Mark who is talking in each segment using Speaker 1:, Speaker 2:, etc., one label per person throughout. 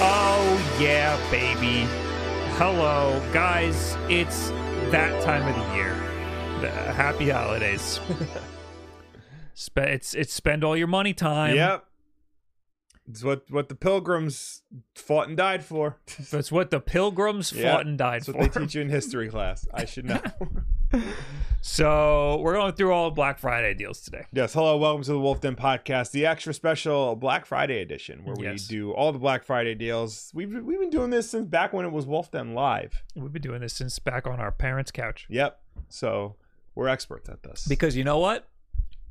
Speaker 1: Oh, yeah, baby. Hello, guys. It's that time of the year. Uh, happy holidays. Spe- it's it's spend all your money time.
Speaker 2: Yep. It's what what the pilgrims fought and died for.
Speaker 1: That's what the pilgrims
Speaker 2: Yeah,
Speaker 1: fought and died
Speaker 2: That's
Speaker 1: for.
Speaker 2: what they teach you in history class. I should know.
Speaker 1: So we're going through all Black Friday deals today.
Speaker 2: yes. Hello. Welcome to the Wolf Den podcast, the extra special Black Friday edition, where we
Speaker 1: Yes.
Speaker 2: do all the Black Friday deals. We've we've been doing this since back when it was Wolf Den Live.
Speaker 1: We've been doing this since back on our parents' couch.
Speaker 2: Yep. So we're experts at this.
Speaker 1: Because you know what?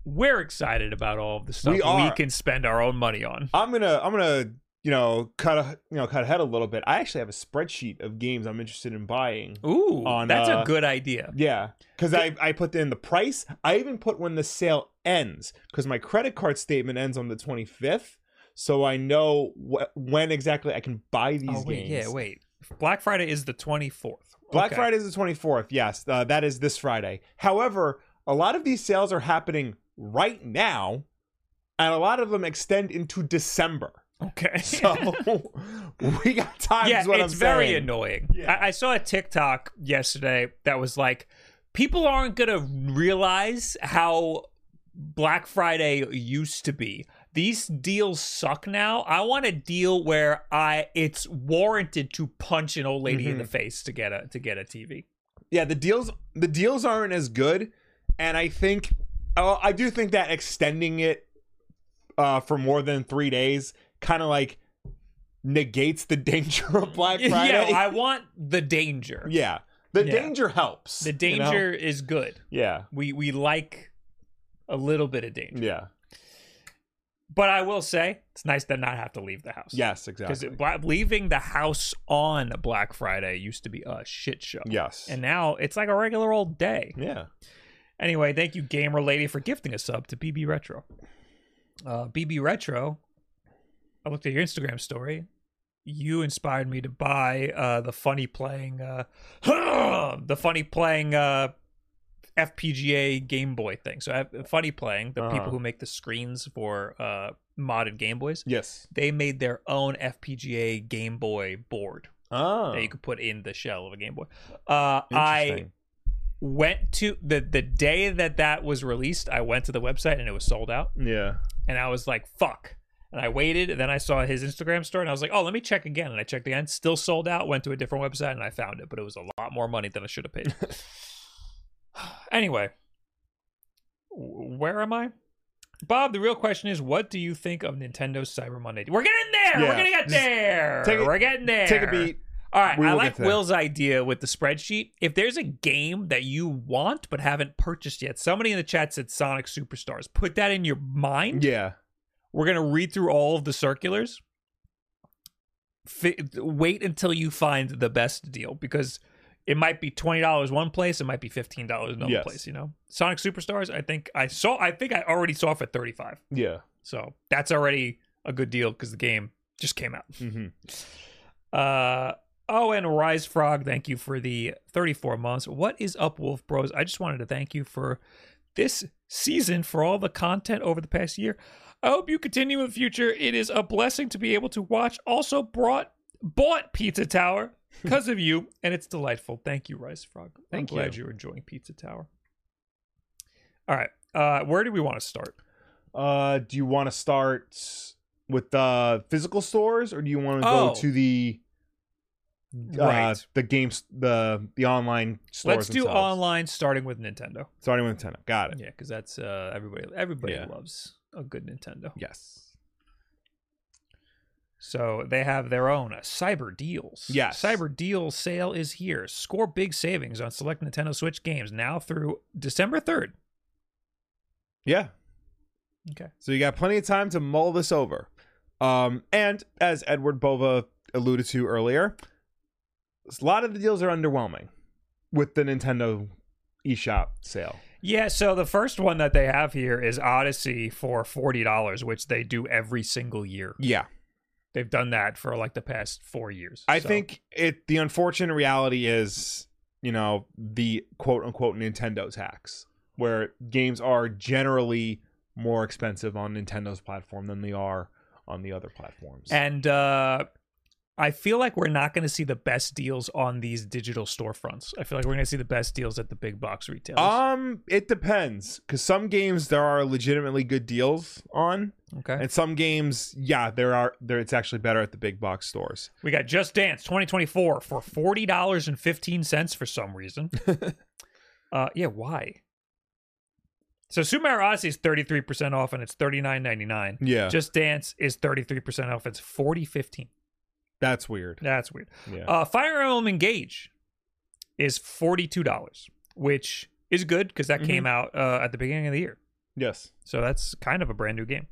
Speaker 1: We're excited about all of the stuff
Speaker 2: We are.
Speaker 1: can spend our own money on.
Speaker 2: I'm gonna I'm gonna you know cut a, you know cut ahead a little bit. I actually have a spreadsheet of games I'm interested in buying.
Speaker 1: Ooh,
Speaker 2: On,
Speaker 1: that's
Speaker 2: uh,
Speaker 1: a good idea.
Speaker 2: Yeah, because I, I put in the price. I even put when the sale ends because my credit card statement ends on the 25th, so I know wh- when exactly I can buy these
Speaker 1: Oh, wait,
Speaker 2: games.
Speaker 1: yeah, wait. Black Friday is the 24th.
Speaker 2: Black
Speaker 1: Okay.
Speaker 2: Friday is the 24th. Yes, uh, that is this Friday. However, a lot of these sales are happening right now, and a lot of them extend into December.
Speaker 1: Okay.
Speaker 2: So we got time.
Speaker 1: yeah,
Speaker 2: is what
Speaker 1: it's
Speaker 2: I'm
Speaker 1: very
Speaker 2: saying.
Speaker 1: annoying.
Speaker 2: Yeah.
Speaker 1: I-, I saw a TikTok yesterday that was like, people aren't gonna realize how Black Friday used to be. These deals suck now. I want a deal where I it's warranted to punch an old lady
Speaker 2: Mm-hmm.
Speaker 1: in the face to get a to get a TV.
Speaker 2: yeah the deals the deals aren't as good and i think oh, i do think that extending it uh for more than three days kind of like negates the danger of black friday
Speaker 1: Yeah, I want the danger.
Speaker 2: Yeah. the
Speaker 1: Yeah.
Speaker 2: danger helps
Speaker 1: The
Speaker 2: you know?
Speaker 1: danger is good.
Speaker 2: yeah
Speaker 1: We we like a little bit of danger.
Speaker 2: yeah
Speaker 1: But I will say it's nice to not have to leave the house.
Speaker 2: yes
Speaker 1: Because
Speaker 2: exactly
Speaker 1: leaving the house on Black Friday used to be a shit show.
Speaker 2: yes
Speaker 1: And now it's like a regular old day.
Speaker 2: yeah
Speaker 1: Anyway, thank you, Gamer Lady, for gifting a sub to BB Retro. Uh, BB Retro, I looked at your Instagram story. You inspired me to buy uh, the funny playing, uh, the funny playing uh, FPGA Game Boy thing. So, uh, funny playing, the
Speaker 2: Uh-huh.
Speaker 1: people who make the screens for uh, modded Game Boys
Speaker 2: yes
Speaker 1: they made their own FPGA Game Boy board
Speaker 2: oh
Speaker 1: that you could put in the shell of a Game Boy. Uh, I went to the the day that that was released. I went to the website and it was sold out,
Speaker 2: yeah
Speaker 1: and I was like, "Fuck." And I waited, and then I saw his Instagram store, and I was like, "Oh, let me check again." And I checked again, still sold out. Went to a different website, and I found it, but it was a lot more money than I should have paid. anyway, w- where am I? Bob, the real question is, what do you think of Nintendo's Cyber Monday? We're getting there. We're
Speaker 2: Yeah.
Speaker 1: gonna get
Speaker 2: Just
Speaker 1: there.
Speaker 2: take a-
Speaker 1: We're getting there.
Speaker 2: take a beat
Speaker 1: All right,
Speaker 2: We
Speaker 1: I
Speaker 2: will
Speaker 1: like
Speaker 2: get to that.
Speaker 1: Will's idea with the spreadsheet. If there's a game that you want but haven't purchased yet, somebody in the chat said Sonic Superstars. Put that in your mind.
Speaker 2: yeah
Speaker 1: We're gonna read through all of the circulars. Fi wait until you find the best deal because it might be twenty dollars one place, it might be fifteen dollars another
Speaker 2: Yes.
Speaker 1: place. You know, Sonic Superstars. I think I saw. I think I already saw for thirty five.
Speaker 2: yeah
Speaker 1: So that's already a good deal because the game just came out.
Speaker 2: mm-hmm.
Speaker 1: Uh oh, and Rise Frog, thank you for the 34 months. What is up, Wolf Bros? I just wanted to thank you for this season for all the content over the past year. I hope you continue in the future. It is a blessing to be able to watch. Also brought bought Pizza Tower because of you, and it's delightful. Thank you, Rice Frog.
Speaker 2: Thank
Speaker 1: I'm glad you're enjoying Pizza Tower. All right. Uh where do we want to start?
Speaker 2: uh do you want to start with the physical stores, or do you want to
Speaker 1: Oh.
Speaker 2: go to the uh,
Speaker 1: Right.
Speaker 2: the games the the online stores?
Speaker 1: Let's do
Speaker 2: themselves?
Speaker 1: online, starting with Nintendo.
Speaker 2: Starting with Nintendo. Got it.
Speaker 1: Yeah, because that's uh, everybody. Everybody
Speaker 2: Yeah.
Speaker 1: loves a good Nintendo.
Speaker 2: Yes.
Speaker 1: So they have their own uh, cyber deals.
Speaker 2: Yes.
Speaker 1: cyber deal sale is here. Score big savings on select Nintendo Switch games now through December third.
Speaker 2: Yeah.
Speaker 1: Okay.
Speaker 2: So you got plenty of time to mull this over. Um, and as Edward Bova alluded to earlier, a lot of the deals are underwhelming with the Nintendo eShop sale.
Speaker 1: Yeah, so the first one that they have here is Odyssey for forty dollars, which they do every single year.
Speaker 2: Yeah.
Speaker 1: They've done that for like the past four years.
Speaker 2: I
Speaker 1: So-
Speaker 2: think it the unfortunate reality is, you know, the quote unquote Nintendo tax, where games are generally more expensive on Nintendo's platform than they are on the other platforms.
Speaker 1: and uh, I feel like we're not going to see the best deals on these digital storefronts. I feel like we're going to see the best deals at the big box retailers.
Speaker 2: um, it depends, because some games there are legitimately good deals on,
Speaker 1: okay,
Speaker 2: and some games, yeah, there are there. It's actually better at the big box stores.
Speaker 1: we got Just Dance 2024 for forty dollars and fifteen cents for some reason. uh, yeah, why? So Super Mario Odyssey is thirty three percent off, and it's thirty nine ninety nine.
Speaker 2: Yeah,
Speaker 1: Just Dance is 33% off. It's 40.15.
Speaker 2: that's weird.
Speaker 1: That's weird.
Speaker 2: Yeah,
Speaker 1: Uh, Fire Emblem Engage is $42, which is good because
Speaker 2: Mm-hmm.
Speaker 1: that came out uh, at the beginning of the year.
Speaker 2: yes,
Speaker 1: So that's kind of a brand new game.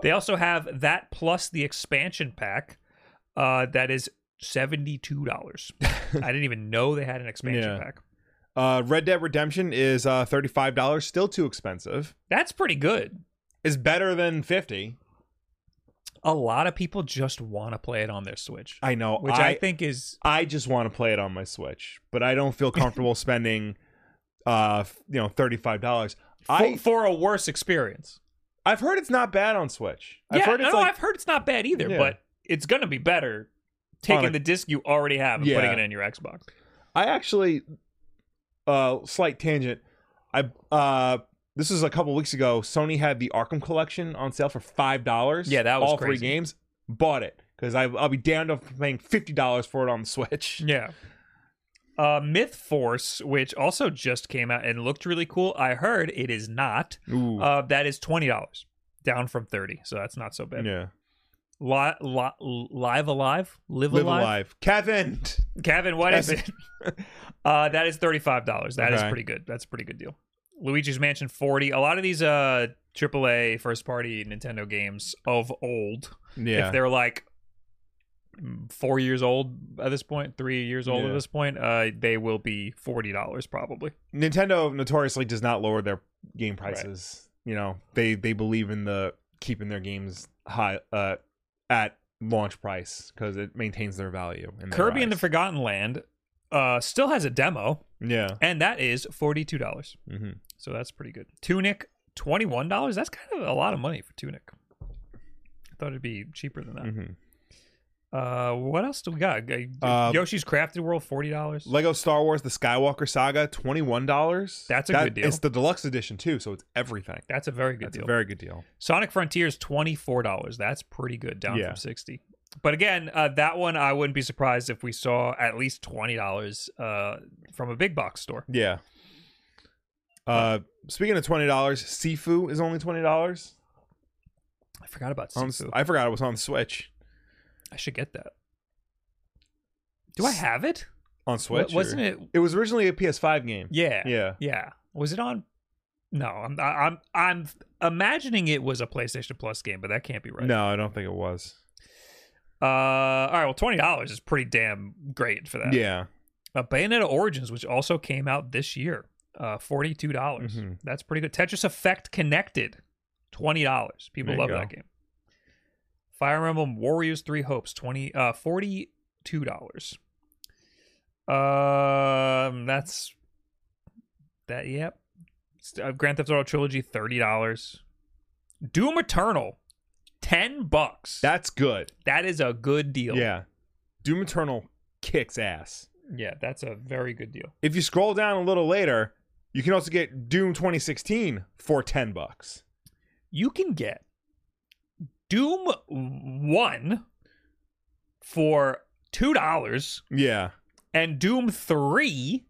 Speaker 1: They also have that plus the expansion pack uh, that is $72. I didn't even know they had an expansion
Speaker 2: Yeah.
Speaker 1: pack.
Speaker 2: uh, Red Dead Redemption is uh, thirty five dollars. Still too expensive.
Speaker 1: That's pretty good.
Speaker 2: It's better than fifty.
Speaker 1: A lot of people just want to play it on their Switch,
Speaker 2: I know.
Speaker 1: which I think is
Speaker 2: I just want to play it on my Switch, but I don't feel comfortable spending, uh, f- you know, thirty five dollars.
Speaker 1: for,
Speaker 2: I
Speaker 1: for a worse experience.
Speaker 2: I've heard it's not bad on Switch. I've
Speaker 1: yeah,
Speaker 2: heard it's
Speaker 1: no,
Speaker 2: like
Speaker 1: I've heard it's not bad either,
Speaker 2: Yeah.
Speaker 1: but it's gonna be better taking
Speaker 2: On a-
Speaker 1: the disc you already have and
Speaker 2: Yeah.
Speaker 1: putting it in your Xbox.
Speaker 2: I actually, uh, slight tangent. I uh, this is a couple weeks ago. Sony had the Arkham Collection on sale for five dollars.
Speaker 1: Yeah, that was
Speaker 2: all
Speaker 1: crazy.
Speaker 2: three games. Bought it because I'll be damned if I'm paying fifty dollars for it on the Switch.
Speaker 1: Yeah. Uh, Myth Force, which also just came out and looked really cool. I heard it is not.
Speaker 2: Ooh.
Speaker 1: Uh, that is twenty dollars, down from thirty, so that's not so bad.
Speaker 2: yeah.
Speaker 1: Li- li- live alive, live,
Speaker 2: Live
Speaker 1: alive.
Speaker 2: alive, Kevin.
Speaker 1: Kevin, what is it? uh, that is thirty five dollars. That is
Speaker 2: Okay.
Speaker 1: pretty good. That's a pretty good deal. Luigi's Mansion forty. A lot of these uh AAA first party Nintendo games of old, if
Speaker 2: Yeah.
Speaker 1: they're like mm, four years old at this point, three years old
Speaker 2: Yeah.
Speaker 1: at this point, uh, they will be forty dollars probably.
Speaker 2: Nintendo notoriously does not lower their game prices. You know, they they believe in the keeping their games high uh at launch price because it maintains their value. in their
Speaker 1: Kirby and the
Speaker 2: eyes.
Speaker 1: Forgotten Land uh still has a demo,
Speaker 2: yeah.
Speaker 1: and that is forty two dollars.
Speaker 2: hmm
Speaker 1: So that's pretty good. Tunic, twenty one dollars. That's kind of a lot of money for Tunic. I thought it'd be cheaper than that.
Speaker 2: hmm
Speaker 1: Uh, what else do we got? Uh,
Speaker 2: Uh,
Speaker 1: Yoshi's Crafted World, forty dollars.
Speaker 2: Lego Star Wars: The Skywalker Saga, twenty one dollars.
Speaker 1: That's a good deal.
Speaker 2: It's the deluxe edition too, so it's everything.
Speaker 1: That's a very good
Speaker 2: That's
Speaker 1: deal.
Speaker 2: a very good deal.
Speaker 1: Sonic Frontiers, twenty four dollars. That's pretty good, down
Speaker 2: Yeah.
Speaker 1: from sixty. But again, uh, that one I wouldn't be surprised if we saw at least twenty dollars uh, from a big box store.
Speaker 2: Yeah. Uh, speaking of twenty dollars, Sifu is only twenty dollars.
Speaker 1: I forgot about Sifu. I,
Speaker 2: I forgot it was on Switch.
Speaker 1: should get that. Do I have it?
Speaker 2: On Switch,
Speaker 1: Wa- wasn't
Speaker 2: or-
Speaker 1: it?
Speaker 2: It was originally a PS5 game.
Speaker 1: Yeah.
Speaker 2: Yeah.
Speaker 1: Yeah. Was it on? No, I'm I'm I'm imagining it was a PlayStation Plus game, but that can't be right.
Speaker 2: No, I don't think it was.
Speaker 1: Uh, all right. Well, twenty dollars is pretty damn great for that.
Speaker 2: Yeah.
Speaker 1: Uh, Bayonetta Origins, which also came out this year, uh, forty-two dollars.
Speaker 2: Mhm.
Speaker 1: That's pretty good. Tetris Effect Connected, twenty dollars. People
Speaker 2: There you
Speaker 1: love
Speaker 2: go.
Speaker 1: that game. Fire Emblem Warriors Three Hopes, twenty uh, forty-two dollars. Um, that's that. Yep. St- uh, Grand Theft Auto Trilogy, thirty dollars. Doom Eternal, ten bucks.
Speaker 2: That's good.
Speaker 1: that is a good deal.
Speaker 2: Yeah. Doom Eternal kicks ass.
Speaker 1: yeah, that's a very good deal.
Speaker 2: If you scroll down a little later, you can also get Doom 2016 for 10 bucks.
Speaker 1: you can get Doom One for two dollars
Speaker 2: Yeah.
Speaker 1: and Doom Three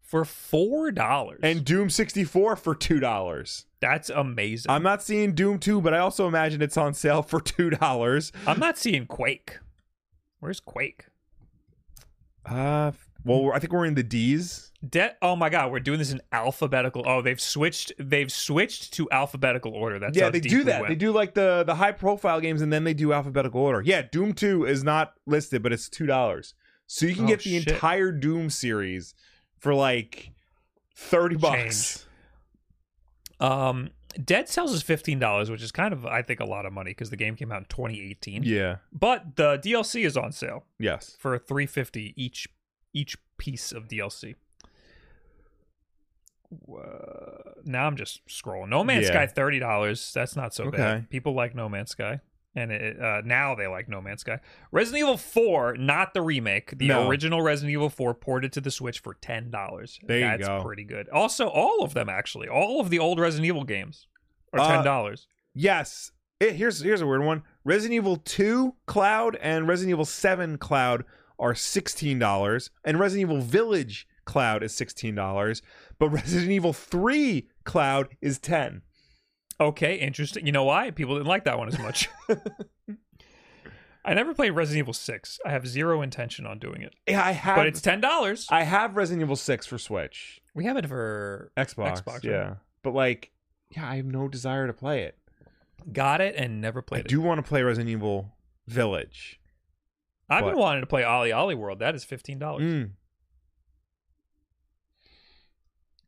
Speaker 1: for four dollars.
Speaker 2: And Doom 64 for $2.
Speaker 1: that's amazing.
Speaker 2: I'm not seeing Doom 2, but I also imagine it's on sale for $2.
Speaker 1: I'm not seeing Quake. Where's Quake?
Speaker 2: Uh, well, I think we're in the D's.
Speaker 1: De- oh my god, we're doing this in alphabetical. Oh, they've switched. They've switched to alphabetical order. That's
Speaker 2: yeah,
Speaker 1: how
Speaker 2: they
Speaker 1: deep
Speaker 2: do
Speaker 1: we
Speaker 2: that.
Speaker 1: went.
Speaker 2: They do like the the high profile games, and then they do alphabetical order. Yeah, Doom Two is not listed, but it's two dollars, so you can
Speaker 1: Oh,
Speaker 2: get the
Speaker 1: shit.
Speaker 2: entire Doom series for like thirty bucks.
Speaker 1: Um, Dead Cells is fifteen dollars, which is kind of I think a lot of money because the game came out in 2018.
Speaker 2: Yeah.
Speaker 1: But the DLC is on sale
Speaker 2: Yes.
Speaker 1: for 350 each each piece of DLC. Wha- Now I'm just scrolling. No Man's
Speaker 2: Yeah.
Speaker 1: Sky thirty dollars. That's not so
Speaker 2: Okay.
Speaker 1: bad. People like No Man's Sky, and it, uh, now they like No Man's Sky. Resident Evil Four, not the remake, the
Speaker 2: No.
Speaker 1: original Resident Evil Four ported to the Switch for ten dollars.
Speaker 2: There you
Speaker 1: That's
Speaker 2: go.
Speaker 1: pretty good. Also, all of them actually, all of the old Resident Evil games are
Speaker 2: Uh,
Speaker 1: ten dollars.
Speaker 2: Yes. It, here's here's a weird one. Resident Evil Two Cloud and Resident Evil Seven Cloud are sixteen dollars, and Resident Evil Village Cloud is sixteen dollars, but Resident Evil Three Cloud is ten.
Speaker 1: Okay, interesting. You know why? People didn't like that one as much. I never played Resident Evil 6. I have zero intention on doing it.
Speaker 2: Yeah, Eh, I have.
Speaker 1: But it's $10.
Speaker 2: I have Resident Evil 6 for Switch.
Speaker 1: we have it for
Speaker 2: Xbox.
Speaker 1: Xbox,
Speaker 2: yeah.
Speaker 1: right?
Speaker 2: But like, yeah, I have no desire to play it.
Speaker 1: got it and never
Speaker 2: I
Speaker 1: played it.
Speaker 2: do want to play Resident Evil Village.
Speaker 1: I've been
Speaker 2: but-
Speaker 1: wanting to play Ollie Ollie World. That is $15.
Speaker 2: Mm.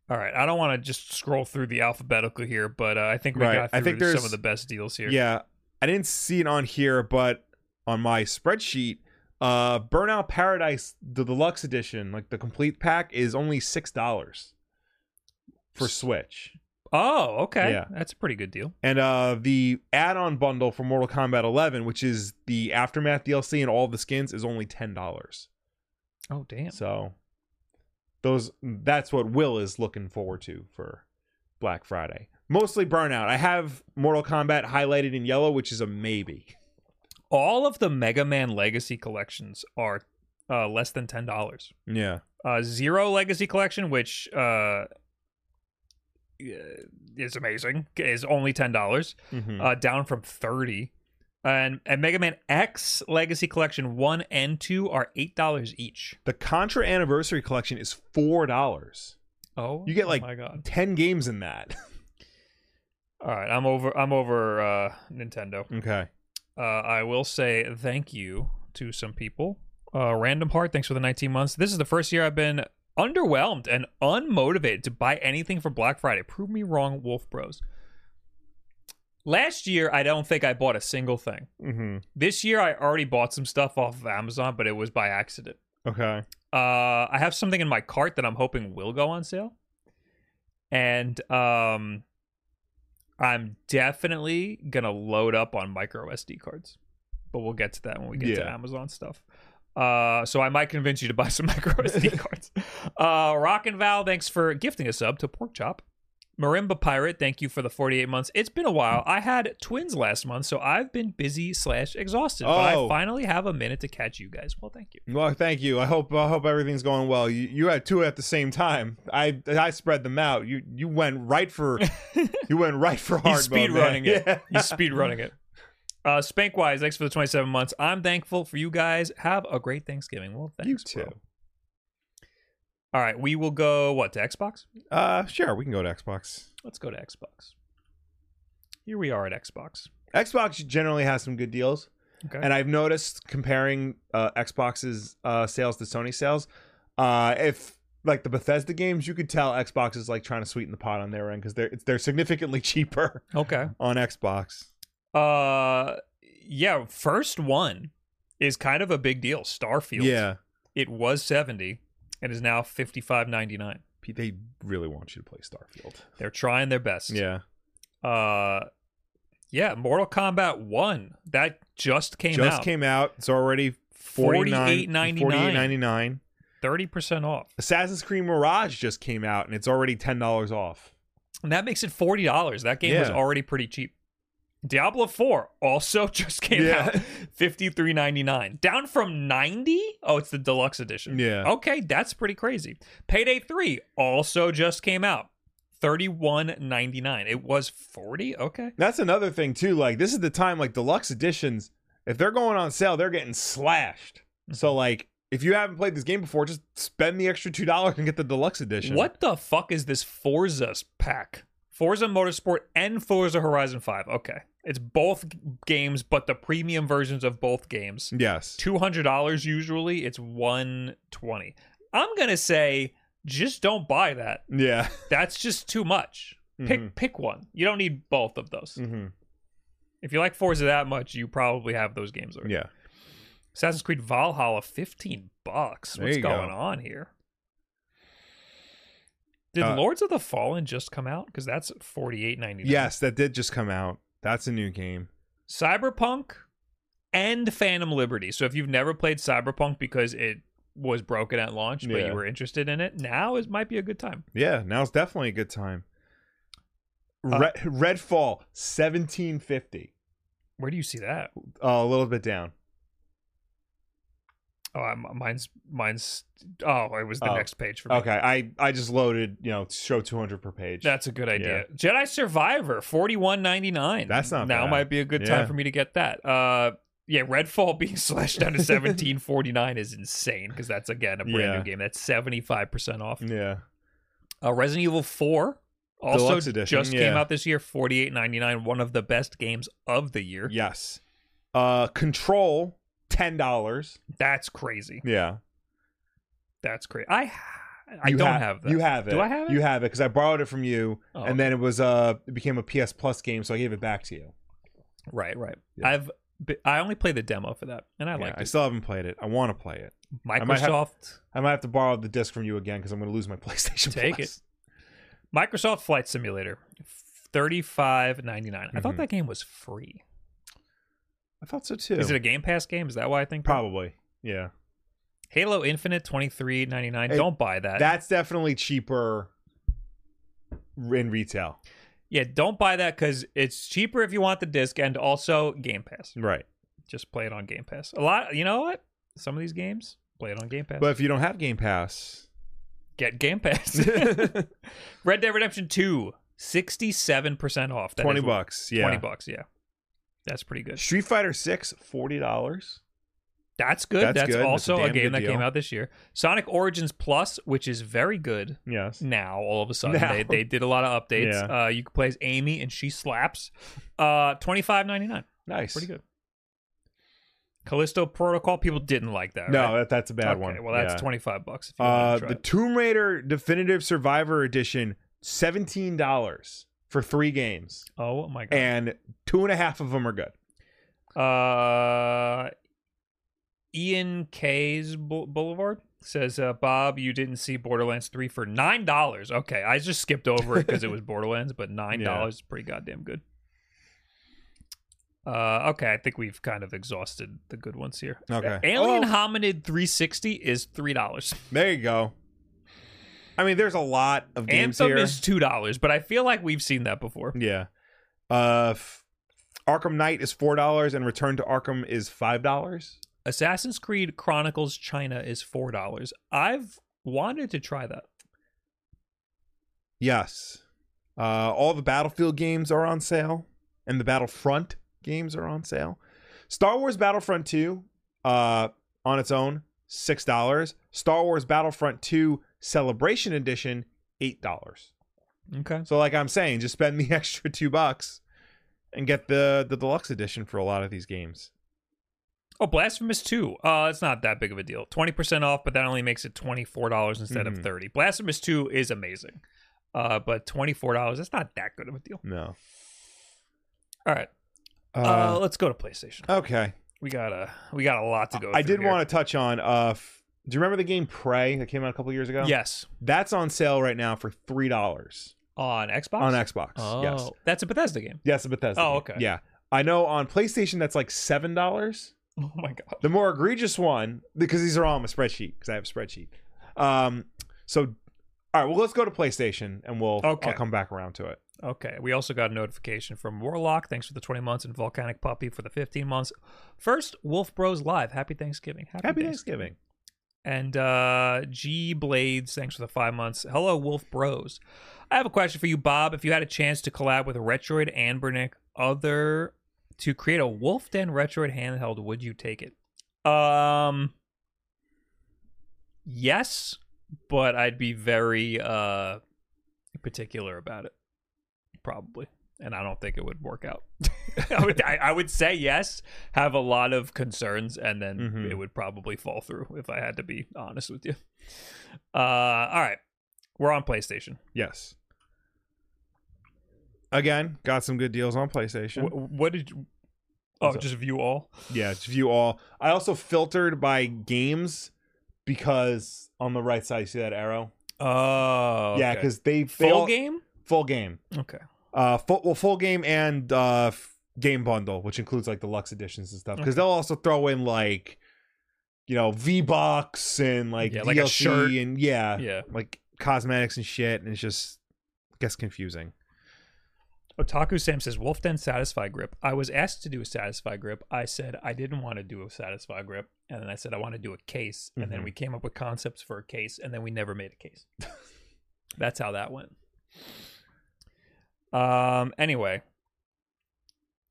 Speaker 1: All right. I don't want to just scroll through the alphabetical here, but uh, I think we
Speaker 2: Right.
Speaker 1: got
Speaker 2: I
Speaker 1: through
Speaker 2: think
Speaker 1: some
Speaker 2: there's-
Speaker 1: of the best deals here.
Speaker 2: Yeah. I didn't see it on here, but on my spreadsheet, uh Burnout Paradise, the deluxe edition, like the complete pack, is only six dollars for Switch.
Speaker 1: Oh, okay.
Speaker 2: Yeah.
Speaker 1: That's a pretty good deal.
Speaker 2: And uh the add-on bundle for Mortal Kombat 11, which is the aftermath DLC and all the skins, is only ten dollars.
Speaker 1: Oh, damn.
Speaker 2: So those that's what Will is looking forward to for Black Friday. Mostly Burnout. I have Mortal Kombat highlighted in yellow, which is a maybe.
Speaker 1: All of the Mega Man Legacy collections are uh, less than $10.
Speaker 2: Yeah.
Speaker 1: uh, Zero Legacy Collection, which uh, is amazing, is only ten dollars,
Speaker 2: Mm-hmm. Hmm.
Speaker 1: uh, down from thirty. And, and Mega Man X Legacy Collection one and two are eight dollars each.
Speaker 2: the Contra Anniversary Collection is four dollars.
Speaker 1: Oh,
Speaker 2: You get like
Speaker 1: oh my god!
Speaker 2: ten games in that.
Speaker 1: All right, I'm over. I'm over uh, Nintendo.
Speaker 2: okay.
Speaker 1: Uh, I will say thank you to some people. Uh, Random Heart, thanks for the 19 months. This is the first year I've been underwhelmed and unmotivated to buy anything for Black Friday. Prove me wrong, Wolf Bros. Last year, I don't think I bought a single thing.
Speaker 2: Mm-hmm.
Speaker 1: This year, I already bought some stuff off of Amazon, but it was by accident.
Speaker 2: Okay.
Speaker 1: Uh, I have something in my cart that I'm hoping will go on sale, and um, I'm definitely gonna load up on micro SD cards. But we'll get to that when we get to
Speaker 2: Yeah.
Speaker 1: Amazon stuff. Uh, so I might convince you to buy some micro SD cards. Uh, Rock and Val, thanks for gifting a sub to Pork Chop. Marimba Pirate, thank you for the 48 months. It's been a while. I had twins last month, so I've been busy slash exhausted. But I
Speaker 2: Oh.
Speaker 1: finally have a minute to catch you guys. Well, thank you.
Speaker 2: Well, thank you. I hope I hope everything's going well. You, you had two at the same time. I I spread them out. You you went right for you went right for hard.
Speaker 1: He's speed running it. He's speed running it. Uh, Spankwise, thanks for the 27 months. I'm thankful for you guys. Have a great Thanksgiving. Well,
Speaker 2: You
Speaker 1: thanks,
Speaker 2: too.
Speaker 1: bro. All right, we will go what to Xbox?
Speaker 2: Uh, sure, we can go to Xbox.
Speaker 1: Let's go to Xbox. Here we are at Xbox.
Speaker 2: Xbox generally has some good deals,
Speaker 1: Okay.
Speaker 2: and I've noticed comparing uh, Xbox's uh, sales to Sony sales. Uh, if like the Bethesda games, you could tell Xbox is like trying to sweeten the pot on their end because they're it's- they're significantly cheaper
Speaker 1: okay.
Speaker 2: on Xbox.
Speaker 1: Uh, yeah. First one is kind of a big deal. Starfield. It was 70 and is now 55.99.
Speaker 2: P- they really want you to play Starfield.
Speaker 1: They're trying their best.
Speaker 2: Yeah,
Speaker 1: Uh, yeah. Mortal Kombat One that just came
Speaker 2: just
Speaker 1: out.
Speaker 2: came out. It's already 49
Speaker 1: $48.99.
Speaker 2: 48.99.
Speaker 1: thirty percent off,
Speaker 2: Assassin's Creed Mirage just came out, and it's already ten dollars off.
Speaker 1: and that makes it forty dollars. That game was
Speaker 2: Yeah.
Speaker 1: already pretty cheap. Diablo 4 also just came
Speaker 2: Yeah.
Speaker 1: out 53.99 down from 90 oh it's the deluxe edition
Speaker 2: Yeah.
Speaker 1: okay that's pretty crazy payday 3 also just came out 31.99 it was 40 okay
Speaker 2: That's another thing too. Like this is the time like deluxe editions. If they're going on sale, they're getting slashed. So
Speaker 1: Mm-hmm.
Speaker 2: like if you haven't played this game before, just spend the extra two dollars and get the deluxe edition.
Speaker 1: What the fuck is this Forza pack? Forza Motorsport and Forza Horizon 5. Okay. It's both g- games, but the premium versions of both games.
Speaker 2: Yes.
Speaker 1: $200 usually, it's 120 I'm going to say just don't buy that.
Speaker 2: Yeah.
Speaker 1: That's just too much. Pick
Speaker 2: Mhm.
Speaker 1: pick one. You don't need both of those.
Speaker 2: hmm
Speaker 1: If you like Forza that much, you probably have those games already.
Speaker 2: Yeah.
Speaker 1: Assassin's Creed Valhalla, fifteen bucks.
Speaker 2: There
Speaker 1: What's
Speaker 2: you go.
Speaker 1: going on here? Did
Speaker 2: Uh,
Speaker 1: Lords of the Fallen just come out? Because that's forty eight ninety nine.
Speaker 2: Yes, that did just come out. That's a new game.
Speaker 1: Cyberpunk and Phantom Liberty. So if you've never played Cyberpunk because it was broken at launch, but
Speaker 2: Yeah.
Speaker 1: you were interested in it, now is might be a good time.
Speaker 2: Yeah, now's definitely a good time.
Speaker 1: Uh,
Speaker 2: Red, Redfall, seventeen fifty.
Speaker 1: Where do you see that?
Speaker 2: Oh, a little bit down.
Speaker 1: Oh, i mine's mine's. Oh, it was the
Speaker 2: Oh,
Speaker 1: next page for me.
Speaker 2: Okay, I I just loaded. You know, show two hundred per page.
Speaker 1: That's a good idea. Jedi Survivor, forty one ninety nine.
Speaker 2: That's not
Speaker 1: now
Speaker 2: bad.
Speaker 1: might be a good time
Speaker 2: Yeah.
Speaker 1: for me to get that. Uh, yeah, Redfall being slashed down to seventeen forty nine is insane because that's again a brand
Speaker 2: Yeah.
Speaker 1: new game. That's seventy five percent off.
Speaker 2: yeah.
Speaker 1: Uh, Resident Evil Four also
Speaker 2: Deluxe edition,
Speaker 1: just came
Speaker 2: yeah.
Speaker 1: out this year, forty eight ninety nine. One of the best games of the year.
Speaker 2: Yes. Uh, Control, ten dollars.
Speaker 1: That's crazy.
Speaker 2: Yeah.
Speaker 1: That's crazy. I I
Speaker 2: You
Speaker 1: don't
Speaker 2: ha-
Speaker 1: have that.
Speaker 2: You have it.
Speaker 1: Do I have it?
Speaker 2: You have it because I borrowed it from you,
Speaker 1: Oh,
Speaker 2: and then it was uh, it became a PS Plus game, so I gave it back to you.
Speaker 1: right, right.
Speaker 2: Yeah.
Speaker 1: I've be- I only played the demo for that, and I
Speaker 2: Yeah,
Speaker 1: liked
Speaker 2: I
Speaker 1: it.
Speaker 2: still haven't played it. I want to play it. I might have-
Speaker 1: Microsoft.
Speaker 2: I might have to borrow the disc from you again because I'm going to lose my PlayStation.
Speaker 1: Take
Speaker 2: Plus.
Speaker 1: Microsoft Flight Simulator, thirty five ninety nine. I thought
Speaker 2: Mhm.
Speaker 1: that game was free.
Speaker 2: I thought so too.
Speaker 1: Is it a Game Pass game? Is that why I think that?
Speaker 2: Probably. Yeah.
Speaker 1: Halo Infinite twenty three ninety nine.
Speaker 2: Hey,
Speaker 1: Don't buy that.
Speaker 2: That's definitely cheaper in retail.
Speaker 1: Yeah, don't buy that because it's cheaper if you want the disc and also Game Pass.
Speaker 2: Right.
Speaker 1: Just play it on Game Pass. A lot. You know what? Some of these games play it on Game Pass.
Speaker 2: But if you don't have Game Pass,
Speaker 1: Get Game Pass. Red Dead Redemption two. 67% off. That
Speaker 2: 20
Speaker 1: is-
Speaker 2: bucks. Yeah.
Speaker 1: 20 bucks, yeah. That's pretty good.
Speaker 2: Street Fighter 6, $40.
Speaker 1: That's good. That's,
Speaker 2: That's good. That's a
Speaker 1: also a
Speaker 2: damn
Speaker 1: game
Speaker 2: good
Speaker 1: that
Speaker 2: deal.
Speaker 1: came out this year. Sonic Origins Plus, which is very good
Speaker 2: Yes.
Speaker 1: now, all of a sudden.
Speaker 2: Now.
Speaker 1: They, they did a lot of updates.
Speaker 2: Yeah.
Speaker 1: Uh, you can play as Amy and she slaps. Uh, Twenty five ninety nine.
Speaker 2: Nice.
Speaker 1: Pretty good. Callisto Protocol, people didn't like that.
Speaker 2: No,
Speaker 1: right?
Speaker 2: that, that's a bad
Speaker 1: okay,
Speaker 2: one.
Speaker 1: Well, that's
Speaker 2: Yeah.
Speaker 1: 25 bucks. If you
Speaker 2: Uh,
Speaker 1: want to try
Speaker 2: the
Speaker 1: it.
Speaker 2: Tomb Raider Definitive Survivor Edition, $17 for three games.
Speaker 1: oh my god.
Speaker 2: And two and a half of them are good.
Speaker 1: Uh, Ian K's Bou- Boulevard says, uh, Bob, you didn't see Borderlands 3 for $9. Okay, I just skipped over it because it was Borderlands, but $9
Speaker 2: Yeah.
Speaker 1: is pretty goddamn good. Uh, okay, I think we've kind of exhausted the good ones here.
Speaker 2: Okay.
Speaker 1: Alien
Speaker 2: Oh.
Speaker 1: Hominid 360 is $3.
Speaker 2: There you go. I mean, there's a lot of games
Speaker 1: Anthem
Speaker 2: here.
Speaker 1: is $2, but I feel like we've seen that before.
Speaker 2: Yeah. Uh f- Arkham Knight is four dollars and Return to Arkham is five dollars.
Speaker 1: Assassin's Creed Chronicles China is $4. I've wanted to try that.
Speaker 2: Yes. Uh all the Battlefield games are on sale. And the Battlefront games are on sale. Star Wars Battlefront 2, uh, on its own, six dollars. Star Wars Battlefront 2 Celebration Edition, eight dollars.
Speaker 1: Okay.
Speaker 2: So like I'm saying, just spend the extra two bucks and get the the deluxe edition for a lot of these games.
Speaker 1: Oh, Blasphemous 2. Uh, it's not that big of a deal. 20% off, but that only makes it $24 instead of
Speaker 2: Mhm.
Speaker 1: 30 Blasphemous 2 is amazing. Uh, but $24, that's not that good of a deal.
Speaker 2: No.
Speaker 1: All right. Uh,
Speaker 2: Uh,
Speaker 1: let's go to PlayStation.
Speaker 2: okay.
Speaker 1: We got a we got a lot to go
Speaker 2: I
Speaker 1: through
Speaker 2: did
Speaker 1: here.
Speaker 2: want to touch on. Uh, f- do you remember the game Prey that came out a couple years ago?
Speaker 1: Yes.
Speaker 2: that's on sale right now for three dollars
Speaker 1: On Xbox?
Speaker 2: on Xbox.
Speaker 1: Oh,
Speaker 2: Yes,
Speaker 1: that's a Bethesda game.
Speaker 2: yes, a Bethesda.
Speaker 1: Oh,
Speaker 2: game.
Speaker 1: okay.
Speaker 2: Yeah, I know on PlayStation that's like seven dollars.
Speaker 1: Oh my god.
Speaker 2: The more egregious one because these are all on my spreadsheet because I have a spreadsheet. Um, so all right, well let's go to PlayStation and we'll
Speaker 1: Okay.
Speaker 2: I'll come back around to it.
Speaker 1: Okay. We also got a notification from Warlock. Thanks for the 20 months and Volcanic Puppy for the 15 months. First, Wolf Bros Live. Happy Thanksgiving.
Speaker 2: Happy Thanksgiving.
Speaker 1: And uh, G Blades, thanks for the five months. Hello, Wolf Bros. I have a question for you, Bob. If you had a chance to collab with Retroid and Bernick, other to create a Wolf Den Retroid handheld, would you take it? Um, yes, but I'd be very uh particular about it, probably. And I don't think it would work out. I would, I, I would say yes, have a lot of concerns, and then
Speaker 2: Mhm.
Speaker 1: it would probably fall through if I had to be honest with you. Uh, all right, we're on PlayStation.
Speaker 2: Yes. Again, got some good deals on PlayStation.
Speaker 1: Wh- what did? You, oh,
Speaker 2: What's up?
Speaker 1: just view all.
Speaker 2: yeah, to view all. I also filtered by games because on the right side you see that arrow.
Speaker 1: Oh,
Speaker 2: Yeah,
Speaker 1: okay.
Speaker 2: because they they
Speaker 1: full
Speaker 2: all-
Speaker 1: game.
Speaker 2: full game,
Speaker 1: Okay.
Speaker 2: uh, full, well, full game and uh, f- game bundle, which includes like deluxe editions and stuff. Because
Speaker 1: Okay.
Speaker 2: they'll also throw in like, you know, V Bucks and like
Speaker 1: Yeah,
Speaker 2: DLC
Speaker 1: like a shirt.
Speaker 2: and yeah,
Speaker 1: Yeah.
Speaker 2: like cosmetics and shit, and it's just gets confusing.
Speaker 1: Otaku Sam says, Wolf Den Satisfy Grip. I was asked to do a Satisfy Grip. I said I didn't want to do a Satisfy Grip. And then I said I want to do a case. And then
Speaker 2: Mhm.
Speaker 1: we came up with concepts for a case. And then we never made a case. That's how that went. Um. Anyway,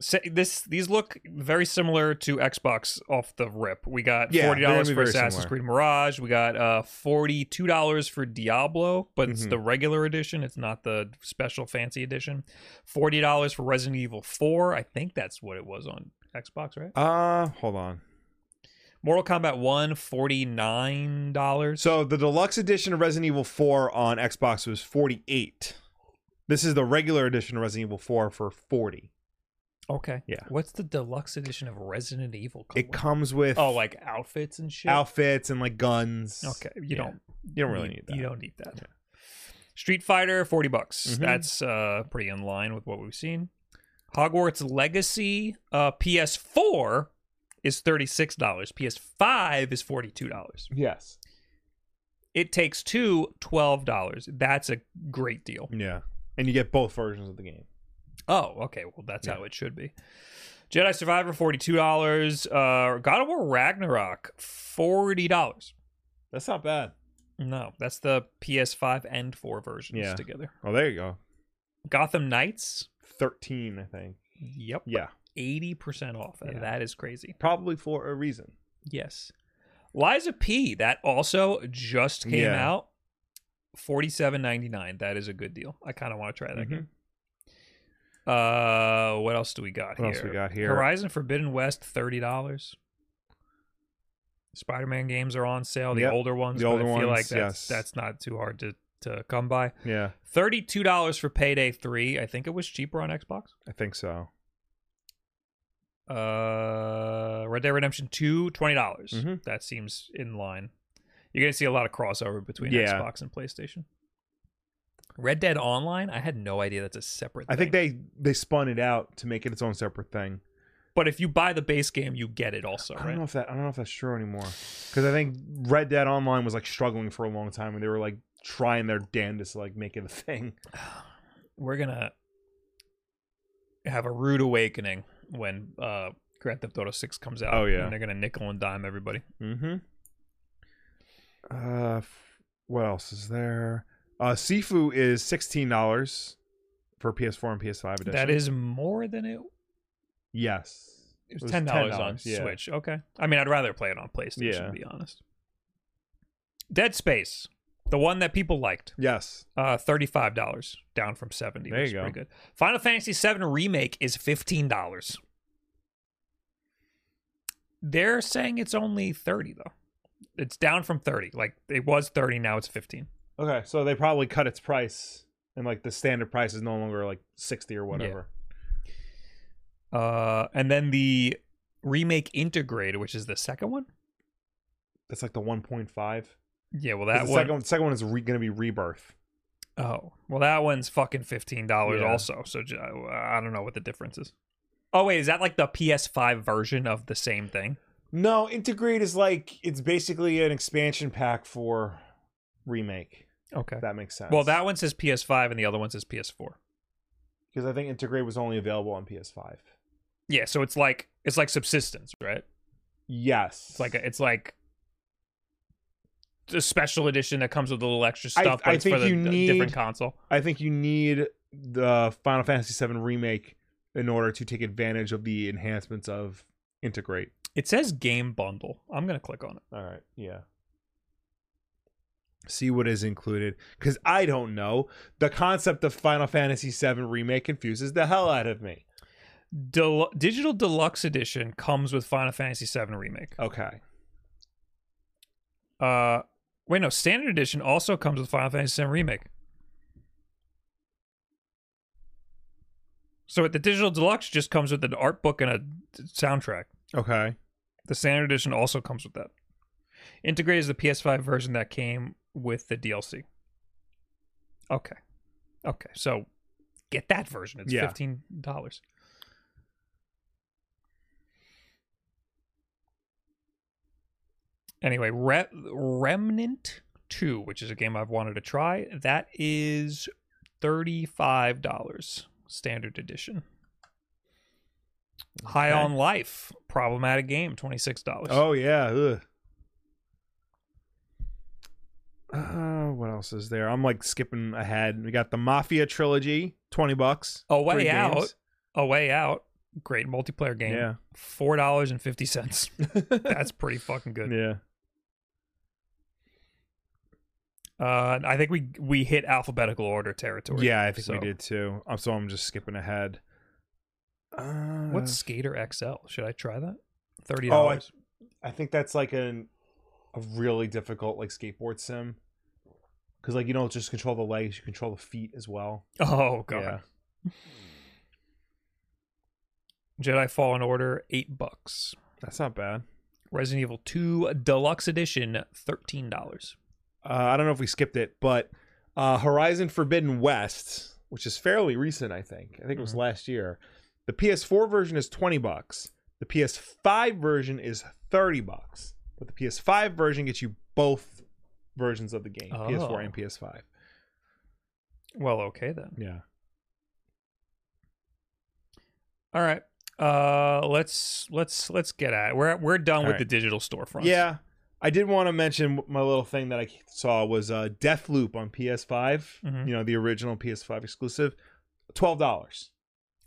Speaker 1: Sa- this these look very similar to Xbox off the rip. We got
Speaker 2: Yeah,
Speaker 1: forty
Speaker 2: they're gonna
Speaker 1: dollars
Speaker 2: be
Speaker 1: for
Speaker 2: very
Speaker 1: Assassin's
Speaker 2: similar.
Speaker 1: Creed Mirage. We got uh forty two dollars for Diablo, but it's
Speaker 2: Mhm.
Speaker 1: the regular edition. It's not the special fancy edition. Forty dollars for Resident Evil Four. I think that's what it was on Xbox, right?
Speaker 2: Uh, hold on.
Speaker 1: Mortal Kombat One, forty nine dollars.
Speaker 2: So the deluxe edition of Resident Evil 4 on Xbox was 48. This is the regular edition of Resident Evil 4 for 40.
Speaker 1: okay,
Speaker 2: Yeah.
Speaker 1: What's the deluxe edition of Resident Evil? come
Speaker 2: It
Speaker 1: with?
Speaker 2: comes with
Speaker 1: oh, like outfits and shit.
Speaker 2: outfits and like guns.
Speaker 1: Okay, you
Speaker 2: Yeah.
Speaker 1: don't
Speaker 2: You don't really need that.
Speaker 1: You don't need that. Street Fighter, forty bucks.
Speaker 2: Mhm.
Speaker 1: That's uh, pretty in line with what we've seen. Hogwarts Legacy uh, PS4 is thirty six dollars. PS5 is forty two dollars.
Speaker 2: Yes.
Speaker 1: It takes two twelve dollars. That's a great deal.
Speaker 2: Yeah. And you get both versions of the game.
Speaker 1: Oh, okay. Well, that's how it should be. Jedi Survivor forty two dollars. Uh, God of War Ragnarok forty dollars.
Speaker 2: That's not bad.
Speaker 1: No, that's the PS5 and four versions
Speaker 2: Yeah.
Speaker 1: together.
Speaker 2: Oh, there you go.
Speaker 1: Gotham Knights.
Speaker 2: 13, I think.
Speaker 1: Yep.
Speaker 2: Yeah.
Speaker 1: eighty percent off. and
Speaker 2: Yeah.
Speaker 1: That is crazy.
Speaker 2: Probably for a reason.
Speaker 1: Yes. Liza P. That also just came
Speaker 2: Yeah.
Speaker 1: out. Forty seven ninety nine. That is a good deal. I kind of want to try that.
Speaker 2: Mhm.
Speaker 1: game. Uh, what else do we got
Speaker 2: What
Speaker 1: here?
Speaker 2: else we got here?
Speaker 1: Horizon Forbidden West thirty dollars. Spider Man games are on sale. The
Speaker 2: Yep.
Speaker 1: older ones.
Speaker 2: The
Speaker 1: but
Speaker 2: older
Speaker 1: I feel
Speaker 2: ones,
Speaker 1: like that's
Speaker 2: yes.
Speaker 1: that's not too hard to to come by.
Speaker 2: Yeah,
Speaker 1: Thirty two dollars for Payday three. I think it was cheaper on Xbox.
Speaker 2: I think so.
Speaker 1: uh Red Dead Redemption 2 $20. dollars
Speaker 2: Mhm.
Speaker 1: That seems in line. You're going to see a lot of crossover between
Speaker 2: Yeah.
Speaker 1: Xbox and PlayStation. Red Dead Online, I had no idea that's a separate
Speaker 2: I think
Speaker 1: thing.
Speaker 2: they they spun it out to make it its own separate thing.
Speaker 1: But if you buy the base game, you get it also,
Speaker 2: I don't
Speaker 1: right?
Speaker 2: know if that I don't know if that's true anymore because I think Red Dead Online was like struggling for a long time and they were like trying their damnedest to like make it a thing.
Speaker 1: We're going to have a rude awakening when uh Grand Theft Auto 6 comes out.
Speaker 2: Oh, yeah.
Speaker 1: And they're going to nickel and dime everybody.
Speaker 2: Mm-hmm. Uh, f- what else is there? Uh, Sifu is sixteen dollars for PS4 and PS5 edition.
Speaker 1: That is more than it
Speaker 2: yes.
Speaker 1: It was ten dollars on
Speaker 2: yeah.
Speaker 1: Switch. Okay. I mean, I'd rather play it on PlayStation.
Speaker 2: Yeah.
Speaker 1: To be honest. Dead Space, the one that people liked,
Speaker 2: Yes.
Speaker 1: uh, thirty-five dollars, down from seventy.
Speaker 2: There
Speaker 1: which
Speaker 2: you
Speaker 1: is
Speaker 2: go.
Speaker 1: Pretty good. Final Fantasy VII remake is fifteen dollars. They're saying it's only thirty though. It's down from thirty. Like it was thirty, now it's fifteen.
Speaker 2: Okay, so they probably cut its price and like the standard price is no longer like sixty or whatever.
Speaker 1: Uh, and then the remake integrated, which is the second one.
Speaker 2: That's like the one point five.
Speaker 1: Yeah, well
Speaker 2: The
Speaker 1: that
Speaker 2: second
Speaker 1: one.
Speaker 2: one, second one is re- going to be Rebirth.
Speaker 1: Oh, well, that one's fucking fifteen dollars
Speaker 2: Yeah.
Speaker 1: also. So j- I don't know what the difference is. Oh wait, is that like the PS5 version of the same thing?
Speaker 2: No, Integrate is like it's basically an expansion pack for remake.
Speaker 1: Okay.
Speaker 2: If that makes sense.
Speaker 1: well, that one says PS5 and the other one says PS4.
Speaker 2: because I think Integrate was only available on PS5.
Speaker 1: Yeah, so it's like it's like subsistence, right?
Speaker 2: Yes,
Speaker 1: It's like a, it's like a special edition that comes with a little extra
Speaker 2: I-
Speaker 1: stuff, but
Speaker 2: I
Speaker 1: it's for
Speaker 2: think
Speaker 1: the,
Speaker 2: you
Speaker 1: the
Speaker 2: need-
Speaker 1: different console.
Speaker 2: I think you need the Final Fantasy VII remake in order to take advantage of the enhancements of Integrate.
Speaker 1: It says game bundle. I'm gonna click on it.
Speaker 2: All right, yeah. See what is included because I don't know. The concept of Final Fantasy VII remake confuses the hell out of me.
Speaker 1: Del- Digital Deluxe Edition comes with Final Fantasy VII Remake.
Speaker 2: Okay,
Speaker 1: Uh, wait, no, Standard Edition also comes with Final Fantasy VII Remake. So the Digital Deluxe just comes with an art book and a soundtrack.
Speaker 2: okay,
Speaker 1: The Standard Edition also comes with that. Integrated is the PS5 version that came with the DLC. Okay. Okay. So get that version. It's
Speaker 2: Yeah.
Speaker 1: fifteen dollars. Anyway, Re- Remnant Two, which is a game I've wanted to try, that is thirty-five dollars standard edition. High
Speaker 2: Okay.
Speaker 1: on Life, problematic game, twenty-six dollars.
Speaker 2: oh yeah. Ugh. Uh, what else is there? I'm like skipping ahead. We got the Mafia trilogy, twenty bucks.
Speaker 1: A Oh, Way
Speaker 2: three
Speaker 1: Out.
Speaker 2: games.
Speaker 1: A Way Out, great multiplayer game.
Speaker 2: Yeah.
Speaker 1: Four dollars and fifty cents. That's pretty fucking good.
Speaker 2: Yeah.
Speaker 1: Uh, I think we we hit alphabetical order territory.
Speaker 2: Yeah, I think we
Speaker 1: so-
Speaker 2: did too. Um, so I'm just skipping ahead. Uh,
Speaker 1: What's Skater XL? Should I try that? Thirty
Speaker 2: Oh, I-
Speaker 1: dollars.
Speaker 2: I think that's like an a really difficult like skateboard sim because like you don't just control the legs, you control the feet as well.
Speaker 1: Oh, god.
Speaker 2: Yeah.
Speaker 1: Jedi Fallen Order, eight bucks.
Speaker 2: That's not bad.
Speaker 1: Resident Evil 2 Deluxe Edition, thirteen dollars.
Speaker 2: Uh, I don't know if we skipped it, but uh, Horizon Forbidden West, which is fairly recent, I think. I think it was
Speaker 1: Mhm.
Speaker 2: last year. The PS4 version is twenty bucks. The PS5 version is thirty bucks, but the PS5 version gets you both versions of the game,
Speaker 1: Oh.
Speaker 2: PS4 and PS5.
Speaker 1: Well, okay then.
Speaker 2: Yeah.
Speaker 1: All right. Uh, let's let's let's get at it. We're we're done
Speaker 2: All
Speaker 1: with
Speaker 2: right.
Speaker 1: the digital storefront.
Speaker 2: Yeah. I did want to mention my little thing that I saw was uh Deathloop on PS5,
Speaker 1: Mhm.
Speaker 2: you know, the original PS5 exclusive. $12.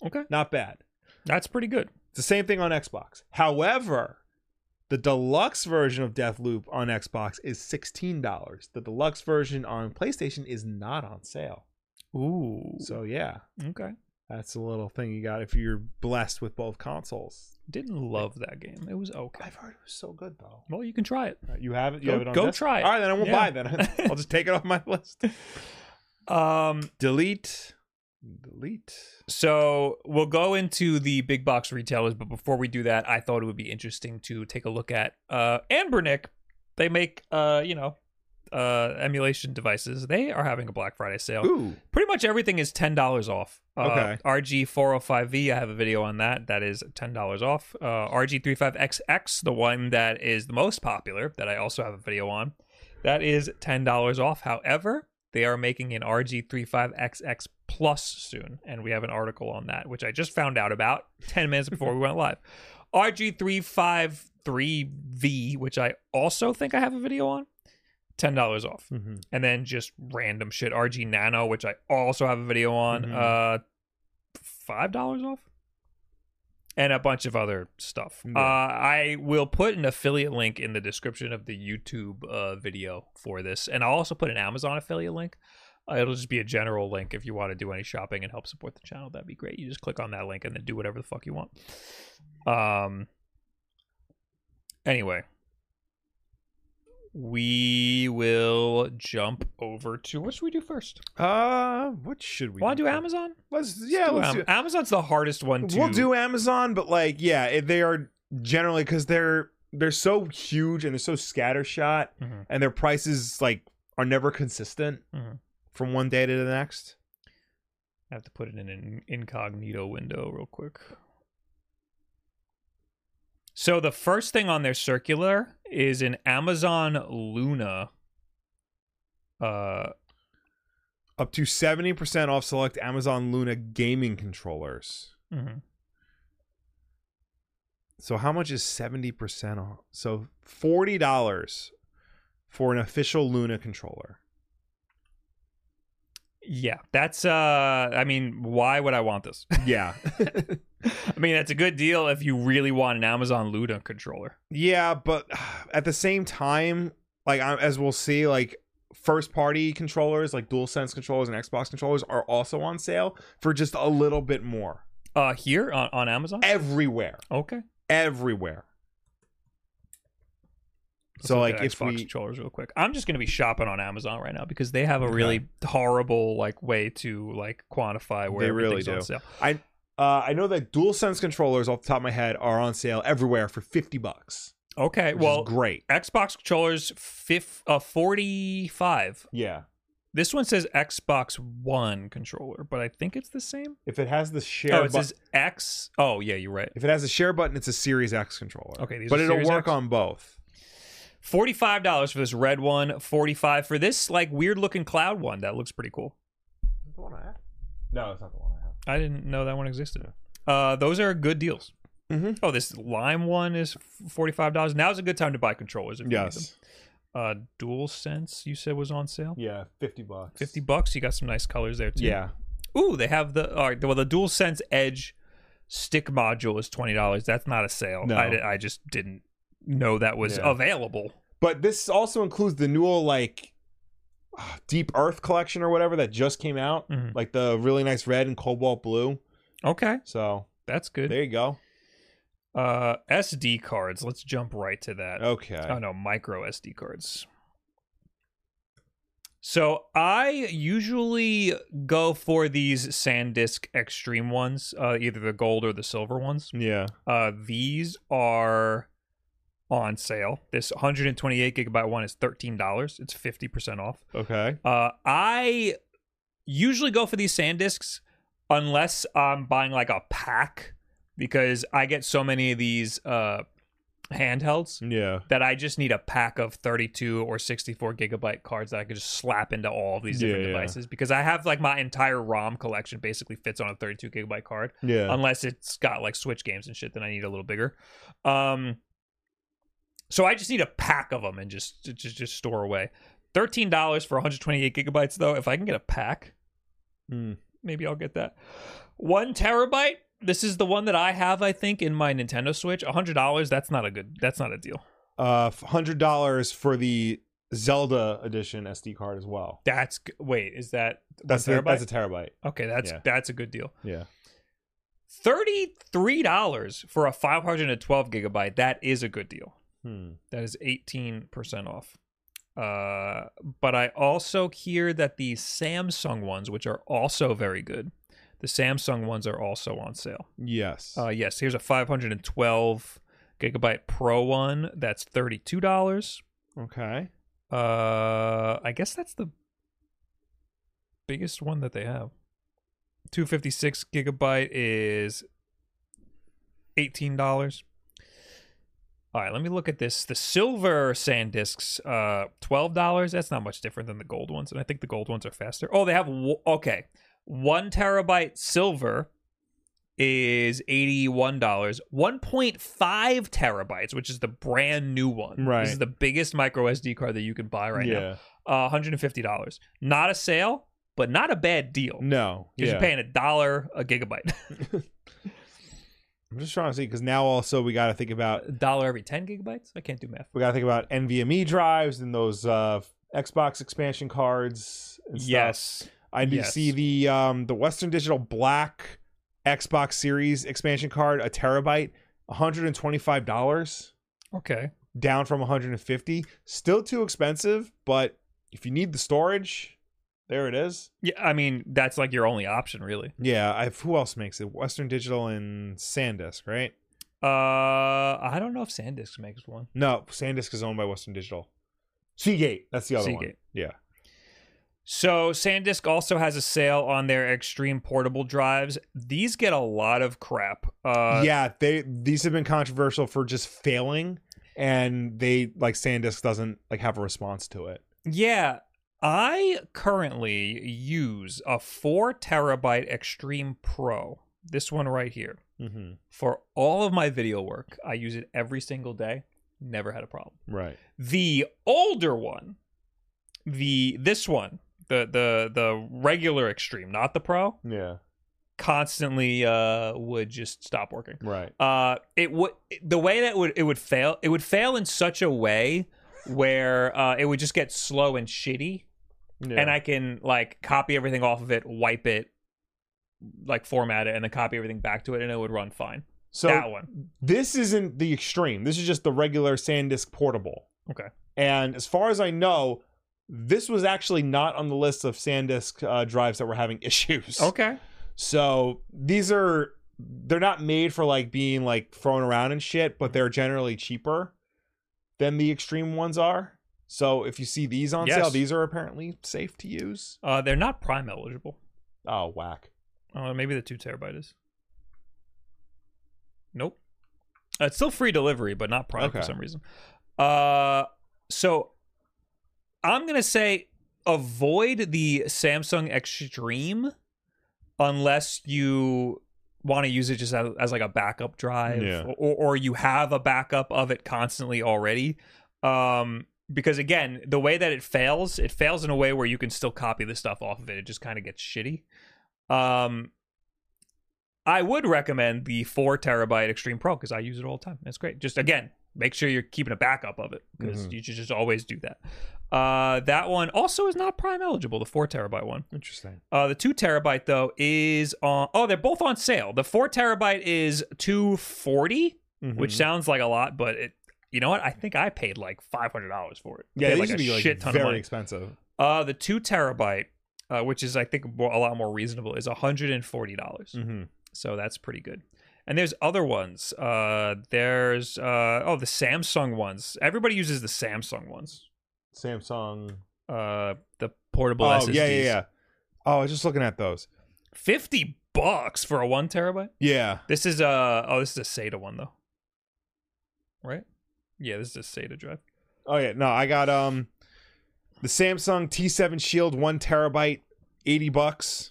Speaker 1: Okay.
Speaker 2: Not bad.
Speaker 1: That's pretty good.
Speaker 2: It's the same thing on Xbox. However, the deluxe version of Deathloop on Xbox is $16. The deluxe version on PlayStation is not on sale.
Speaker 1: Ooh.
Speaker 2: So yeah,
Speaker 1: okay.
Speaker 2: that's a little thing you got if you're blessed with both consoles.
Speaker 1: Didn't love that game. It was okay.
Speaker 2: I've heard it was so good though.
Speaker 1: Well, you can try it.
Speaker 2: Uh, You have it. You
Speaker 1: Go-
Speaker 2: have it on
Speaker 1: go
Speaker 2: disc?
Speaker 1: try it.
Speaker 2: All right, then I won't
Speaker 1: Yeah.
Speaker 2: buy it. Then I'll just take it off my list.
Speaker 1: Um.
Speaker 2: delete delete
Speaker 1: So we'll go into the big box retailers, but before we do that, I thought it would be interesting to take a look at uh Ambernick. They make uh you know uh emulation devices. They are having a Black Friday sale.
Speaker 2: ooh
Speaker 1: pretty much everything is ten dollars off. Uh,
Speaker 2: Okay.
Speaker 1: RG four hundred five V. I have a video on that. That is ten dollars off. Uh, RG 35 XX, the one that is the most popular, that I also have a video on, that is ten dollars off. However, they are making an RG 35 XX Plus soon, and we have an article on that, which I just found out about ten minutes before we went live. RG 353 V, which I also think I have a video on, ten dollars off and then just random shit rg nano which i also have a video on
Speaker 2: Mhm.
Speaker 1: uh five dollars off and a bunch of other stuff
Speaker 2: Yeah.
Speaker 1: uh i will put an affiliate link in the description of the youtube uh video for this and i'll also put an amazon affiliate link uh, it'll just be a general link if you want to do any shopping and help support the channel that'd be great you just click on that link and then do whatever the fuck you want um anyway we will jump over to what should we do first?
Speaker 2: uh what should we
Speaker 1: Want to do
Speaker 2: first?
Speaker 1: Amazon?
Speaker 2: let's yeah
Speaker 1: Do
Speaker 2: let's
Speaker 1: Am-
Speaker 2: do,
Speaker 1: Amazon's the hardest one to.
Speaker 2: we'll do amazon but like yeah it- they are generally because they're they're so huge and they're so scattershot
Speaker 1: Mhm.
Speaker 2: and their prices like are never consistent
Speaker 1: Mhm.
Speaker 2: from one day to the next
Speaker 1: I have to put it in an incognito window real quick. So the first thing on their circular is an Amazon Luna. Uh,
Speaker 2: up to 70% off select Amazon Luna gaming controllers.
Speaker 1: Mhm.
Speaker 2: So how much is 70% off? So $40 for an official Luna controller.
Speaker 1: Yeah, that's. uh I mean, why would I want this?
Speaker 2: Yeah.
Speaker 1: I mean, that's a good deal if you really want an Amazon Luna controller.
Speaker 2: yeah, but at the same time, like I- as we'll see, like first party controllers like DualSense controllers and Xbox controllers are also on sale for just a little bit more.
Speaker 1: Uh, here on, on Amazon.
Speaker 2: Eh, Everywhere.
Speaker 1: Okay.
Speaker 2: Everywhere.
Speaker 1: Let's
Speaker 2: So
Speaker 1: look
Speaker 2: like
Speaker 1: at
Speaker 2: if
Speaker 1: Xbox
Speaker 2: we
Speaker 1: controllers real quick, I'm just gonna be shopping on Amazon right now because they have a really horrible like way to like quantify where
Speaker 2: They really
Speaker 1: everything's on
Speaker 2: do.
Speaker 1: sale.
Speaker 2: I uh, I know that DualSense controllers off the top of my head are on sale everywhere for fifty bucks.
Speaker 1: Okay,
Speaker 2: which is
Speaker 1: well,
Speaker 2: great.
Speaker 1: Xbox controllers fif- uh, 45.
Speaker 2: Yeah,
Speaker 1: This one says Xbox One controller, but I think it's the same.
Speaker 2: if it has the share,
Speaker 1: oh, it
Speaker 2: bu-
Speaker 1: says X. Oh, yeah, you're right.
Speaker 2: if it has a share button, it's a Series X controller.
Speaker 1: Okay, these
Speaker 2: but
Speaker 1: are
Speaker 2: it'll
Speaker 1: Series
Speaker 2: work
Speaker 1: X?
Speaker 2: on both.
Speaker 1: Forty-five dollars for this red one. Forty-five for this like weird-looking cloud one that looks pretty cool.
Speaker 2: The one I have? No, it's not the one I
Speaker 1: I didn't know that one existed. Uh, those are good deals.
Speaker 2: have. Mm-hmm.
Speaker 1: Oh, this lime one is forty-five dollars. Now's a good time to buy controllers. If you need
Speaker 2: Yes.
Speaker 1: them. Uh, Dual Sense you said was on sale.
Speaker 2: Yeah, fifty bucks.
Speaker 1: Fifty bucks. You got some nice colors there too.
Speaker 2: Yeah.
Speaker 1: Ooh, they have the all right, well the DualSense Edge stick module is twenty dollars. That's not a sale.
Speaker 2: No.
Speaker 1: I, di- I just didn't know that was
Speaker 2: Yeah.
Speaker 1: available.
Speaker 2: But this also includes the new old, like ah, Deep Earth collection or whatever that just came out,
Speaker 1: Mhm.
Speaker 2: like the really nice red and cobalt blue.
Speaker 1: Okay,
Speaker 2: So
Speaker 1: that's good.
Speaker 2: there you go.
Speaker 1: Uh, SD cards. Let's jump right to that.
Speaker 2: Okay.
Speaker 1: Oh no, micro SD cards. So I usually go for these SanDisk Extreme ones, uh, either the gold or the silver ones.
Speaker 2: Yeah.
Speaker 1: Uh, these are on sale. This 128 gigabyte one is thirteen dollars. It's fifty percent off.
Speaker 2: Okay.
Speaker 1: Uh, I usually go for these SanDisks unless I'm buying like a pack because I get so many of these uh, handhelds
Speaker 2: Yeah.
Speaker 1: that I just need a pack of 32 or 64 gigabyte cards that I could just slap into all of these different
Speaker 2: Yeah, yeah.
Speaker 1: devices because I have like my entire ROM collection basically fits on a 32 gigabyte card
Speaker 2: Yeah.
Speaker 1: unless it's got like Switch games and shit then I need a little bigger. Um so I just need a pack of them and just to- just just store away. $13 for 128 gigabytes though. If I can get a pack,
Speaker 2: Mm.
Speaker 1: maybe I'll get that. 1 terabyte this is the one that I have, I think, in my Nintendo Switch. $100, that's not a good, that's not a deal.
Speaker 2: uh hundred dollars for the Zelda edition SD card as well.
Speaker 1: That's g- wait, is that one
Speaker 2: That's a,
Speaker 1: terabyte?
Speaker 2: that's a terabyte.
Speaker 1: okay, that's
Speaker 2: yeah.
Speaker 1: that's a good deal.
Speaker 2: Yeah.
Speaker 1: Thirty three dollars for a five hundred and twelve gigabyte. That is a good deal.
Speaker 2: Hmm.
Speaker 1: That is eighteen percent off. Uh, but I also hear that the Samsung ones, which are also very good, the Samsung ones are also on sale.
Speaker 2: Yes.
Speaker 1: Uh, yes, here's a 512 gigabyte Pro one. That's thirty-two dollars.
Speaker 2: okay.
Speaker 1: Uh, I guess that's the biggest one that they have. 256 gigabyte is $18. All right, let me look at this. The silver SanDisks, uh, $12. That's not much different than the gold ones. And I think the gold ones are faster. Oh, they have, w- okay. One terabyte silver is $81. 1.5 terabytes, which is the brand new one.
Speaker 2: Right.
Speaker 1: This is the biggest micro SD card that you can buy right now
Speaker 2: yeah.
Speaker 1: uh, $150. Not a sale, but not a bad deal.
Speaker 2: No.
Speaker 1: Because
Speaker 2: Yeah.
Speaker 1: you're paying a dollar a gigabyte.
Speaker 2: I'm just trying to see because now also we got to think about
Speaker 1: a dollar every 10 gigabytes? I can't do math.
Speaker 2: we got to think about NVMe E drives and those uh Xbox expansion cards. And stuff.
Speaker 1: Yes.
Speaker 2: I do
Speaker 1: yes.
Speaker 2: see the um the Western Digital Black Xbox Series expansion card, a terabyte, 125 dollars.
Speaker 1: Okay.
Speaker 2: down from 150. Still too expensive, but if you need the storage, there it is.
Speaker 1: Yeah, I mean, that's like your only option, really.
Speaker 2: Yeah, I who else makes it? Western Digital and SanDisk, right?
Speaker 1: Uh, I don't know if SanDisk makes one.
Speaker 2: No, SanDisk is owned by Western Digital. Seagate, that's the other one.
Speaker 1: Seagate.
Speaker 2: Yeah.
Speaker 1: So SanDisk also has a sale on their extreme portable drives. These get a lot of crap. Uh,
Speaker 2: yeah, they these have been controversial for just failing and they like SanDisk doesn't like have a response to it.
Speaker 1: Yeah, I currently use a four terabyte Extreme Pro, this one right here,
Speaker 2: Mm-hmm.
Speaker 1: for all of my video work. I use it every single day. Never had a problem.
Speaker 2: Right.
Speaker 1: The older one, the this one, the the the regular Extreme, not the Pro,
Speaker 2: Yeah.
Speaker 1: constantly uh, would just stop working.
Speaker 2: Right.
Speaker 1: uh it would the way that would it would fail it would fail in such a way where uh it would just get slow and shitty
Speaker 2: Yeah.
Speaker 1: and i can like copy everything off of it wipe it like format it and then copy everything back to it and it would run fine
Speaker 2: so
Speaker 1: that one
Speaker 2: this isn't the extreme. This is just the regular SanDisk portable.
Speaker 1: Okay.
Speaker 2: And as far as I know, this was actually not on the list of SanDisk uh, drives that were having issues.
Speaker 1: okay
Speaker 2: So these are they're not made for like being like thrown around and shit, but they're generally cheaper than the extreme ones are. So if you see these on
Speaker 1: Yes.
Speaker 2: sale, these are apparently safe to use.
Speaker 1: uh they're not prime eligible
Speaker 2: Oh whack.
Speaker 1: uh maybe the two terabyte is nope uh, it's still free delivery but not prime for
Speaker 2: Okay.
Speaker 1: some reason uh so i'm gonna say avoid the samsung extreme unless you want to use it just as, as like a backup drive
Speaker 2: Yeah.
Speaker 1: or, or you have a backup of it constantly already um because again the way that it fails it fails in a way where you can still copy the stuff off of it it just kind of gets shitty um i would recommend the four terabyte extreme pro because i use it all the time that's great just again make sure you're keeping a backup of it because
Speaker 2: Mhm.
Speaker 1: you should just always do that uh that one also is not prime eligible the four terabyte one
Speaker 2: Interesting.
Speaker 1: uh, the two terabyte though is on. Oh, they're both on sale. The four terabyte is two
Speaker 2: Mm-hmm.
Speaker 1: which sounds like a lot, but it. You know what? I think I paid like five hundred dollars for it. I
Speaker 2: yeah,
Speaker 1: paid,
Speaker 2: these
Speaker 1: like
Speaker 2: should
Speaker 1: a
Speaker 2: be like
Speaker 1: shit ton
Speaker 2: very
Speaker 1: of money.
Speaker 2: expensive.
Speaker 1: Uh, the two terabyte, uh, which is I think more, a lot more reasonable, is hundred and forty dollars.
Speaker 2: Mm-hmm.
Speaker 1: So that's pretty good. And there's other ones. Uh, there's uh, oh the Samsung ones. Everybody uses the Samsung ones.
Speaker 2: Samsung.
Speaker 1: Uh, the portable
Speaker 2: Oh
Speaker 1: SSDs.
Speaker 2: yeah, yeah, yeah. Oh, I was just looking at those.
Speaker 1: Fifty bucks for a one terabyte.
Speaker 2: Yeah.
Speaker 1: This is a oh, this is a SATA one though, right? Yeah, this is a SATA drive.
Speaker 2: Oh yeah. No, I got um the Samsung T7 Shield one terabyte, eighty bucks.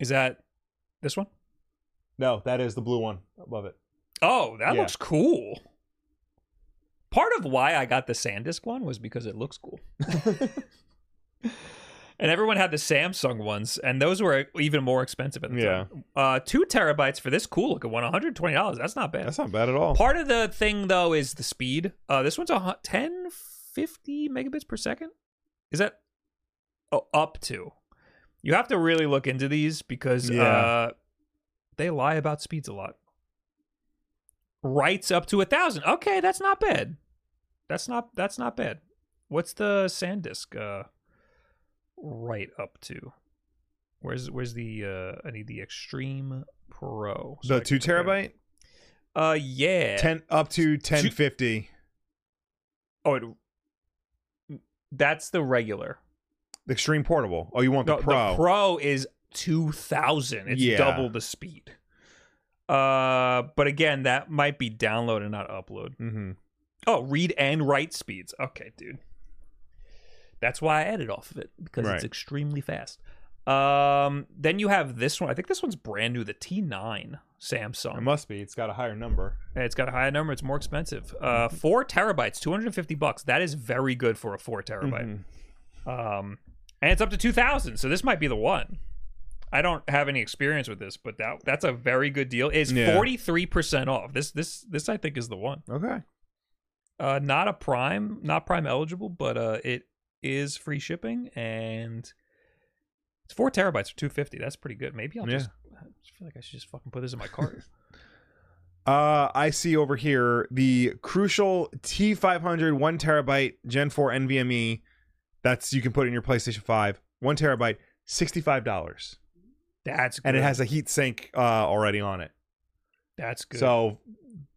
Speaker 1: Is that this one?
Speaker 2: No, that is the blue one above it.
Speaker 1: Oh, that
Speaker 2: Yeah.
Speaker 1: looks cool. Part of why I got the SanDisk one was because it looks cool. and everyone had the Samsung ones, and those were even more expensive at the
Speaker 2: Yeah.
Speaker 1: time. Uh, two terabytes for this cool looking one, $120. That's not bad.
Speaker 2: That's not bad at all.
Speaker 1: Part of the thing though is the speed. Uh, this one's a hu- 10, 50 megabits per second. Is that oh, up to? You have to really look into these because
Speaker 2: Yeah.
Speaker 1: uh, they lie about speeds a lot. Writes up to a thousand. Okay, that's not bad. That's not that's not bad. What's the SanDisk uh, write up to? Where's where's the uh, I need the Extreme Pro. so I
Speaker 2: the
Speaker 1: can
Speaker 2: two
Speaker 1: compare.
Speaker 2: terabyte,
Speaker 1: Uh, yeah.
Speaker 2: ten up to ten fifty.
Speaker 1: Oh, it, that's the regular.
Speaker 2: The Extreme portable. Oh, you want the
Speaker 1: No,
Speaker 2: Pro?
Speaker 1: The pro is two thousand. It's
Speaker 2: Yeah.
Speaker 1: double the speed. Uh, but again, that might be download and not upload.
Speaker 2: Mm-hmm.
Speaker 1: Oh, read and write speeds. Okay, dude. That's why I edit off of it because
Speaker 2: Right.
Speaker 1: it's extremely fast. Um, then you have this one. I think this one's brand new. The T9 Samsung.
Speaker 2: It must be. It's got a higher number.
Speaker 1: Yeah, It's got a high number. It's more expensive. Uh,
Speaker 2: Mm-hmm.
Speaker 1: four terabytes, two hundred and fifty bucks. That is very good for a four terabyte.
Speaker 2: Mm-hmm.
Speaker 1: Um, and it's up to two thousand. So this might be the one. I don't have any experience with this, but that that's a very good deal. It's
Speaker 2: Yeah.
Speaker 1: forty three percent off. This this this I think is the one.
Speaker 2: Okay.
Speaker 1: Uh, not a prime, not prime eligible, but uh, it is free shipping and it's four terabytes for two fifty. That's pretty good. Maybe I'll
Speaker 2: Yeah.
Speaker 1: just. I just feel like I should just fucking put this in my cart.
Speaker 2: Uh, I see over here the Crucial T500 one terabyte Gen 4 NVMe. E. That's you can put in your PlayStation 5. One terabyte, sixty five dollars,
Speaker 1: That's good.
Speaker 2: and it has a heatsink uh, already on it.
Speaker 1: that's good.
Speaker 2: So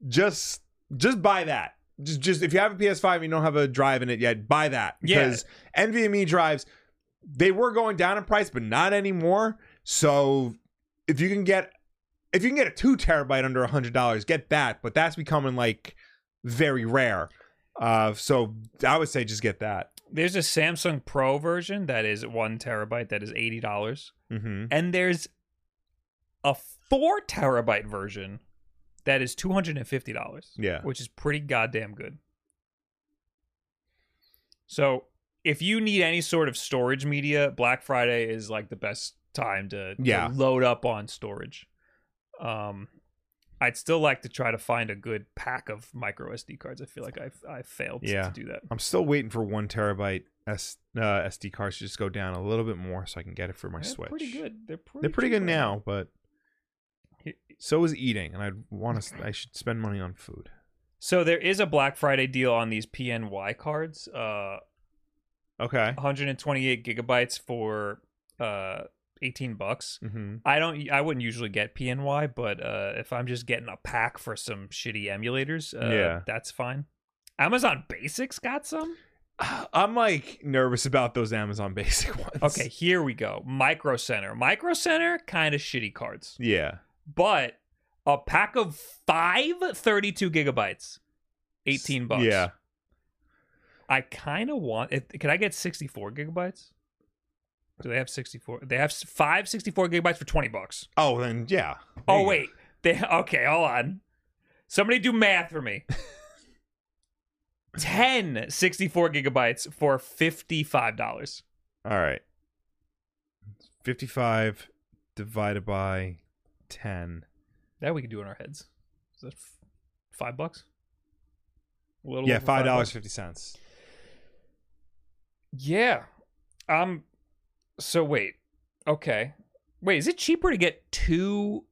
Speaker 2: just just buy that. Just just if you have a PS5 and you don't have a drive in it yet, buy that
Speaker 1: Yeah.
Speaker 2: because NVMe E drives they were going down in price, but not anymore. So if you can get if you can get a two terabyte under a hundred dollars, get that. But that's becoming like very rare. Uh, so I would say just get that.
Speaker 1: There's a Samsung Pro version that is one terabyte that is eighty dollars,
Speaker 2: Mm-hmm.
Speaker 1: and there's a four terabyte version that is two hundred and fifty dollars.
Speaker 2: Yeah.
Speaker 1: which is pretty goddamn good. So if you need any sort of storage media, Black Friday is like the best time to, to
Speaker 2: Yeah.
Speaker 1: load up on storage. Um, I'd still like to try to find a good pack of micro SD cards. I feel like I've I failed to-
Speaker 2: Yeah.
Speaker 1: to do that.
Speaker 2: I'm still waiting for one terabyte S, uh, SD cards to just go down a little bit more so I can get it for my
Speaker 1: They're
Speaker 2: Switch.
Speaker 1: pretty good. They're pretty.
Speaker 2: They're pretty good
Speaker 1: cheap right
Speaker 2: now, but so is eating, and I want to. I should spend money on food.
Speaker 1: So there is a Black Friday deal on these PNY cards. Uh,
Speaker 2: Okay.
Speaker 1: 128 gigabytes for uh 18 bucks.
Speaker 2: Mm-hmm.
Speaker 1: I don't. I wouldn't usually get PNY, but uh, if I'm just getting a pack for some shitty emulators, uh,
Speaker 2: Yeah.
Speaker 1: that's fine. Amazon Basics got some.
Speaker 2: I'm like nervous about those Amazon Basic ones.
Speaker 1: Okay, here we go. Micro Center. Micro Center, kind of shitty cards,
Speaker 2: Yeah.
Speaker 1: but a pack of five 32 gigabytes, 18 bucks.
Speaker 2: Yeah.
Speaker 1: I kind of want. If, can I get 64 gigabytes? Do they have 64? They have s- five 64 gigabytes for 20 bucks.
Speaker 2: Oh, then yeah. There
Speaker 1: Oh
Speaker 2: you go.
Speaker 1: wait. They okay, hold on. Somebody do math for me. 10 64 gigabytes for $55.
Speaker 2: All right. 55 divided by 10.
Speaker 1: That we can do in our heads. Is that f- 5 bucks? A little
Speaker 2: Yeah,
Speaker 1: over
Speaker 2: five dollars
Speaker 1: bucks?
Speaker 2: fifty cents.
Speaker 1: Yeah. Um so wait. Okay. Wait, is it cheaper to get 2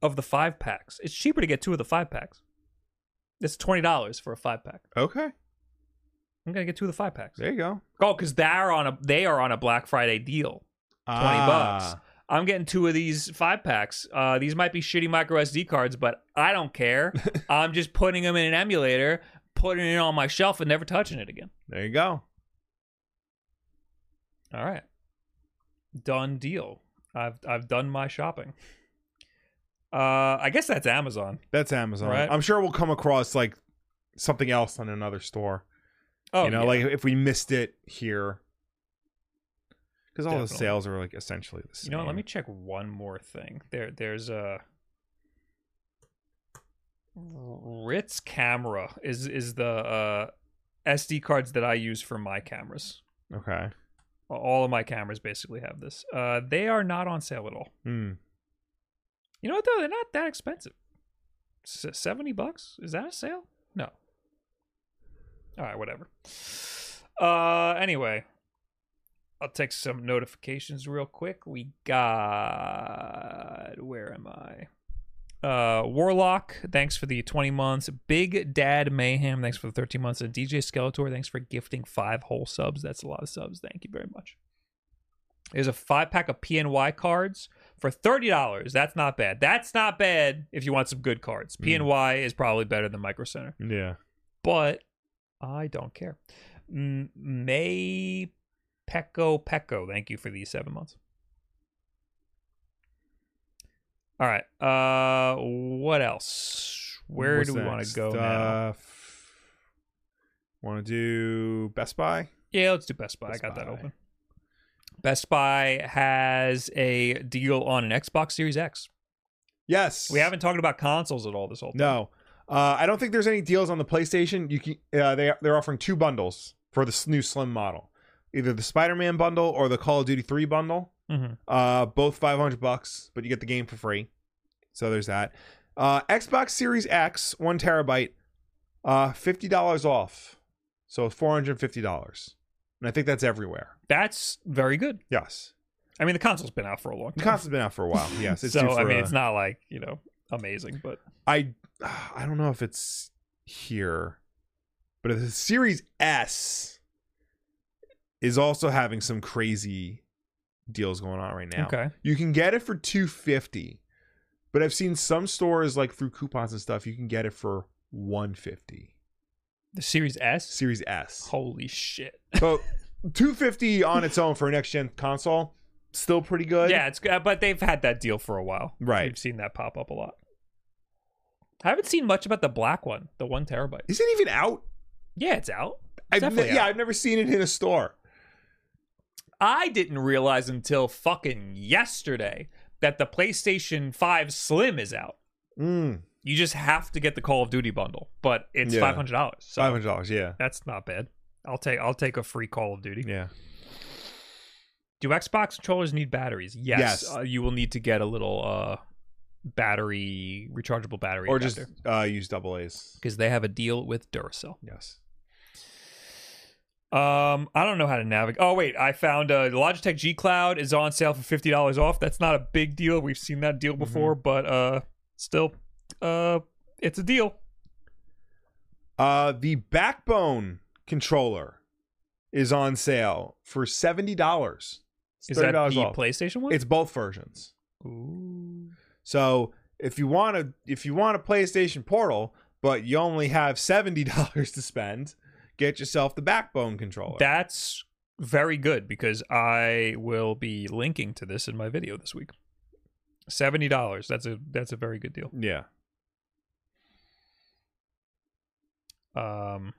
Speaker 1: of the 5 packs? It's cheaper to get 2 of the 5 packs. It's $20 for a 5 pack.
Speaker 2: Okay,
Speaker 1: I'm going to get 2 of the 5 packs.
Speaker 2: there you go.
Speaker 1: Oh, because they're on a they are on a Black Friday deal.
Speaker 2: Ah.
Speaker 1: Twenty bucks. I'm getting two of these five packs. Uh, these might be shitty micro SD cards, but I don't care. I'm just putting them in an emulator, putting it on my shelf, and never touching it again.
Speaker 2: There you go.
Speaker 1: All right, done deal. I've I've done my shopping. Uh, I guess that's Amazon.
Speaker 2: That's Amazon.
Speaker 1: Right.
Speaker 2: I'm sure we'll come across like something else on another store.
Speaker 1: Oh,
Speaker 2: you know,
Speaker 1: yeah.
Speaker 2: like if we missed it here, because all the
Speaker 1: Definitely.
Speaker 2: sales are like essentially the same.
Speaker 1: You know, what, let me check one more thing. There, there's a Ritz camera is is the uh, SD cards that I use for my cameras.
Speaker 2: Okay.
Speaker 1: All of my cameras basically have this. Uh, they are not on sale at all.
Speaker 2: Hmm.
Speaker 1: You know what though? They're not that expensive. S- Seventy bucks is that a sale? No. All right, whatever. Uh, anyway, I'll take some notifications real quick. We got where am I? Uh, Warlock, thanks for the twenty months. Big Dad Mayhem, thanks for the thirteen months. And DJ Skeletor, thanks for gifting five whole subs. That's a lot of subs. Thank you very much. There's a five pack of PNY cards for thirty dollars. That's not bad. That's not bad if you want some good cards. PNY is probably better than Micro Center,
Speaker 2: Yeah.
Speaker 1: but I don't care. M- May Pecco Pecco, thank you for these seven months. All right. Uh, what else? Where do we want to
Speaker 2: Uh,
Speaker 1: go now?
Speaker 2: Want to do Best Buy?
Speaker 1: Yeah, let's do Best Buy.
Speaker 2: Best
Speaker 1: I got that
Speaker 2: Buy.
Speaker 1: open. Best Buy has a deal on an Xbox Series X.
Speaker 2: Yes.
Speaker 1: We haven't talked about consoles at all this whole time.
Speaker 2: No, uh, I don't think there's any deals on the PlayStation. You can uh, they they're offering two bundles for this new slim model, either the Spider-Man bundle or the Call of Duty Three bundle.
Speaker 1: Mhm.
Speaker 2: Uh, both 500 bucks, but you get the game for free. So there's that. Uh, Xbox Series X, one terabyte, uh, fifty dollars off, so 450 dollars, and I think that's everywhere.
Speaker 1: That's very good.
Speaker 2: Yes,
Speaker 1: I mean, the console's been out for a long
Speaker 2: the
Speaker 1: time.
Speaker 2: console's been out for a while. Yes, it's
Speaker 1: so
Speaker 2: due for
Speaker 1: I mean,
Speaker 2: a-
Speaker 1: it's not like you know amazing, but
Speaker 2: I I don't know if it's here, but the Series S is also having some crazy deals going on right now.
Speaker 1: Okay.
Speaker 2: You can get it for 250. But I've seen some stores like through coupons and stuff, you can get it for 150.
Speaker 1: the Series S.
Speaker 2: Series S.
Speaker 1: Holy shit!
Speaker 2: But 250 on its own for a next gen console, still pretty good.
Speaker 1: yeah, it's good, but they've had that deal for a while.
Speaker 2: Right.
Speaker 1: we've seen that pop up a lot. I haven't seen much about the black one, the one terabyte.
Speaker 2: Is it even out?
Speaker 1: Yeah, it's out.
Speaker 2: I've ne-
Speaker 1: definitely
Speaker 2: yeah,
Speaker 1: out.
Speaker 2: I've never seen it in a store.
Speaker 1: I didn't realize until fucking yesterday that the PlayStation 5 Slim is out.
Speaker 2: Mm,
Speaker 1: You just have to get the Call of Duty bundle, but it's
Speaker 2: Yeah.
Speaker 1: five hundred dollars. So
Speaker 2: Five hundred dollars. Yeah,
Speaker 1: that's not bad. I'll take I'll take a free Call of Duty.
Speaker 2: yeah.
Speaker 1: Do Xbox controllers need batteries? Yes.
Speaker 2: Yes.
Speaker 1: Uh, you will need to get a little uh battery rechargeable battery
Speaker 2: Or just uh, use double A's.
Speaker 1: because they have a deal with Duracell.
Speaker 2: Yes.
Speaker 1: Um, I don't know how to navigate. Oh wait, I found uh, the Logitech G Cloud is on sale for fifty dollars off. That's not a big deal. We've seen that
Speaker 2: Mm-hmm.
Speaker 1: deal before, but uh, still, uh, it's a deal.
Speaker 2: Uh, the Backbone controller is on sale for seventy dollars.
Speaker 1: Is that the
Speaker 2: off.
Speaker 1: PlayStation one?
Speaker 2: It's both versions.
Speaker 1: Ooh.
Speaker 2: So if you want to, if you want a PlayStation Portal, but you only have seventy dollars to spend, get yourself the Backbone controller.
Speaker 1: That's very good because I will be linking to this in my video this week. Seventy dollars. That's a that's a very good deal.
Speaker 2: yeah.
Speaker 1: Um,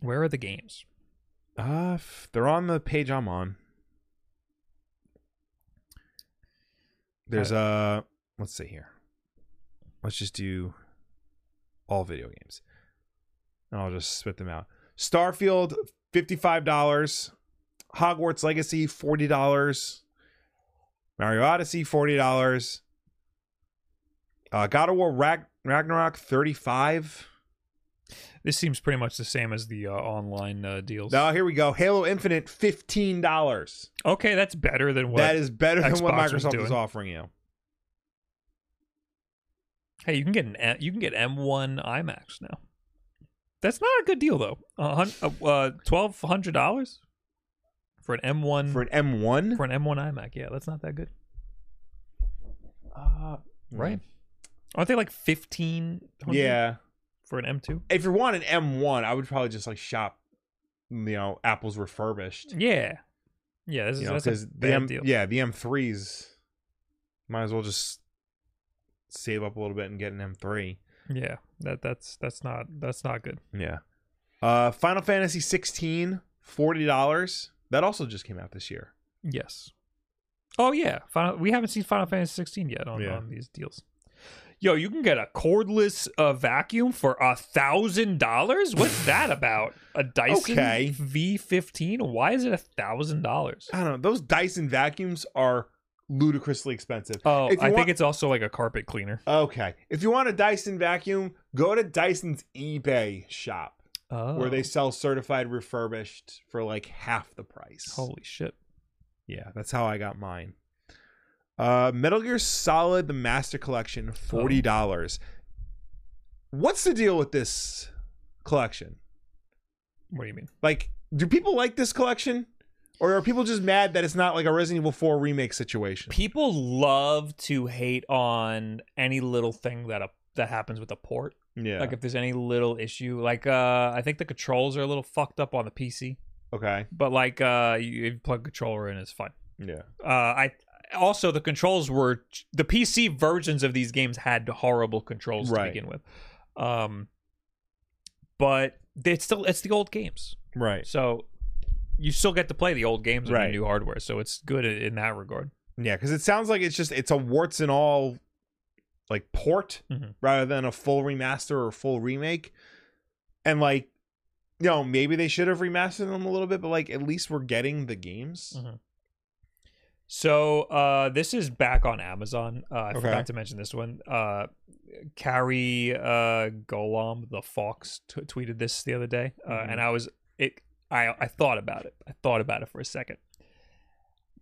Speaker 1: where are the games?
Speaker 2: Uh, f- they're on the page I'm on. There's uh let's see here. Let's just do all video games. And I'll just spit them out. Starfield, $55. Hogwarts Legacy, $40. Mario Odyssey, $40. Uh, God of War Rag- Ragnarok, 35
Speaker 1: This seems pretty much the same as the uh, online uh, deals.
Speaker 2: Now, here we go. Halo Infinite, $15.
Speaker 1: Okay, that's better than what.
Speaker 2: That is better than what
Speaker 1: Xbox was
Speaker 2: Microsoft is
Speaker 1: doing.
Speaker 2: offering you.
Speaker 1: Hey, you can get an M- you can get M1 IMAX now. That's not a good deal though. A hun- uh, uh, Twelve hundred dollars for an M1
Speaker 2: For
Speaker 1: Mm. for,
Speaker 2: an M1?
Speaker 1: an M1 iMac. Yeah, that's not that good,
Speaker 2: uh,
Speaker 1: right? Aren't they like fifteen?
Speaker 2: Yeah.
Speaker 1: for an M2.
Speaker 2: If you want an M1, I would probably just like shop, mm, you know, Apple's refurbished.
Speaker 1: Yeah, yeah. This is
Speaker 2: You know,
Speaker 1: Mm, that's a
Speaker 2: 'cause the
Speaker 1: bad
Speaker 2: M,
Speaker 1: deal.
Speaker 2: yeah, the M3s might as well just save up a little bit and get an M3.
Speaker 1: yeah. That that's that's not that's not good.
Speaker 2: Yeah. Uh, Final Fantasy 16, $40. That also just came out this year.
Speaker 1: Yes. Oh yeah, Final, we haven't seen Final Fantasy 16 yet on,
Speaker 2: Yeah.
Speaker 1: on these deals. Yo, you can get a cordless uh, vacuum for a thousand dollars. What's that about? A Dyson
Speaker 2: Okay.
Speaker 1: V15? Why is it a thousand dollars?
Speaker 2: I don't know. Those Dyson vacuums are ludicrously expensive.
Speaker 1: Oh,
Speaker 2: If
Speaker 1: I
Speaker 2: you want-
Speaker 1: think it's also like a carpet cleaner.
Speaker 2: Okay. If you want a Dyson vacuum, go to Dyson's eBay shop
Speaker 1: Oh,
Speaker 2: where they sell certified refurbished for like half the price.
Speaker 1: holy shit!
Speaker 2: Yeah, that's how I got mine. Uh Metal Gear Solid the Master Collection,
Speaker 1: Oh.
Speaker 2: $40. What's the deal with this collection?
Speaker 1: What do you mean?
Speaker 2: Like, do people like this collection? Or are people just mad that it's not like a Resident Evil 4 remake situation?
Speaker 1: People love to hate on any little thing that a, that happens with a port.
Speaker 2: Yeah.
Speaker 1: Like if there's any little issue, like uh, I think the controls are a little fucked up on the PC.
Speaker 2: okay.
Speaker 1: but like uh you, you plug a controller in it's fine
Speaker 2: Yeah.
Speaker 1: uh i also the controls were the pc versions of these games had horrible controls
Speaker 2: Right.
Speaker 1: to begin with um but it's still it's the old games
Speaker 2: Right.
Speaker 1: so you still get to play the old games on
Speaker 2: Right.
Speaker 1: the new hardware so it's good i- in that regard
Speaker 2: Yeah, because it sounds like it's just it's a warts and all like port
Speaker 1: Mhm.
Speaker 2: rather than a full remaster or full remake. And like, you know, maybe they should have remastered them a little bit, but like at least we're getting the games.
Speaker 1: Mhm. so uh this is back on amazon uh, i
Speaker 2: Okay.
Speaker 1: forgot to mention this one uh carrie uh golom the fox t- tweeted this the other day uh,
Speaker 2: Mhm.
Speaker 1: and i was it i i thought about it i thought about it for a second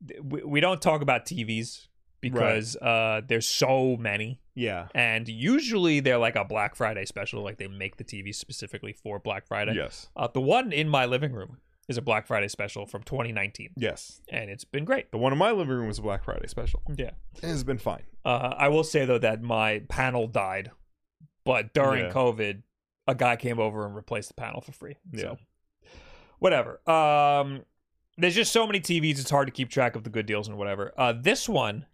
Speaker 1: Th- we, we don't talk about tvs because uh there's so many
Speaker 2: Yeah.
Speaker 1: and usually they're like a black friday special like they make the tv specifically for black friday
Speaker 2: Yes.
Speaker 1: uh, the one in my living room is a black friday special from 2019
Speaker 2: Yes.
Speaker 1: and it's been great
Speaker 2: The one in my living room was a Black Friday special.
Speaker 1: yeah
Speaker 2: It has been fine.
Speaker 1: uh, I will say though that my panel died, but during
Speaker 2: Yeah.
Speaker 1: COVID, a guy came over and replaced the panel for free.
Speaker 2: Yeah.
Speaker 1: So whatever. Um, there's just so many TVs; it's hard to keep track of the good deals and whatever. Uh, this one,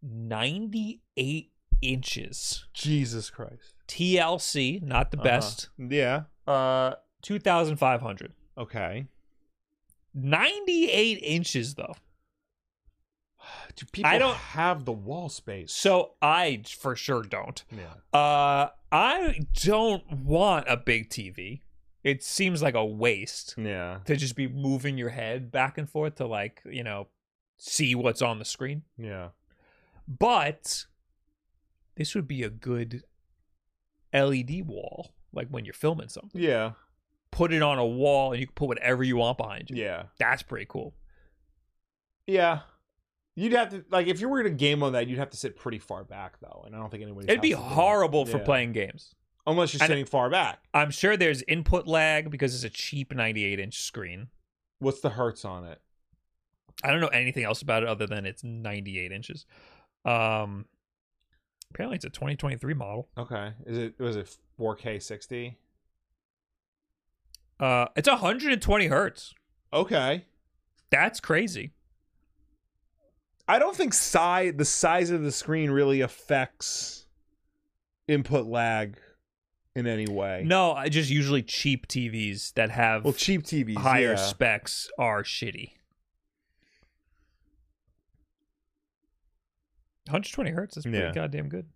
Speaker 1: ninety eight inches.
Speaker 2: Jesus Christ.
Speaker 1: TLC, not
Speaker 2: Uh-huh.
Speaker 1: the best.
Speaker 2: Yeah.
Speaker 1: Uh, 2,500.
Speaker 2: Okay.
Speaker 1: 98 inches, though.
Speaker 2: Do people
Speaker 1: I don't-
Speaker 2: have the wall space?
Speaker 1: So I for sure don't.
Speaker 2: Yeah.
Speaker 1: Uh, I don't want a big TV. It seems like a waste
Speaker 2: Yeah.
Speaker 1: to just be moving your head back and forth to, like, you know, see what's on the screen.
Speaker 2: Yeah.
Speaker 1: But this would be a good LED wall, like when you're filming something.
Speaker 2: Yeah.
Speaker 1: Put it on a wall and you can put whatever you want behind you.
Speaker 2: Yeah.
Speaker 1: That's pretty cool.
Speaker 2: Yeah. You'd have to like if you were to game on that, you'd have to sit pretty far back though, and I don't think anybody.
Speaker 1: It'd be horrible for
Speaker 2: Yeah.
Speaker 1: playing games.
Speaker 2: unless you're
Speaker 1: And-
Speaker 2: sitting far back.
Speaker 1: I'm sure there's input lag because it's a cheap 98 inch screen.
Speaker 2: What's the hertz on it?
Speaker 1: I don't know anything else about it other than it's 98 inches. Um, apparently it's a 2023 model.
Speaker 2: Okay, is it was it 4K 60?
Speaker 1: Uh, it's 120 hertz.
Speaker 2: Okay,
Speaker 1: That's crazy.
Speaker 2: I don't think size the size of the screen really affects input lag in any way.
Speaker 1: No, I just usually cheap TVs that have
Speaker 2: well, cheap TVs
Speaker 1: higher
Speaker 2: yeah.
Speaker 1: specs are shitty. 120 hertz is pretty
Speaker 2: Yeah.
Speaker 1: goddamn good.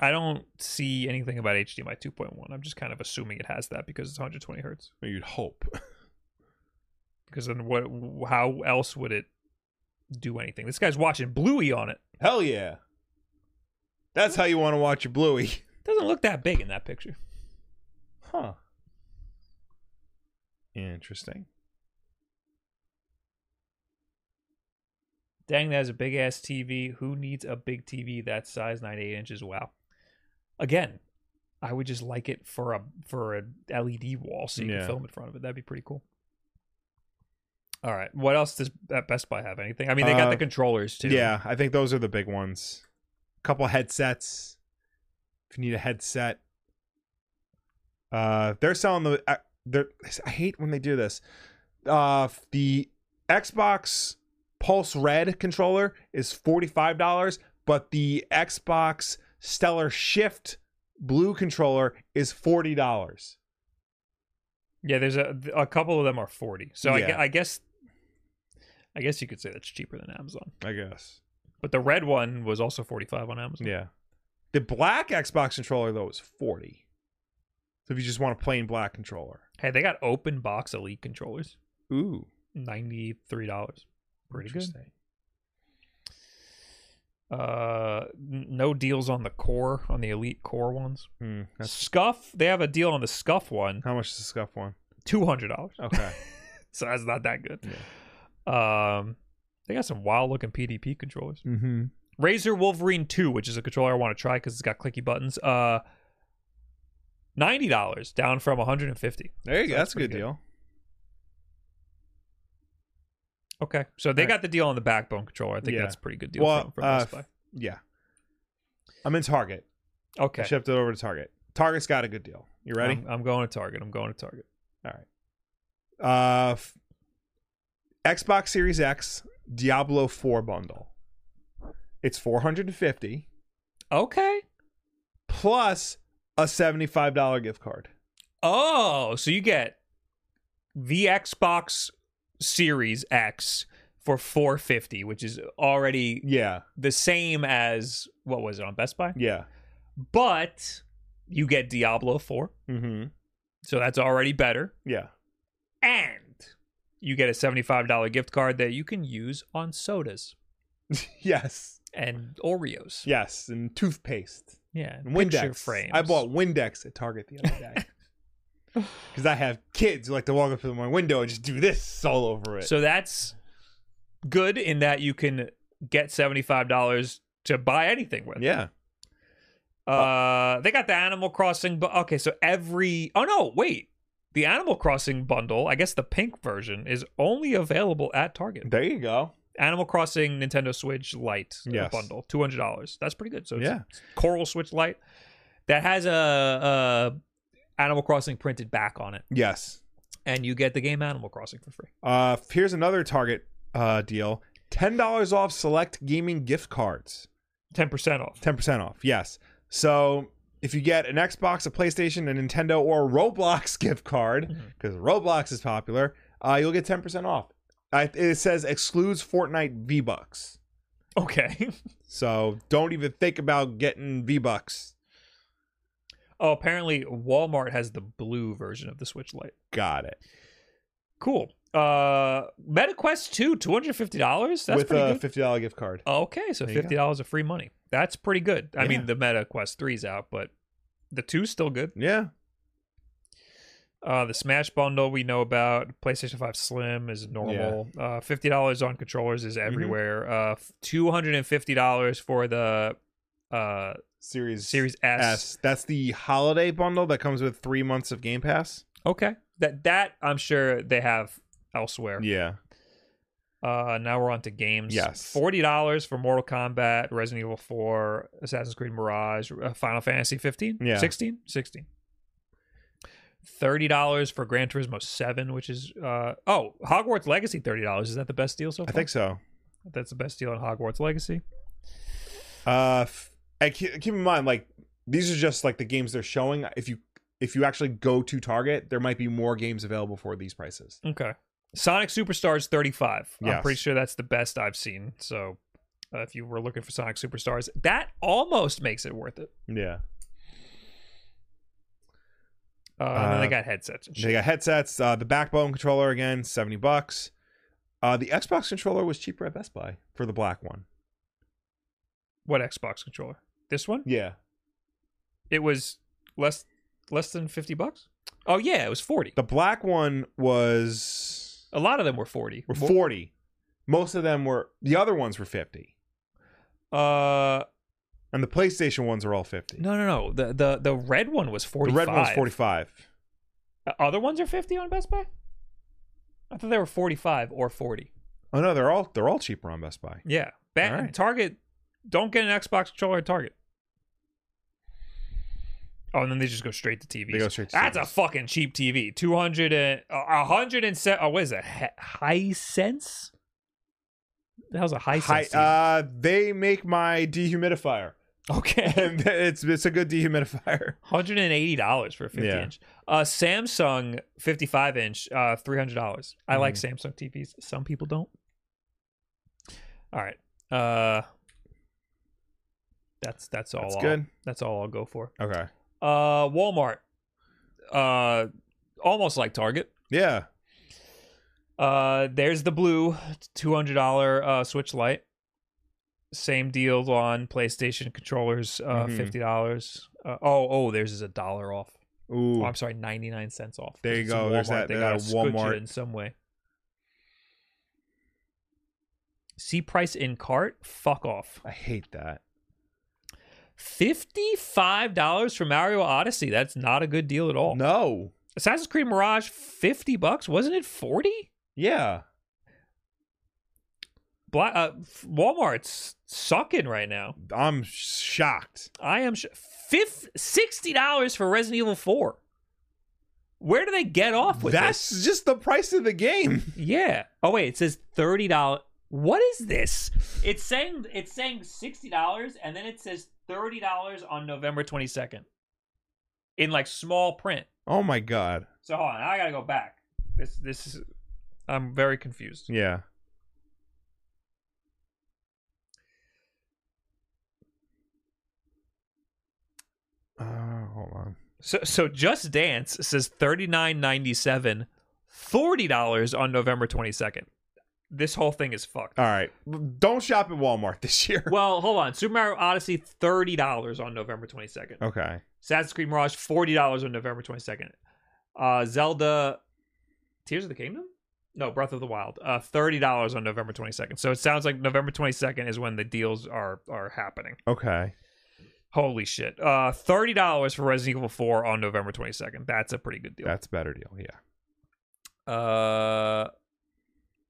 Speaker 1: I don't see anything about HDMI 2.1. I'm just kind of assuming it has that because it's 120 hertz.
Speaker 2: Well, You'd hope.
Speaker 1: Because then what? How else would it do anything? This guy's watching Bluey on it.
Speaker 2: Hell yeah, that's how you want to watch your Bluey,
Speaker 1: Doesn't look that big in that picture.
Speaker 2: huh? Interesting.
Speaker 1: Dang, that is a big ass TV. Who needs a big TV that size, 98 inches? Wow. Again, I would just like it for a for a LED wall so you
Speaker 2: Yeah.
Speaker 1: can film in front of it. That'd be pretty cool. All right, what else does at Best Buy have? Anything? I mean, they got
Speaker 2: Uh,
Speaker 1: the controllers too.
Speaker 2: Yeah, I think those are the big ones. couple headsets. If you need a headset, uh, they're selling the. Uh, they're, I hate when they do this. Uh, the Xbox Pulse Red controller is forty five dollars, but the Xbox Stellar Shift Blue controller is forty dollars.
Speaker 1: yeah. There's a a couple of them are 40. So I, gue-
Speaker 2: Yeah.
Speaker 1: I guess, I guess you could say that's cheaper than Amazon.
Speaker 2: I guess.
Speaker 1: But the red one was also 45 on Amazon.
Speaker 2: Yeah. The black Xbox controller though is forty. So if you just want a plain black controller.
Speaker 1: Hey, they got open box Elite controllers,
Speaker 2: Ooh.
Speaker 1: $93. Pretty good.
Speaker 2: Interesting.
Speaker 1: Uh, n- no deals on the core, on the Elite core ones.
Speaker 2: Hmm, that's
Speaker 1: Scuff, they have a deal on the Scuff one,
Speaker 2: how much is the scuff one?
Speaker 1: $200.
Speaker 2: Okay.
Speaker 1: So that's not that good. Um, they got some wild looking PDP controllers.
Speaker 2: mm-hmm.
Speaker 1: Razer Wolverine 2, which is a controller I want to try because it's got clicky buttons. Uh, $90 down from 150
Speaker 2: There you
Speaker 1: So
Speaker 2: go. That's,
Speaker 1: that's
Speaker 2: a good
Speaker 1: pretty
Speaker 2: deal.
Speaker 1: Okay. So they
Speaker 2: Alright.
Speaker 1: got the deal on the backbone controller. I think
Speaker 2: Yeah.
Speaker 1: that's a pretty good deal
Speaker 2: Well,
Speaker 1: from, from
Speaker 2: uh,
Speaker 1: Best Buy.
Speaker 2: Yeah. I'm in Target.
Speaker 1: Okay.
Speaker 2: I shipped it over to Target. Target's got a good deal. You ready?
Speaker 1: I'm, I'm going to Target. I'm going to Target.
Speaker 2: All right. Uh, f- Xbox Series X Diablo 4 bundle. It's 450
Speaker 1: Okay.
Speaker 2: plus a $75 gift card.
Speaker 1: Oh, so you get the Xbox Series X for 450, which is already
Speaker 2: Yeah.
Speaker 1: the same as what was it on Best Buy?
Speaker 2: Yeah.
Speaker 1: But you get Diablo 4,
Speaker 2: Mm-hmm.
Speaker 1: so that's already better.
Speaker 2: Yeah.
Speaker 1: And you get a $75 gift card that you can use on sodas
Speaker 2: yes.
Speaker 1: and Oreos.
Speaker 2: Yes. And toothpaste.
Speaker 1: Yeah,
Speaker 2: And
Speaker 1: picture
Speaker 2: Windex.
Speaker 1: frames.
Speaker 2: I bought Windex at Target the other day because I have kids who like to walk up to my window and just do this all over it.
Speaker 1: So that's good in that you can get $75 to buy anything with.
Speaker 2: yeah,
Speaker 1: Uh, they got the Animal Crossing, but okay, so every oh no, wait, the Animal Crossing bundle, I guess the pink version is only available at Target.
Speaker 2: there you go.
Speaker 1: Animal Crossing Nintendo Switch Lite uh,
Speaker 2: Yes.
Speaker 1: bundle, two hundred dollars. That's pretty good. So it's
Speaker 2: Yeah.
Speaker 1: Coral Switch Lite that has a, a Animal Crossing printed back on it,
Speaker 2: Yes.
Speaker 1: and you get the game Animal Crossing for free.
Speaker 2: Uh, here's another Target uh, deal: ten dollars off select gaming gift cards.
Speaker 1: ten percent off.
Speaker 2: 10% off. Yes. So if you get an Xbox, a PlayStation, a Nintendo, or a Roblox gift
Speaker 1: Mm-hmm.
Speaker 2: card, because Roblox is popular, uh, you'll get 10% off. I, it says excludes Fortnite V Bucks.
Speaker 1: Okay.
Speaker 2: So don't even think about getting V Bucks.
Speaker 1: oh, apparently Walmart has the blue version of the Switch Lite.
Speaker 2: Got it.
Speaker 1: Cool. Uh, MetaQuest two, two hundred fifty dollars. That's
Speaker 2: With
Speaker 1: pretty
Speaker 2: a
Speaker 1: good.
Speaker 2: $50 gift card.
Speaker 1: Okay, so
Speaker 2: There you go.
Speaker 1: fifty dollars of free money. That's pretty good. I
Speaker 2: Yeah.
Speaker 1: mean, the Meta Quest three's out, but the two's still good.
Speaker 2: Yeah.
Speaker 1: Uh, the Smash bundle we know about. PlayStation Five Slim is normal. Uh, fifty dollars on controllers
Speaker 2: Mm-hmm.
Speaker 1: is everywhere. Uh, two hundred and fifty dollars for the uh
Speaker 2: Series
Speaker 1: Series S.
Speaker 2: S. That's the holiday bundle that comes with three months of Game Pass.
Speaker 1: Okay, that that I'm sure they have elsewhere.
Speaker 2: Yeah.
Speaker 1: Uh, now we're on to games.
Speaker 2: Yes.
Speaker 1: forty dollars for Mortal Kombat, Resident Evil Four, Assassin's Creed Mirage, uh, Final Fantasy 15,
Speaker 2: Yeah.
Speaker 1: 16, 16. Thirty dollars for Gran Turismo Seven, which is uh oh Hogwarts Legacy thirty dollars. Is that the best deal so far?
Speaker 2: I think so.
Speaker 1: that's the best deal on Hogwarts Legacy.
Speaker 2: Uh, f- I keep, keep in mind, like these are just like the games they're showing. If you if you actually go to Target, there might be more games available for these prices.
Speaker 1: Okay, Sonic Superstars thirty five. I'm
Speaker 2: Yes.
Speaker 1: pretty sure that's the best I've seen. So uh, if you were looking for Sonic Superstars, that almost makes it worth it.
Speaker 2: Yeah,
Speaker 1: Uh, and then
Speaker 2: Uh,
Speaker 1: they got headsets and shit.
Speaker 2: they got headsets. Uh, the backbone controller again, seventy bucks. Uh, the Xbox controller was cheaper at Best Buy for the black one.
Speaker 1: what Xbox controller? This one?
Speaker 2: Yeah,
Speaker 1: It was less less than fifty bucks. Oh yeah, it was forty.
Speaker 2: the black one was
Speaker 1: A lot of them were forty.
Speaker 2: were forty. Most of them were. The other ones were fifty,
Speaker 1: Uh,
Speaker 2: and the PlayStation ones are all fifty.
Speaker 1: no, no, no. The the the red one was
Speaker 2: the
Speaker 1: forty.
Speaker 2: red one's forty-five.
Speaker 1: Other ones are fifty on Best Buy. I thought they were forty five or forty.
Speaker 2: Oh no, they're all they're all cheaper on Best Buy.
Speaker 1: Yeah, Bat-
Speaker 2: All right.
Speaker 1: Target. Don't get an Xbox controller at Target. Oh, and then they just go straight to TV.
Speaker 2: They go straight to
Speaker 1: That's a
Speaker 2: TVs.
Speaker 1: fucking cheap TV. Two hundred and uh, a hundred and seven. Oh, what is that? High sense. That was a high
Speaker 2: Hi,
Speaker 1: sense.
Speaker 2: uh, they make my dehumidifier,
Speaker 1: okay,
Speaker 2: and it's it's a good dehumidifier.
Speaker 1: hundred and eighty dollars for a fifty
Speaker 2: Yeah.
Speaker 1: inch. Uh, Samsung fifty five inch, uh, three hundred dollars. I like
Speaker 2: Mm-hmm.
Speaker 1: Samsung TVs. Some people don't. All right. Uh, that's that's all.
Speaker 2: That's
Speaker 1: I'll-
Speaker 2: good.
Speaker 1: That's all I'll go for.
Speaker 2: Okay.
Speaker 1: Uh, Walmart. Uh, almost like Target.
Speaker 2: Yeah.
Speaker 1: Uh, there's the blue two hundred dollar uh, Switch Lite. Same deal on PlayStation controllers, uh,
Speaker 2: Mhm.
Speaker 1: fifty dollars. Uh, oh, oh, theirs is a dollar off.
Speaker 2: Ooh.
Speaker 1: Oh, I'm sorry, ninety nine cents off.
Speaker 2: There you
Speaker 1: It's in
Speaker 2: go,
Speaker 1: Walmart.
Speaker 2: there's that-
Speaker 1: They
Speaker 2: they
Speaker 1: got
Speaker 2: got a
Speaker 1: Walmart
Speaker 2: Walmart.
Speaker 1: in some way. See price in cart. Fuck off.
Speaker 2: I hate that.
Speaker 1: Fifty five dollars for Mario Odyssey. That's not a good deal at all.
Speaker 2: No.
Speaker 1: Assassin's Creed Mirage, fifty bucks. Wasn't it forty?
Speaker 2: Yeah.
Speaker 1: Black uh, f- Walmart's sucking right now.
Speaker 2: I'm shocked.
Speaker 1: I am sh- fifth sixty dollars for Resident Evil Four. Where do they get off with
Speaker 2: That's
Speaker 1: this?
Speaker 2: just the price of the game.
Speaker 1: Yeah. Oh wait, it says thirty dollars. What is this? It's saying it's saying sixty dollars, and then it says thirty dollars on November twenty second, in like small print.
Speaker 2: Oh my god.
Speaker 1: So hold on, I gotta go back. This this is. I'm very confused.
Speaker 2: Yeah. Uh, hold on.
Speaker 1: So so Just Dance says thirty nine ninety seven, forty dollars on November twenty second. This whole thing is fucked.
Speaker 2: All right. Don't shop at Walmart this year.
Speaker 1: Well, hold on. Super Mario Odyssey thirty dollars on November twenty second.
Speaker 2: Okay.
Speaker 1: Assassin's Creed Mirage forty dollars on November twenty second. Uh, Zelda, Tears of the Kingdom, no Breath of the Wild, uh, thirty dollars on November twenty second. So it sounds like November twenty second is when the deals are are happening.
Speaker 2: Okay.
Speaker 1: Holy shit! Uh, thirty dollars for Resident Evil Four on November twenty second. That's a pretty good deal.
Speaker 2: That's a better deal. Yeah.
Speaker 1: Uh,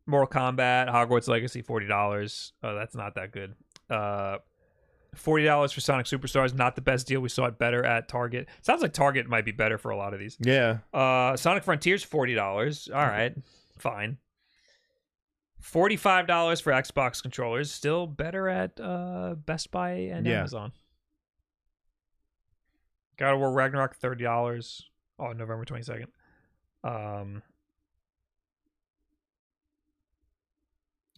Speaker 1: Mortal Kombat, Hogwarts Legacy, forty dollars. Uh, that's not that good. Uh, forty dollars for Sonic Superstars, not the best deal. We saw it better at Target. Sounds like Target might be better for a lot of these.
Speaker 2: Yeah. Mm-hmm.
Speaker 1: Uh, Sonic Frontiers, forty dollars. All right, fine. Forty-five dollars for Xbox controllers, still better at uh, Best Buy and
Speaker 2: Yeah.
Speaker 1: Amazon. God of War Ragnarok, thirty dollars on November twenty-second. Um,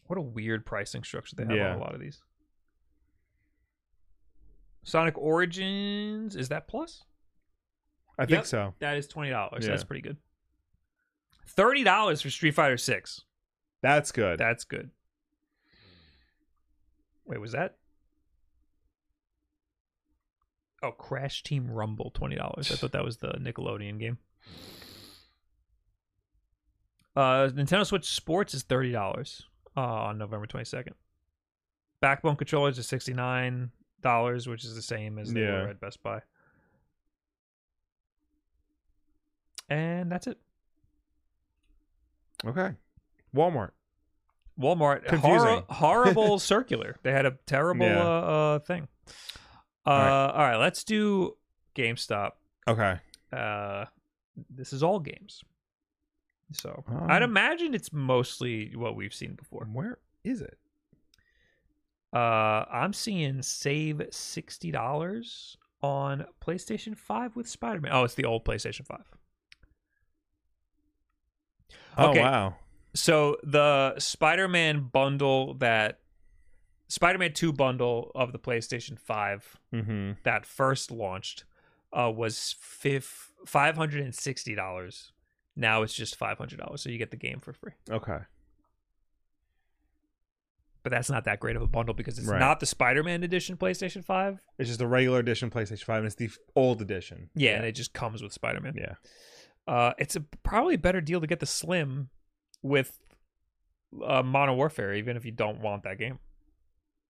Speaker 1: what a weird pricing structure they have
Speaker 2: Yeah.
Speaker 1: on a lot of these. Sonic Origins is that plus?
Speaker 2: I
Speaker 1: Yep.
Speaker 2: think so.
Speaker 1: That is twenty dollars.
Speaker 2: Yeah.
Speaker 1: That's pretty good. Thirty dollars for Street Fighter Six.
Speaker 2: That's good.
Speaker 1: That's good. Wait, was that? Oh, Crash Team Rumble, twenty dollars. I thought that was the Nickelodeon game. Uh, Nintendo Switch Sports is thirty dollars uh, on November twenty second. Backbone controllers is sixty nine dollars, which is the same as they
Speaker 2: Yeah.
Speaker 1: were at Best Buy. And that's it.
Speaker 2: okay. Walmart.
Speaker 1: Walmart
Speaker 2: Confusing.
Speaker 1: hor- horrible circular. They had a terrible
Speaker 2: Yeah.
Speaker 1: uh, uh, thing. Uh, all
Speaker 2: All right.
Speaker 1: right. let's do GameStop.
Speaker 2: Okay.
Speaker 1: Uh, this is all games, so
Speaker 2: Um,
Speaker 1: I'd imagine it's mostly what we've seen before.
Speaker 2: Where is it?
Speaker 1: Uh, I'm seeing save sixty dollars on PlayStation Five with Spider Man. Oh, it's the old PlayStation Five.
Speaker 2: Oh
Speaker 1: Okay.
Speaker 2: wow.
Speaker 1: so the Spider-Man bundle that Spider-Man 2 bundle of the PlayStation 5
Speaker 2: Mm-hmm.
Speaker 1: that first launched uh, was fif- $560. Now it's just $500, so you get the game for free.
Speaker 2: Okay.
Speaker 1: But that's not that great of a bundle because it's
Speaker 2: Right.
Speaker 1: not the Spider-Man edition PlayStation 5.
Speaker 2: It's just a regular edition PlayStation Five, and it's the f- old edition.
Speaker 1: Yeah, and it just comes with Spider-Man.
Speaker 2: Yeah.
Speaker 1: Uh, it's a, probably a better deal to get the Slim with uh, Modern Warfare, even if you don't want that game,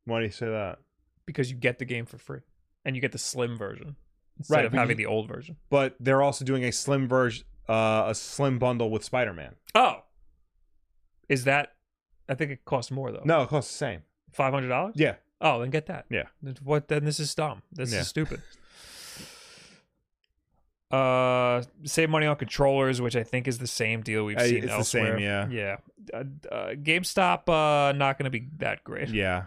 Speaker 2: Why do you say that?
Speaker 1: because you get the game for free and you get the Slim version. instead
Speaker 2: Right,
Speaker 1: of
Speaker 2: but
Speaker 1: having
Speaker 2: you-
Speaker 1: the old version.
Speaker 2: But they're also doing a slim version, uh, a slim bundle with Spider Man.
Speaker 1: Oh, is that? I think it costs more though.
Speaker 2: No, it costs the same.
Speaker 1: five hundred dollars.
Speaker 2: Yeah.
Speaker 1: Oh, then get that.
Speaker 2: Yeah.
Speaker 1: Th- What? Then this is dumb. This
Speaker 2: Yeah.
Speaker 1: is stupid. Uh, save money on controllers, which I think is the same deal we've
Speaker 2: Uh,
Speaker 1: seen
Speaker 2: it's the
Speaker 1: elsewhere.
Speaker 2: same, yeah.
Speaker 1: yeah. Uh, uh, GameStop, uh, not going to be that great.
Speaker 2: Yeah.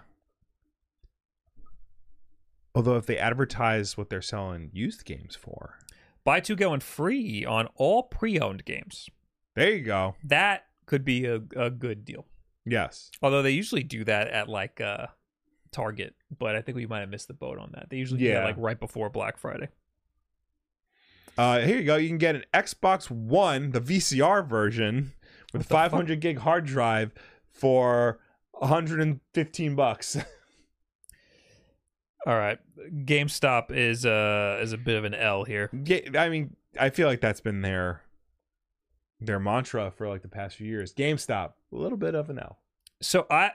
Speaker 2: Although if they advertise what they're selling used games for,
Speaker 1: Buy two going free on all pre-owned games.
Speaker 2: there you go.
Speaker 1: That could be a, a good deal.
Speaker 2: Yes.
Speaker 1: Although they usually do that at like uh Target, but I think we might have missed the boat on that. They usually do
Speaker 2: Yeah.
Speaker 1: that like right before Black Friday.
Speaker 2: Uh, here you go. You can get an Xbox One, the VCR version,
Speaker 1: What
Speaker 2: with
Speaker 1: the fuck?
Speaker 2: 500 gig hard drive for 115 bucks.
Speaker 1: All right, GameStop is uh is a bit of an L here.
Speaker 2: Yeah, I mean, I feel like that's been their their mantra for like the past few years. GameStop, a little bit of an L.
Speaker 1: So I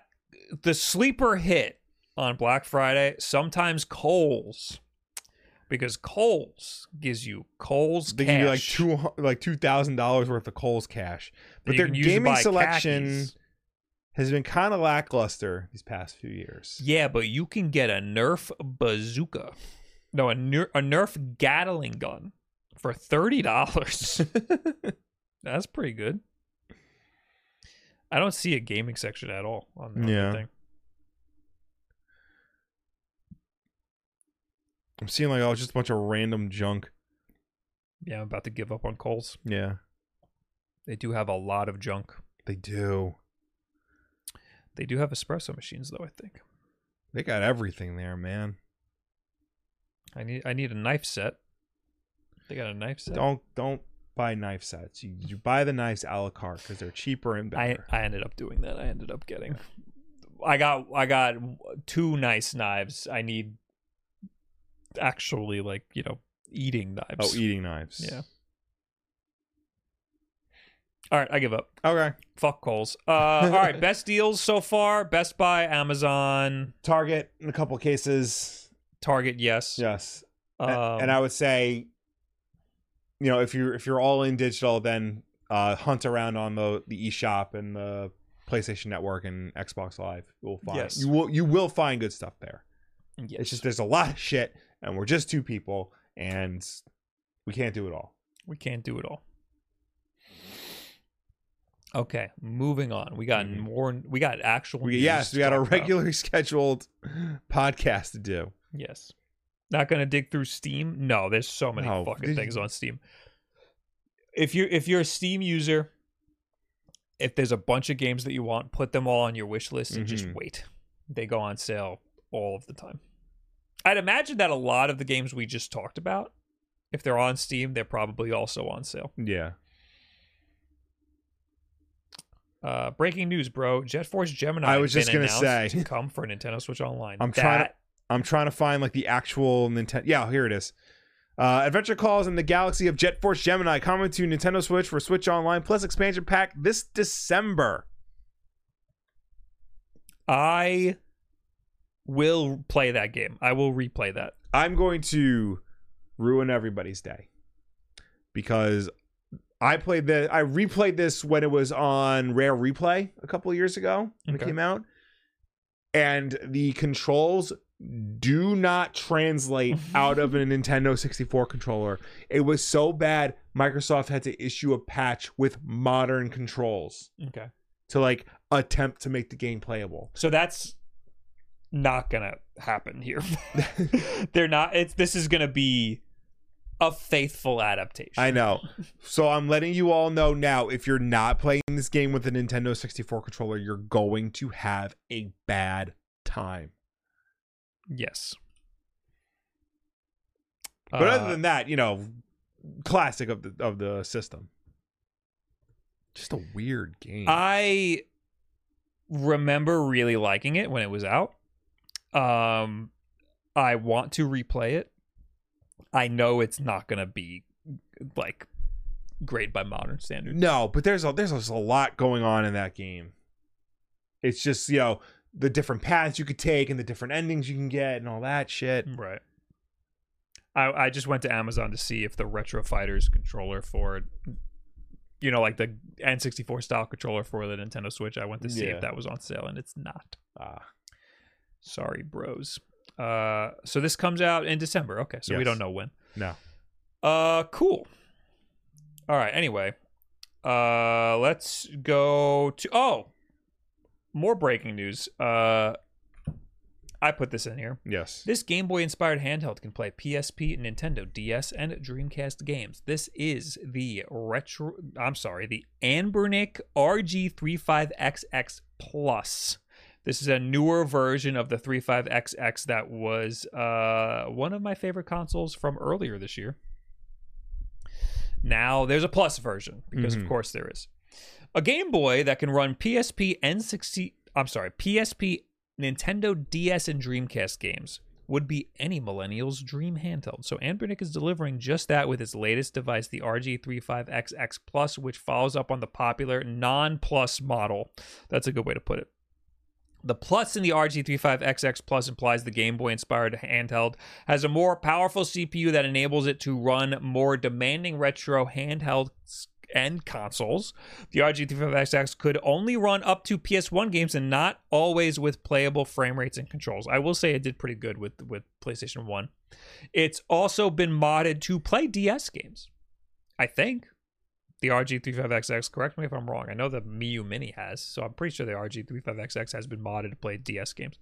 Speaker 1: the sleeper hit on Black Friday, sometimes Kohl's because Kohl's gives you Kohl's
Speaker 2: They
Speaker 1: cash.
Speaker 2: give you like two hu- like two thousand dollars worth of Kohl's cash,
Speaker 1: that
Speaker 2: but
Speaker 1: you
Speaker 2: their
Speaker 1: can use to
Speaker 2: gaming
Speaker 1: buy
Speaker 2: selection
Speaker 1: khakis.
Speaker 2: has been kind of lackluster these past few years.
Speaker 1: Yeah, but you can get a Nerf bazooka. No, a, ner- a Nerf Gatling gun for thirty dollars. That's pretty good. I don't see a gaming section at all on the
Speaker 2: Yeah.
Speaker 1: thing.
Speaker 2: I'm seeing like oh, just a bunch of random junk.
Speaker 1: Yeah, I'm about to give up on Kohl's.
Speaker 2: Yeah,
Speaker 1: They do have a lot of junk.
Speaker 2: they do.
Speaker 1: They do have espresso machines though, I think.
Speaker 2: They got everything there, man.
Speaker 1: I need I need a knife set. They got a knife set.
Speaker 2: Don't don't buy knife sets. You, you buy the knives a la carte because they're cheaper and
Speaker 1: I,
Speaker 2: better.
Speaker 1: I ended up doing that. I ended up getting I got I got two nice knives. I need actually like, you know, eating
Speaker 2: oh,
Speaker 1: knives.
Speaker 2: eating knives.
Speaker 1: Yeah. All right, I give up.
Speaker 2: Okay.
Speaker 1: Fuck Kohl's. Uh, all right, best deals so far: Best Buy, Amazon,
Speaker 2: Target in a couple cases.
Speaker 1: Target. Yes.
Speaker 2: Yes.
Speaker 1: Um,
Speaker 2: A- and I would say, you know, if you're if you're all in digital, then uh, hunt around on the the eShop and the PlayStation Network and Xbox Live. You will find
Speaker 1: Yes.
Speaker 2: you will you will find good stuff there.
Speaker 1: yes.
Speaker 2: It's just there's a lot of shit, and we're just two people, and we can't do it all.
Speaker 1: we can't do it all. Okay, moving on. We got more. We got actual.
Speaker 2: Mm-hmm. We,
Speaker 1: news
Speaker 2: yes,
Speaker 1: to
Speaker 2: we got a
Speaker 1: talk about.
Speaker 2: regularly scheduled podcast to do.
Speaker 1: Yes. Not gonna dig through Steam. No, there's so many
Speaker 2: No.
Speaker 1: fucking things on Steam. If you if you're a Steam user, if there's a bunch of games that you want, put them all on your wish list and just
Speaker 2: Mhm.
Speaker 1: wait. They go on sale all of the time. I'd imagine that a lot of the games we just talked about, if they're on Steam, they're probably also on sale.
Speaker 2: Yeah.
Speaker 1: Uh, breaking news, bro! Jet Force Gemini.
Speaker 2: I was
Speaker 1: has
Speaker 2: just
Speaker 1: been
Speaker 2: gonna
Speaker 1: announced
Speaker 2: say.
Speaker 1: to come for Nintendo Switch Online.
Speaker 2: I'm
Speaker 1: That-
Speaker 2: trying to- I'm trying to find like the actual Nintendo. Yeah, here it is. Uh, Adventure Calls in the Galaxy of Jet Force Gemini coming to Nintendo Switch for Switch Online Plus expansion pack this December.
Speaker 1: I will play that game. I will replay that.
Speaker 2: I'm going to ruin everybody's day because I played the I replayed this when it was on Rare Replay a couple of years ago when
Speaker 1: Okay.
Speaker 2: it came out, and the controls do not translate out of a Nintendo 64 controller. It was so bad Microsoft had to issue a patch with modern controls
Speaker 1: Okay.
Speaker 2: to like attempt to make the game playable.
Speaker 1: So that's not gonna happen here. They're not. It's this is gonna be a faithful adaptation.
Speaker 2: I know. So I'm letting you all know now if you're not playing this game with a Nintendo 64 controller, you're going to have a bad time.
Speaker 1: yes.
Speaker 2: But
Speaker 1: Uh,
Speaker 2: other than that, you know, classic of the of the system. Uh, Just a weird game.
Speaker 1: I remember really liking it when it was out. Um, I want to replay it. I know it's not gonna be like great by modern standards.
Speaker 2: no, but there's a there's just a lot going on in that game. It's just, you know, the different paths you could take and the different endings you can get and all that shit.
Speaker 1: Right. I I just went to Amazon to see if the Retro Fighters controller for you know like the N64 style controller for the Nintendo Switch. I went to see
Speaker 2: Yeah.
Speaker 1: if that was on sale and it's not.
Speaker 2: Ah.
Speaker 1: Sorry, bros. Uh so this comes out in December. Okay, so we
Speaker 2: Yes.
Speaker 1: don't know when.
Speaker 2: No.
Speaker 1: Uh cool. All right, anyway. Uh let's go to Oh. More breaking news. Uh I put this in here.
Speaker 2: Yes.
Speaker 1: This Game Boy inspired handheld can play PSP, Nintendo DS, and Dreamcast games. This is the retro I'm sorry, the Anbernic RG35XX Plus. This is a newer version of the 35XX that was uh, one of my favorite consoles from earlier this year. Now there's a plus version because of
Speaker 2: Mhm.
Speaker 1: course there is. A Game Boy that can run PSP N60 I'm sorry, PSP Nintendo DS and Dreamcast games would be any millennial's dream handheld. So Anbernic is delivering just that with its latest device, the RG35XX Plus, which follows up on the popular non-plus model. That's a good way to put it. The plus in the RG35XX Plus implies the Game Boy inspired handheld has a more powerful CPU that enables it to run more demanding retro handheld and consoles. The RG35XX could only run up to PS1 games and not always with playable frame rates and controls. I will say it did pretty good with with PlayStation 1. It's also been modded to play DS games. I think the RG35XX. Correct me if I'm wrong. I know the Miu Mini has, so I'm pretty sure the RG35XX has been modded to play DS games.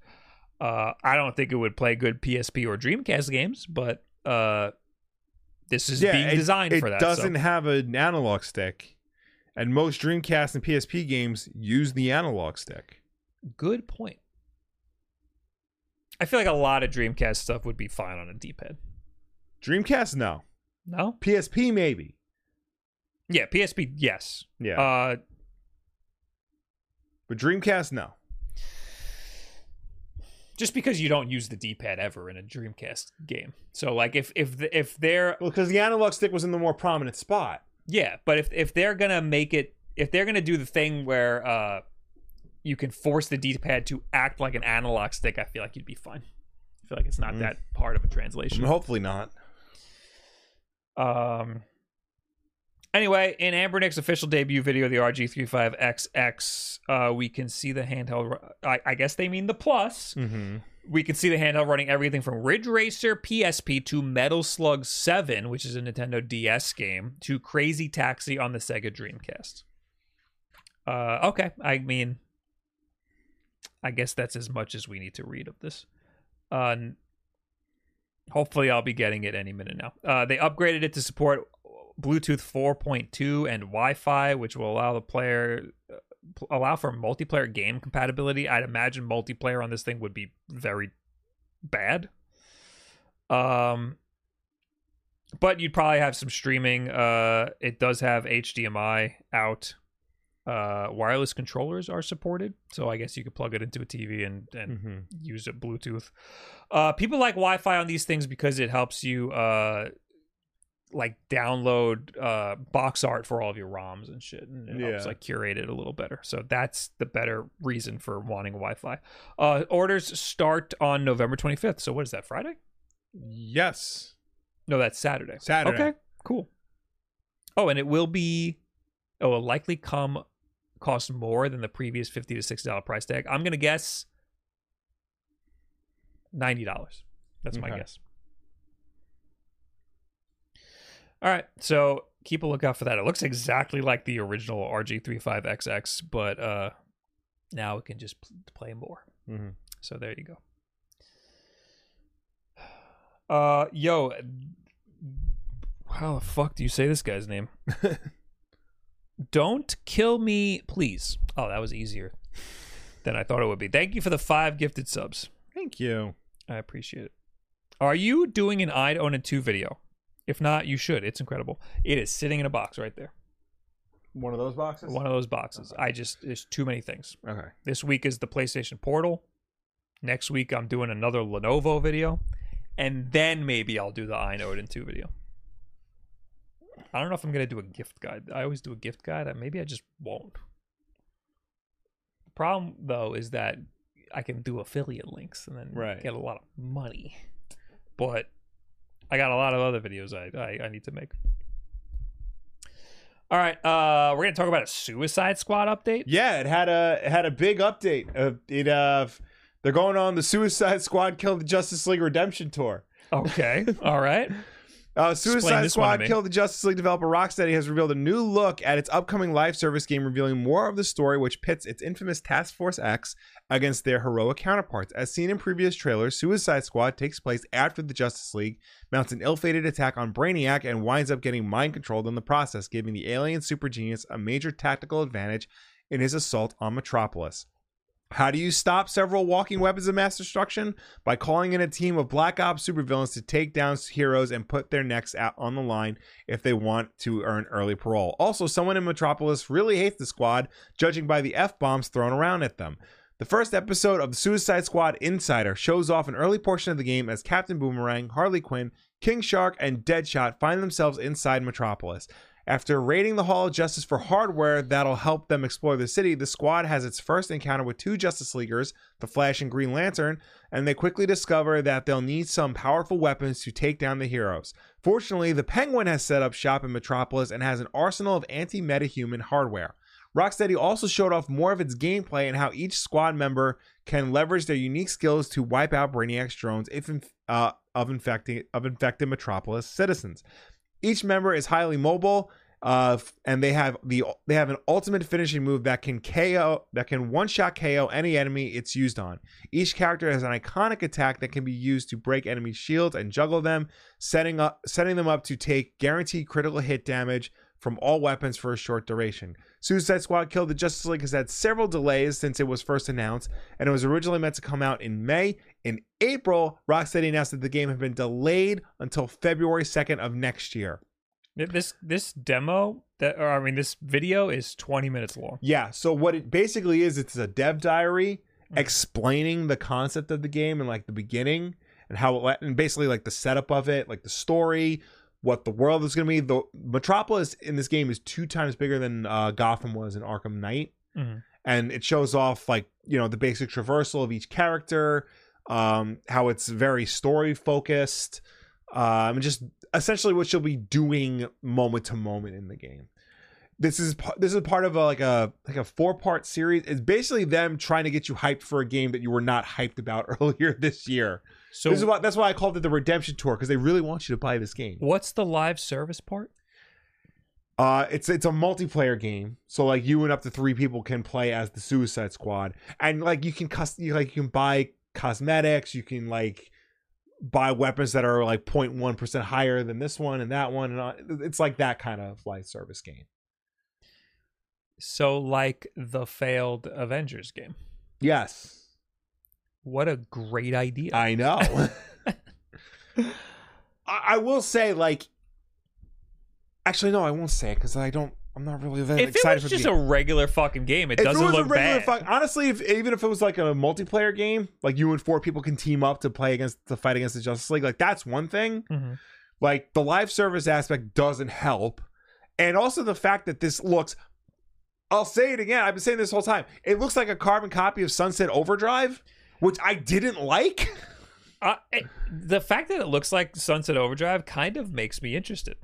Speaker 1: Uh, I don't think it would play good PSP or Dreamcast games, but uh, this is being
Speaker 2: it-
Speaker 1: designed
Speaker 2: it
Speaker 1: for that. so-
Speaker 2: doesn't have an analog stick, and most Dreamcast and PSP games use the analog stick.
Speaker 1: Good point. I feel like a lot of Dreamcast stuff would be fine on a D-pad.
Speaker 2: Dreamcast, no.
Speaker 1: No?
Speaker 2: PSP, maybe.
Speaker 1: Yeah, PSP, yes.
Speaker 2: Yeah,
Speaker 1: Uh,
Speaker 2: but Dreamcast, no.
Speaker 1: just because you don't use the D-pad ever in a Dreamcast game. So like if if the, if they're
Speaker 2: Well, because the analog stick was in the more prominent spot.
Speaker 1: yeah, but if if they're going to make it if they're going to do the thing where uh you can force the D-pad to act like an analog stick, I feel like you'd be fine. I feel like it's not
Speaker 2: Mm. Mm-hmm.
Speaker 1: that part of a translation.
Speaker 2: Hopefully not.
Speaker 1: Um. Anyway, in Ambernick's official debut video, the RG35XX, uh, we can see the handheld. ru- I, I guess they mean the plus.
Speaker 2: Mm-hmm.
Speaker 1: We can see the handheld running everything from Ridge Racer PSP to Metal Slug 7, which is a Nintendo DS game, to Crazy Taxi on the Sega Dreamcast. Uh, okay. I mean, I guess that's as much as we need to read of this. Uh, n- hopefully, I'll be getting it any minute now. Uh, they upgraded it to support Bluetooth 4.2 and Wi-Fi, which will allow the player uh, pl- allow for multiplayer game compatibility. I'd imagine multiplayer on this thing would be very bad. Um, but you'd probably have some streaming. Uh, it does have HDMI out. Uh, wireless controllers are supported, so I guess you could plug it into a TV and and
Speaker 2: Mm-hmm.
Speaker 1: use it Bluetooth. Uh, people like Wi-Fi on these things because it helps you uh, like download uh, box art for all of your ROMs and shit, and it helps
Speaker 2: Yeah.
Speaker 1: like curate it a little better. So that's the better reason for wanting Wi-Fi. Uh, orders start on November 25th. So what is that Friday?
Speaker 2: Yes.
Speaker 1: No, that's Saturday.
Speaker 2: Saturday.
Speaker 1: Okay, cool. Oh, and it will be. It will likely come cost more than the previous fifty to sixty dollar price tag. I'm gonna guess ninety dollars. That's my
Speaker 2: Okay.
Speaker 1: guess. All right, so keep a lookout for that. It looks exactly like the original RG35XX, but uh now it can just p- play more.
Speaker 2: Mhm.
Speaker 1: So there you go. Uh, yo, how the fuck do you say this guy's name? Don't kill me, please. Oh, that was easier than I thought it would be. Thank you for the five gifted subs.
Speaker 2: Thank you.
Speaker 1: I appreciate it. Are you doing an I'd own a two video? If not, you should. It's incredible. It is sitting in a box right there.
Speaker 2: One of those boxes.
Speaker 1: One of those boxes. I just there's too many things.
Speaker 2: Okay.
Speaker 1: This week is the PlayStation Portal. Next week I'm doing another Lenovo video, and then maybe I'll do the Inode 2 video. I don't know if I'm gonna do a gift guide. I always do a gift guide. I- Maybe I just won't. The problem though is that I can do affiliate links and then
Speaker 2: Right.
Speaker 1: get a lot of money, but I got a lot of other videos I I, I need to make. All right, uh, we're gonna talk about a Suicide Squad update.
Speaker 2: Yeah, it had a it had a big update. Uh, it uh, they're going on the Suicide Squad Kill the Justice League Redemption tour.
Speaker 1: Okay, all right.
Speaker 2: Uh,
Speaker 1: Explain
Speaker 2: Suicide
Speaker 1: this one to
Speaker 2: Squad
Speaker 1: me.
Speaker 2: Kill the Justice League developer Rocksteady has revealed a new look at its upcoming live service game, revealing more of the story, which pits its infamous Task Force X against their heroic counterparts. As seen in previous trailers, Suicide Squad takes place after the Justice League mounts an ill fated attack on Brainiac and winds up getting mind controlled in the process, giving the alien super genius a major tactical advantage in his assault on Metropolis. How do you stop several walking weapons of mass destruction? By calling in a team of Black Ops supervillains to take down heroes and put their necks out on the line if they want to earn early parole. Also, someone in Metropolis really hates the squad, judging by the F bombs thrown around at them. The first episode of Suicide Squad Insider shows off an early portion of the game as Captain Boomerang, Harley Quinn, King Shark, and Deadshot find themselves inside Metropolis. After raiding the Hall of Justice for hardware that'll help them explore the city, the squad has its first encounter with two Justice Leaguers, the Flash and Green Lantern, and they quickly discover that they'll need some powerful weapons to take down the heroes. Fortunately, the Penguin has set up shop in Metropolis and has an arsenal of anti metahuman hardware. Rocksteady also showed off more of its gameplay and how each squad member can leverage their unique skills to wipe out Brainiac's drones if inf- uh, of infecting of infected Metropolis citizens. Each member is highly mobile, uh, f- and they have the they have an ultimate finishing move that can KO that can one shot KO any enemy it's used on. Each character has an iconic attack that can be used to break enemy shields and juggle them, setting up setting them up to take guaranteed critical hit damage from all weapons for a short duration. Suicide Squad Kill the Justice League has had several delays since it was first announced, and it was originally meant to come out in May. In April, Rocksteady announced that the game had been delayed until February 2nd of next year.
Speaker 1: Th- This this demo that or I mean this video is 20 minutes long.
Speaker 2: Yeah. So what it basically is, it's a dev diary explaining the concept of the game and like the beginning and how it let- and basically like the setup of it, like the story, what the world is going to be. The Metropolis in this game is two times bigger than uh, Gotham was in Arkham Knight,
Speaker 1: Mhm.
Speaker 2: and it shows off like you know the basic traversal of each character, um, how it's very story focused, um, and just essentially what you'll be doing moment to moment in the game this is pa- this is part of a, like a like a four part series. It's basically them trying to get you hyped for a game that you were not hyped about earlier this year.
Speaker 1: So
Speaker 2: this is why that's why I called it the redemption tour because they really want you to buy this game.
Speaker 1: what's the live service part?
Speaker 2: Uh, it's it's a multiplayer game, so like you and up to three people can play as the Suicide Squad, and like you can cus- you like you can buy cosmetics, you can like buy weapons that are like 0.1 percent higher than this one and that one, and all. it's like that kind of like service game.
Speaker 1: So, like the failed Avengers game.
Speaker 2: Yes,
Speaker 1: What a great idea.
Speaker 2: I know. I, I will say, like, actually, no, I won't say it because I don't. I'm not really that
Speaker 1: if it was
Speaker 2: excited for
Speaker 1: just
Speaker 2: the
Speaker 1: a
Speaker 2: game.
Speaker 1: regular fucking game, it doesn't look bad.
Speaker 2: fuck- honestly, if, even if it was like a multiplayer game, like you and four people can team up to play against to fight against the Justice League, like that's one thing.
Speaker 1: Mhm.
Speaker 2: Like the live service aspect doesn't help, and also the fact that this looks. I'll say it again. I've been saying this whole time. It looks like a carbon copy of Sunset Overdrive, which I didn't like.
Speaker 1: Uh, it- the fact that it looks like Sunset Overdrive kind of makes me interested.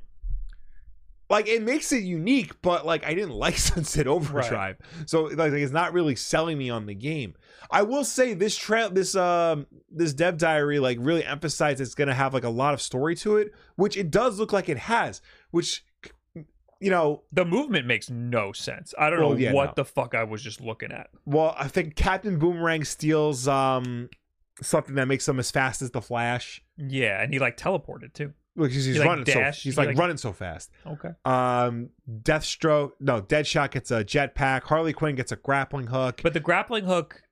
Speaker 2: like it makes it unique, but like I didn't like Sunset Overdrive, so like it's not really selling me on the game. I will say this trail, this um, this dev diary like really emphasized it's gonna have like a lot of story to it, which it does look like it has, which you know,
Speaker 1: The movement makes no sense. I don't
Speaker 2: Well,
Speaker 1: know
Speaker 2: yeah,
Speaker 1: what
Speaker 2: no.
Speaker 1: the fuck I was just looking at.
Speaker 2: well I think Captain Boomerang steals um something that makes him as fast as the Flash,
Speaker 1: Yeah, and he like teleported too.
Speaker 2: because he's
Speaker 1: He, like,
Speaker 2: running
Speaker 1: dash-
Speaker 2: so he's
Speaker 1: he,
Speaker 2: like
Speaker 1: like-
Speaker 2: running so fast.
Speaker 1: Okay.
Speaker 2: Um, Deathstroke, no, Deadshot gets a jetpack. Harley Quinn gets a grappling hook.
Speaker 1: But the grappling hook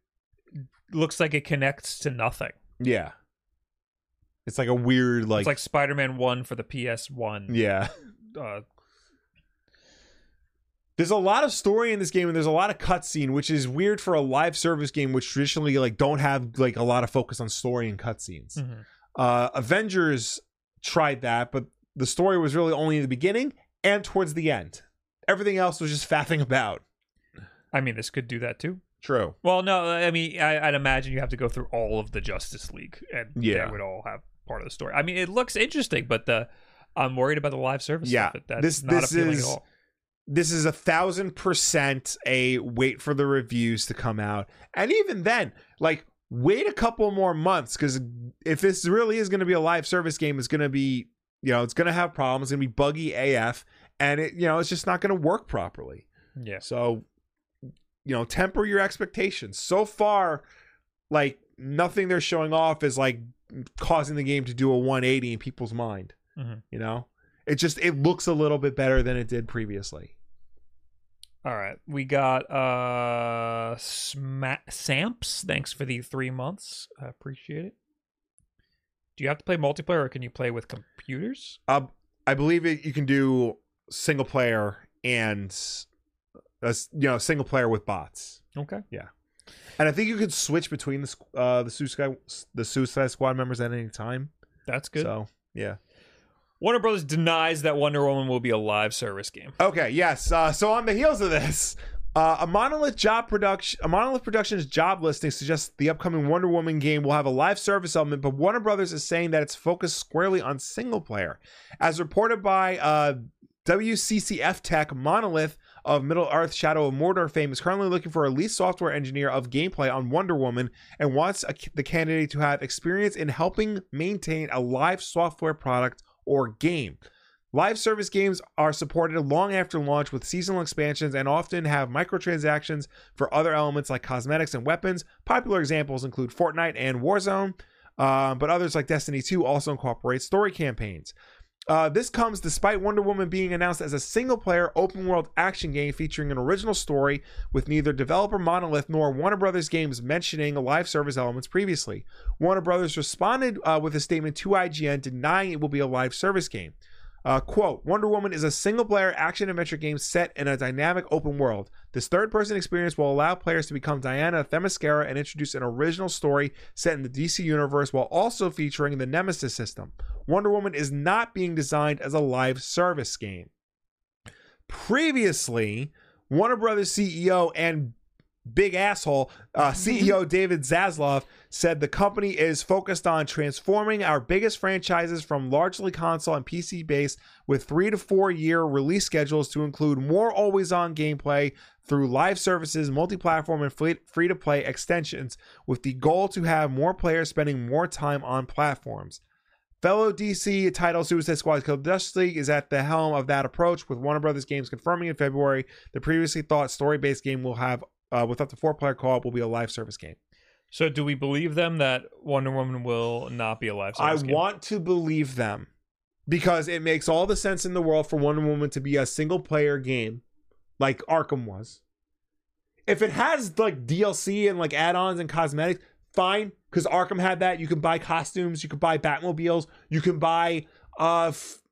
Speaker 1: looks like it connects to nothing.
Speaker 2: Yeah. It's like a weird like,
Speaker 1: it's like Spider-Man One for the PS One.
Speaker 2: yeah.
Speaker 1: Uh,
Speaker 2: There's a lot of story in this game and there's a lot of cutscene, which is weird for a live service game, which traditionally like don't have like a lot of focus on story and cutscenes.
Speaker 1: mhm.
Speaker 2: Uh, Avengers tried that, but the story was really only in the beginning and towards the end. Everything else was just faffing about.
Speaker 1: I mean, this could do that too.
Speaker 2: True.
Speaker 1: Well, no, I mean, I, I'd imagine you have to go through all of the Justice League, and
Speaker 2: Yeah.
Speaker 1: they would all have part of the story. I mean, it looks interesting, but the I'm worried about the live service.
Speaker 2: Yeah.
Speaker 1: stuff. That's
Speaker 2: This-
Speaker 1: not
Speaker 2: this
Speaker 1: appealing
Speaker 2: is-
Speaker 1: at all.
Speaker 2: this is a thousand percent a wait for the reviews to come out and even then like wait a couple more months because if this really is going to be a live service game it's going to be you know it's going to have problems it's going to be buggy af and it you know it's just not going to work properly
Speaker 1: Yeah.
Speaker 2: so you know temper your expectations so far like nothing they're showing off is like causing the game to do a 180 in people's mind
Speaker 1: Mhm.
Speaker 2: you know it just it looks a little bit better than it did previously
Speaker 1: All right, we got uh Sma- Samps. Thanks for the three months. I appreciate it. Do you have to play multiplayer, or can you play with computers?
Speaker 2: Uh, I believe it, you can do single player and uh, you know single player with bots,
Speaker 1: Okay.
Speaker 2: and I think you could switch between the squ- uh, the Suicide the Suicide Squad members at any time.
Speaker 1: That's good.
Speaker 2: So yeah.
Speaker 1: Warner Brothers denies that Wonder Woman will be a live service game.
Speaker 2: Okay. Yes. Uh, so on the heels of this. Uh, a monolith job production, a monolith productions job listing suggests the upcoming Wonder Woman game will have a live service element, but Warner Brothers is saying that it's focused squarely on single player, as reported by uh, WCCF Tech Monolith of Middle Earth Shadow of Mordor fame is currently looking for a lead software engineer of gameplay on Wonder Woman and wants a, the candidate to have experience in helping maintain a live software product or game. Live service games are supported long after launch with seasonal expansions and often have microtransactions for other elements like cosmetics and weapons. Popular examples include Fortnite and Warzone, uh, but others like Destiny 2 also incorporate story campaigns. Uh, this comes despite Wonder Woman being announced as a single player open world action game featuring an original story, with neither developer Monolith nor Warner Brothers Games mentioning live service elements previously. Warner Brothers responded uh, with a statement to IGN denying it will be a live service game. Uh, quote Wonder Woman is a single player action adventure game set in a dynamic open world. This third person experience will allow players to become Diana of Themyscira and introduce an original story set in the DC universe while also featuring the Nemesis system. Wonder Woman is not being designed as a live service game. Previously, Warner Brothers CEO and big asshole uh, CEO David Zaslav said the company is focused on transforming our biggest franchises from largely console and PC based with three to four year release schedules to include more always on gameplay through live services, multi platform, and free to play extensions, with the goal to have more players spending more time on platforms. Fellow DC title Suicide Squad Kill the Justice League is at the helm of that approach, with Warner Brothers Games confirming in February the previously thought story-based game will have, uh, with up to four-player co-op, will be a live service game.
Speaker 1: So, do we believe them that Wonder Woman will not be alive?
Speaker 2: I want to believe them because it makes all the sense in the world for Wonder Woman to be a single player game like Arkham was. If it has like DLC and like add ons and cosmetics, fine, because Arkham had that. You can buy costumes, you can buy Batmobiles, you can buy uh f-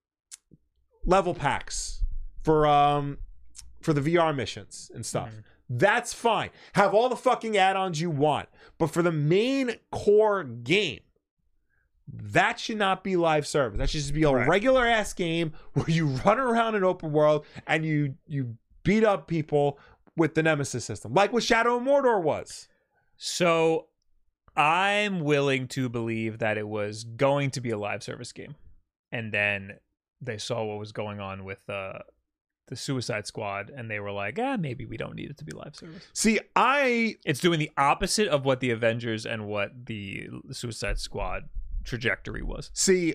Speaker 2: level packs for um for the VR missions and stuff. That's fine. Have all the fucking add-ons you want. But for the main core game, that should not be live service. That should just be a
Speaker 1: Correct.
Speaker 2: regular ass game where you run around an open world and you you beat up people with the nemesis system, like what Shadow of Mordor was.
Speaker 1: So, I'm willing to believe that it was going to be a live service game, and then they saw what was going on with uh, the Suicide Squad, and they were like, "Ah, maybe we don't need it to be live service."
Speaker 2: See, I
Speaker 1: It's doing the opposite of what the Avengers and what the Suicide Squad trajectory was.
Speaker 2: see,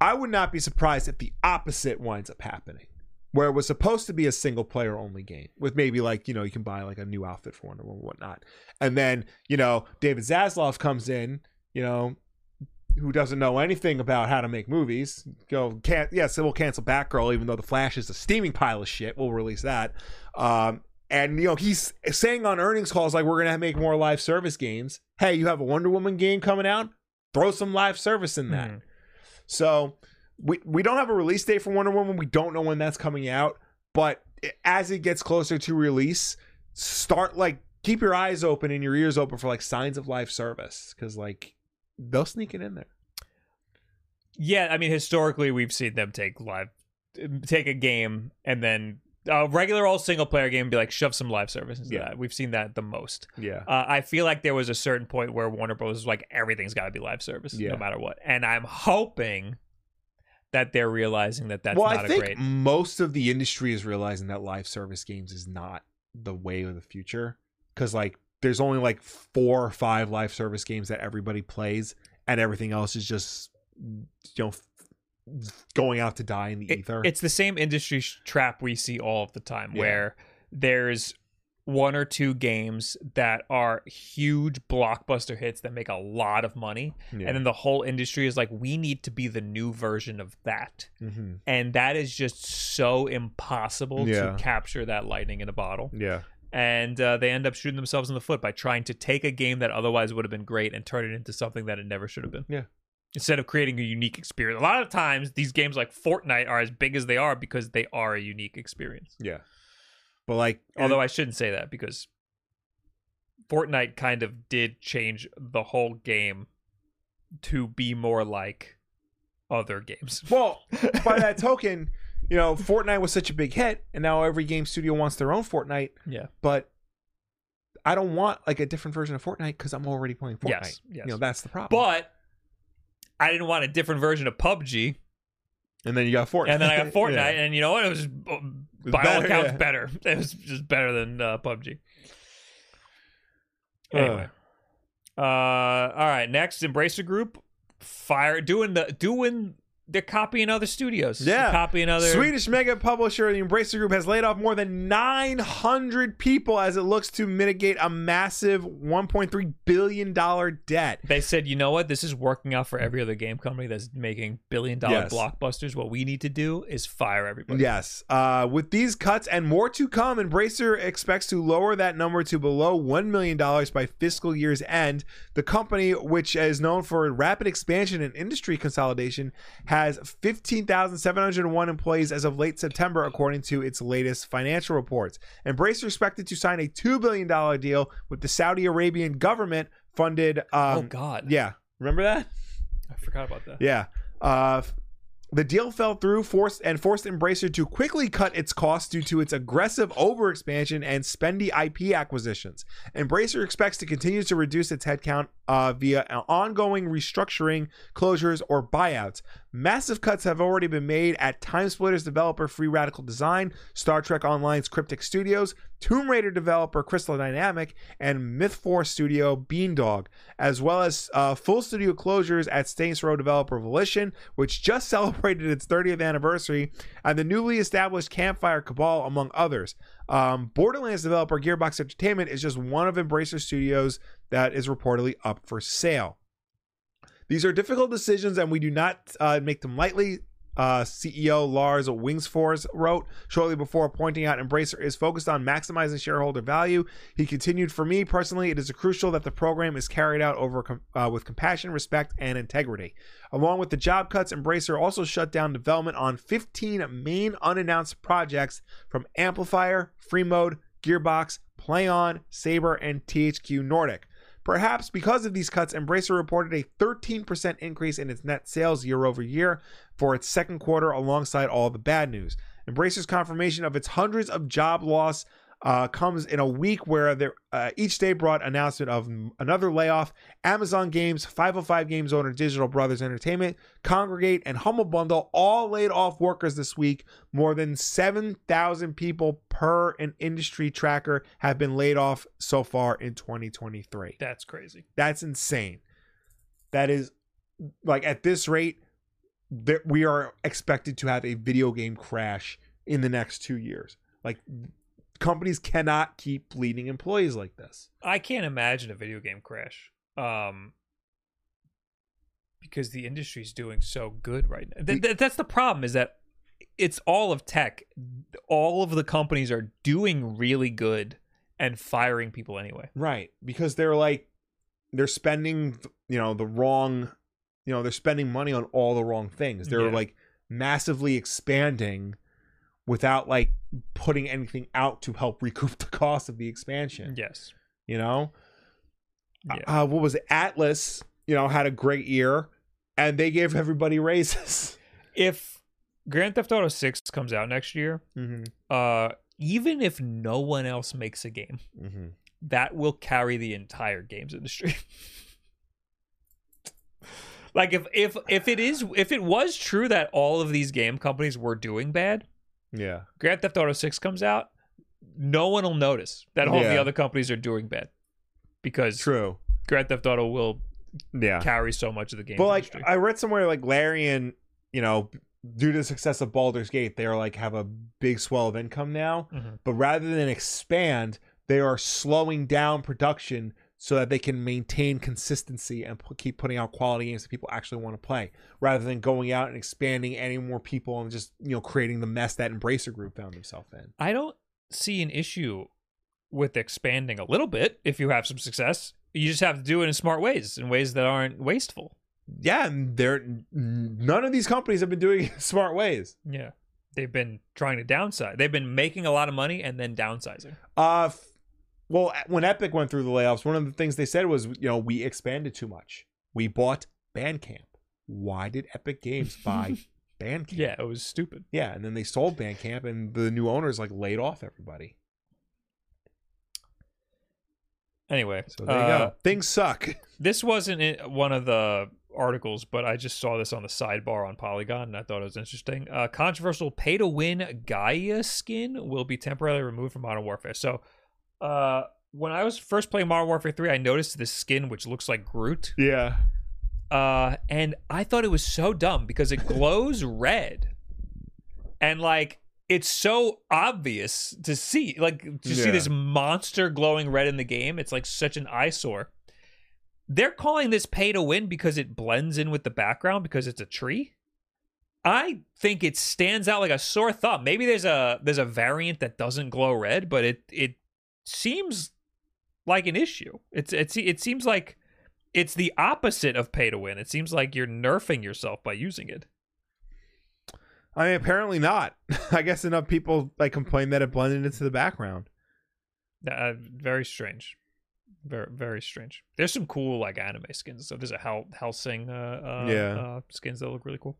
Speaker 2: I would not be surprised if the opposite winds up happening, where it was supposed to be a single player only game with maybe like you know you can buy like a new outfit for Wonder Woman and whatnot, and then you know David Zaslav comes in, you know, who doesn't know anything about how to make movies. Go can't yeah, so we'll cancel Batgirl even though the Flash is a steaming pile of shit. We'll release that. Um, and you know he's saying on earnings calls like we're gonna make more live service games. Hey, you have a Wonder Woman game coming out? Throw some live service in that. So we we don't have a release date for Wonder Woman. We don't know when that's coming out, but as it gets closer to release, start like keep your eyes open and your ears open for like signs of live service because like they'll sneak it in there.
Speaker 1: Yeah, I mean historically we've seen them take live take a game and then a regular old single player game and be like shove some live service into
Speaker 2: Yeah.
Speaker 1: that. We've seen that the most.
Speaker 2: Yeah.
Speaker 1: Uh, I feel like there was a certain point where Warner Bros. was like everything's got to be live service
Speaker 2: Yeah.
Speaker 1: no matter what. And I'm hoping that they're realizing that that's
Speaker 2: well,
Speaker 1: not
Speaker 2: I
Speaker 1: a
Speaker 2: think
Speaker 1: great
Speaker 2: most of the industry is realizing that live service games is not the way of the future because like there's only like four or five live service games that everybody plays, and everything else is just you know f- going out to die in the
Speaker 1: It-
Speaker 2: ether.
Speaker 1: it's the same industry sh- trap we see all of the time where there's one or two games that are huge blockbuster hits that make a lot of money
Speaker 2: Yeah.
Speaker 1: and then the whole industry is like we need to be the new version of that
Speaker 2: Mhm.
Speaker 1: and that is just so impossible
Speaker 2: Yeah.
Speaker 1: to capture that lightning in a bottle
Speaker 2: Yeah.
Speaker 1: and uh, they end up shooting themselves in the foot by trying to take a game that otherwise would have been great and turn it into something that it never should have been.
Speaker 2: Yeah.
Speaker 1: Instead of creating a unique experience, a lot of times these games like Fortnite are as big as they are because they are a unique experience.
Speaker 2: Yeah. But like
Speaker 1: Although I shouldn't say that because Fortnite kind of did change the whole game to be more like other games.
Speaker 2: well, by that token, you know, Fortnite was such a big hit and now every game studio wants their own Fortnite,
Speaker 1: Yeah.
Speaker 2: but I don't want like a different version of Fortnite cuz I'm already playing Fortnite.
Speaker 1: Yes, yes.
Speaker 2: You know, that's the problem.
Speaker 1: But I didn't want a different version of PUBG.
Speaker 2: and then you got Fortnite.
Speaker 1: and then I got Fortnite,
Speaker 2: Yeah.
Speaker 1: and you know what? It was uh,
Speaker 2: was
Speaker 1: by all
Speaker 2: better,
Speaker 1: accounts
Speaker 2: yeah.
Speaker 1: better. It was just better than uh, PUBG. Anyway, uh, all right. Next, Embracer Group, fire doing the doing. They're copying other studios.
Speaker 2: Yeah.
Speaker 1: copying other.
Speaker 2: Swedish mega publisher, the Embracer Group, has laid off more than 900 people as it looks to mitigate a massive $1.3 billion debt.
Speaker 1: They said, you know what? This is working out for every other game company that's making billion dollar
Speaker 2: Yes.
Speaker 1: blockbusters. What we need to do is fire everybody.
Speaker 2: Yes. Uh, with these cuts and more to come, Embracer expects to lower that number to below $1 million by fiscal year's end. The company, which is known for rapid expansion and industry consolidation, has 15,701 employees as of late September, according to its latest financial reports. Embracer expected to sign a $2 billion deal with the Saudi Arabian government funded. Um,
Speaker 1: oh God.
Speaker 2: Yeah. Remember that?
Speaker 1: I forgot about that.
Speaker 2: Yeah. Uh, f- the deal fell through, forced and forced Embracer to quickly cut its costs due to its aggressive overexpansion and spendy IP acquisitions. Embracer expects to continue to reduce its headcount uh, via an ongoing restructuring, closures, or buyouts. Massive cuts have already been made at Time Splitters developer Free Radical Design, Star Trek Online's Cryptic Studios, Tomb Raider developer Crystal Dynamic, and Myth 4 studio Beandog, as well as uh, full studio closures at Saints Row developer Volition, which just celebrated its 30th anniversary, and the newly established Campfire Cabal, among others. Um, Borderlands developer Gearbox Entertainment is just one of Embracer Studios that is reportedly up for sale. These are difficult decisions, and we do not uh, make them lightly. Uh, CEO Lars Wingsfors wrote shortly before pointing out Embracer is focused on maximizing shareholder value. He continued, "For me personally, it is crucial that the program is carried out over com- uh, with compassion, respect, and integrity." Along with the job cuts, Embracer also shut down development on 15 main unannounced projects from Amplifier, Free Mode, Gearbox, PlayOn, Saber, and THQ Nordic. Perhaps because of these cuts, Embracer reported a 13% increase in its net sales year over year for its second quarter alongside all the bad news. Embracer's confirmation of its hundreds of job loss uh, comes in a week where there, uh, each day brought announcement of m- another layoff. Amazon Games, 505 Games owner Digital Brothers Entertainment, Congregate, and Humble Bundle all laid off workers this week. More than 7,000 people per an industry tracker have been laid off so far in 2023.
Speaker 1: That's crazy.
Speaker 2: That's insane. That is like at this rate that we are expected to have a video game crash in the next 2 years. Like companies cannot keep bleeding employees like this.
Speaker 1: I can't imagine a video game crash. Um because the industry's doing so good right now. Th- th- that's the problem is that it's all of tech. All of the companies are doing really good and firing people anyway.
Speaker 2: Right, because they're like they're spending, you know, the wrong, you know, they're spending money on all the wrong things. They're
Speaker 1: Yeah.
Speaker 2: like massively expanding without like putting anything out to help recoup the cost of the expansion.
Speaker 1: Yes.
Speaker 2: You know,
Speaker 1: Yeah.
Speaker 2: uh, what was it? Atlas? You know, had a great year, and they gave everybody raises.
Speaker 1: if Grand Theft Auto 6 comes out next year,
Speaker 2: mm-hmm.
Speaker 1: uh even if no one else makes a game,
Speaker 2: Mm-hmm.
Speaker 1: that will carry the entire games industry. like if if if it is if it was true that all of these game companies were doing bad,
Speaker 2: Yeah,
Speaker 1: Grand Theft Auto 6 comes out, no one will notice that all the
Speaker 2: Yeah.
Speaker 1: other companies are doing bad because
Speaker 2: true.
Speaker 1: Grand Theft Auto will
Speaker 2: Yeah,
Speaker 1: carry so much of the game
Speaker 2: but like
Speaker 1: industry.
Speaker 2: I read somewhere like Larry and you know due to the success of Baldur's Gate, they're like have a big swell of income now.
Speaker 1: Mhm.
Speaker 2: But rather than expand, they are slowing down production so that they can maintain consistency and pu- keep putting out quality games that people actually want to play, rather than going out and expanding any more people and just you know creating the mess that Embracer Group found themselves in.
Speaker 1: I don't see an issue with expanding a little bit if you have some success. You just have to do it in smart ways, in ways that aren't wasteful.
Speaker 2: Yeah, and they're n- none of these companies have been doing it in smart ways.
Speaker 1: Yeah. They've been trying to downsize. They've been making a lot of money and then downsizing.
Speaker 2: Uh, f- well, e, when Epic went through the layoffs, one of the things they said was, you know, we expanded too much. We bought Bandcamp. Why did Epic Games buy Bandcamp?
Speaker 1: Yeah, it was stupid.
Speaker 2: Yeah, and then they sold Bandcamp, and the new owners like laid off everybody.
Speaker 1: Anyway,
Speaker 2: So there you
Speaker 1: uh,
Speaker 2: go. Things suck.
Speaker 1: this wasn't in one of the articles, but I just saw this on the sidebar on Polygon, and I thought it was interesting. Uh, controversial pay-to-win Gaia skin will be temporarily removed from Modern Warfare. So, uh, when I was first playing Modern Warfare 3, I noticed this skin which looks like Groot,
Speaker 2: Yeah.
Speaker 1: uh, and I thought it was so dumb because it glows red, and like it's so obvious to see, like to see
Speaker 2: Yeah.
Speaker 1: this monster glowing red in the game. It's like such an eyesore. They're calling this pay to win because it blends in with the background because it's a tree. I think it stands out like a sore thumb. Maybe there's a there's a variant that doesn't glow red, but it it seems like an issue. It's it's it seems like it's the opposite of pay to win. It seems like you're nerfing yourself by using it.
Speaker 2: I mean, apparently not. I guess enough people like complained that it blended into the background.
Speaker 1: Uh, very strange. Very very strange. There's some cool like anime skins. So there's a Hel- Helsing uh, uh,
Speaker 2: Yeah.
Speaker 1: uh, skins that look really cool.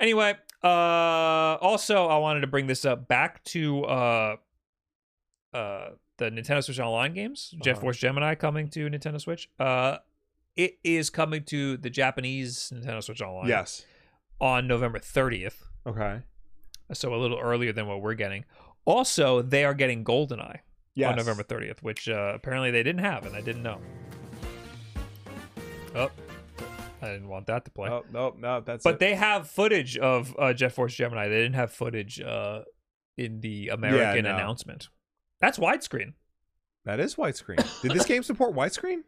Speaker 1: Anyway, uh, also I wanted to bring this up back to uh, uh, the Nintendo Switch Online games. Jet
Speaker 2: Uh-huh.
Speaker 1: Force Gemini coming to Nintendo Switch. Uh, It is coming to the Japanese Nintendo Switch Online
Speaker 2: Yes.
Speaker 1: on November 30th,
Speaker 2: Okay.
Speaker 1: so a little earlier than what we're getting. Also, they are getting GoldenEye
Speaker 2: Yes.
Speaker 1: on November 30th, which uh, apparently they didn't have, and I didn't know. Oh, I didn't want that to play.
Speaker 2: Oh, no, no, that's
Speaker 1: but
Speaker 2: it.
Speaker 1: they have footage of uh, Jet Force Gemini. They didn't have footage uh, in the American
Speaker 2: no.
Speaker 1: announcement. That's widescreen.
Speaker 2: that is widescreen. Did this game support widescreen?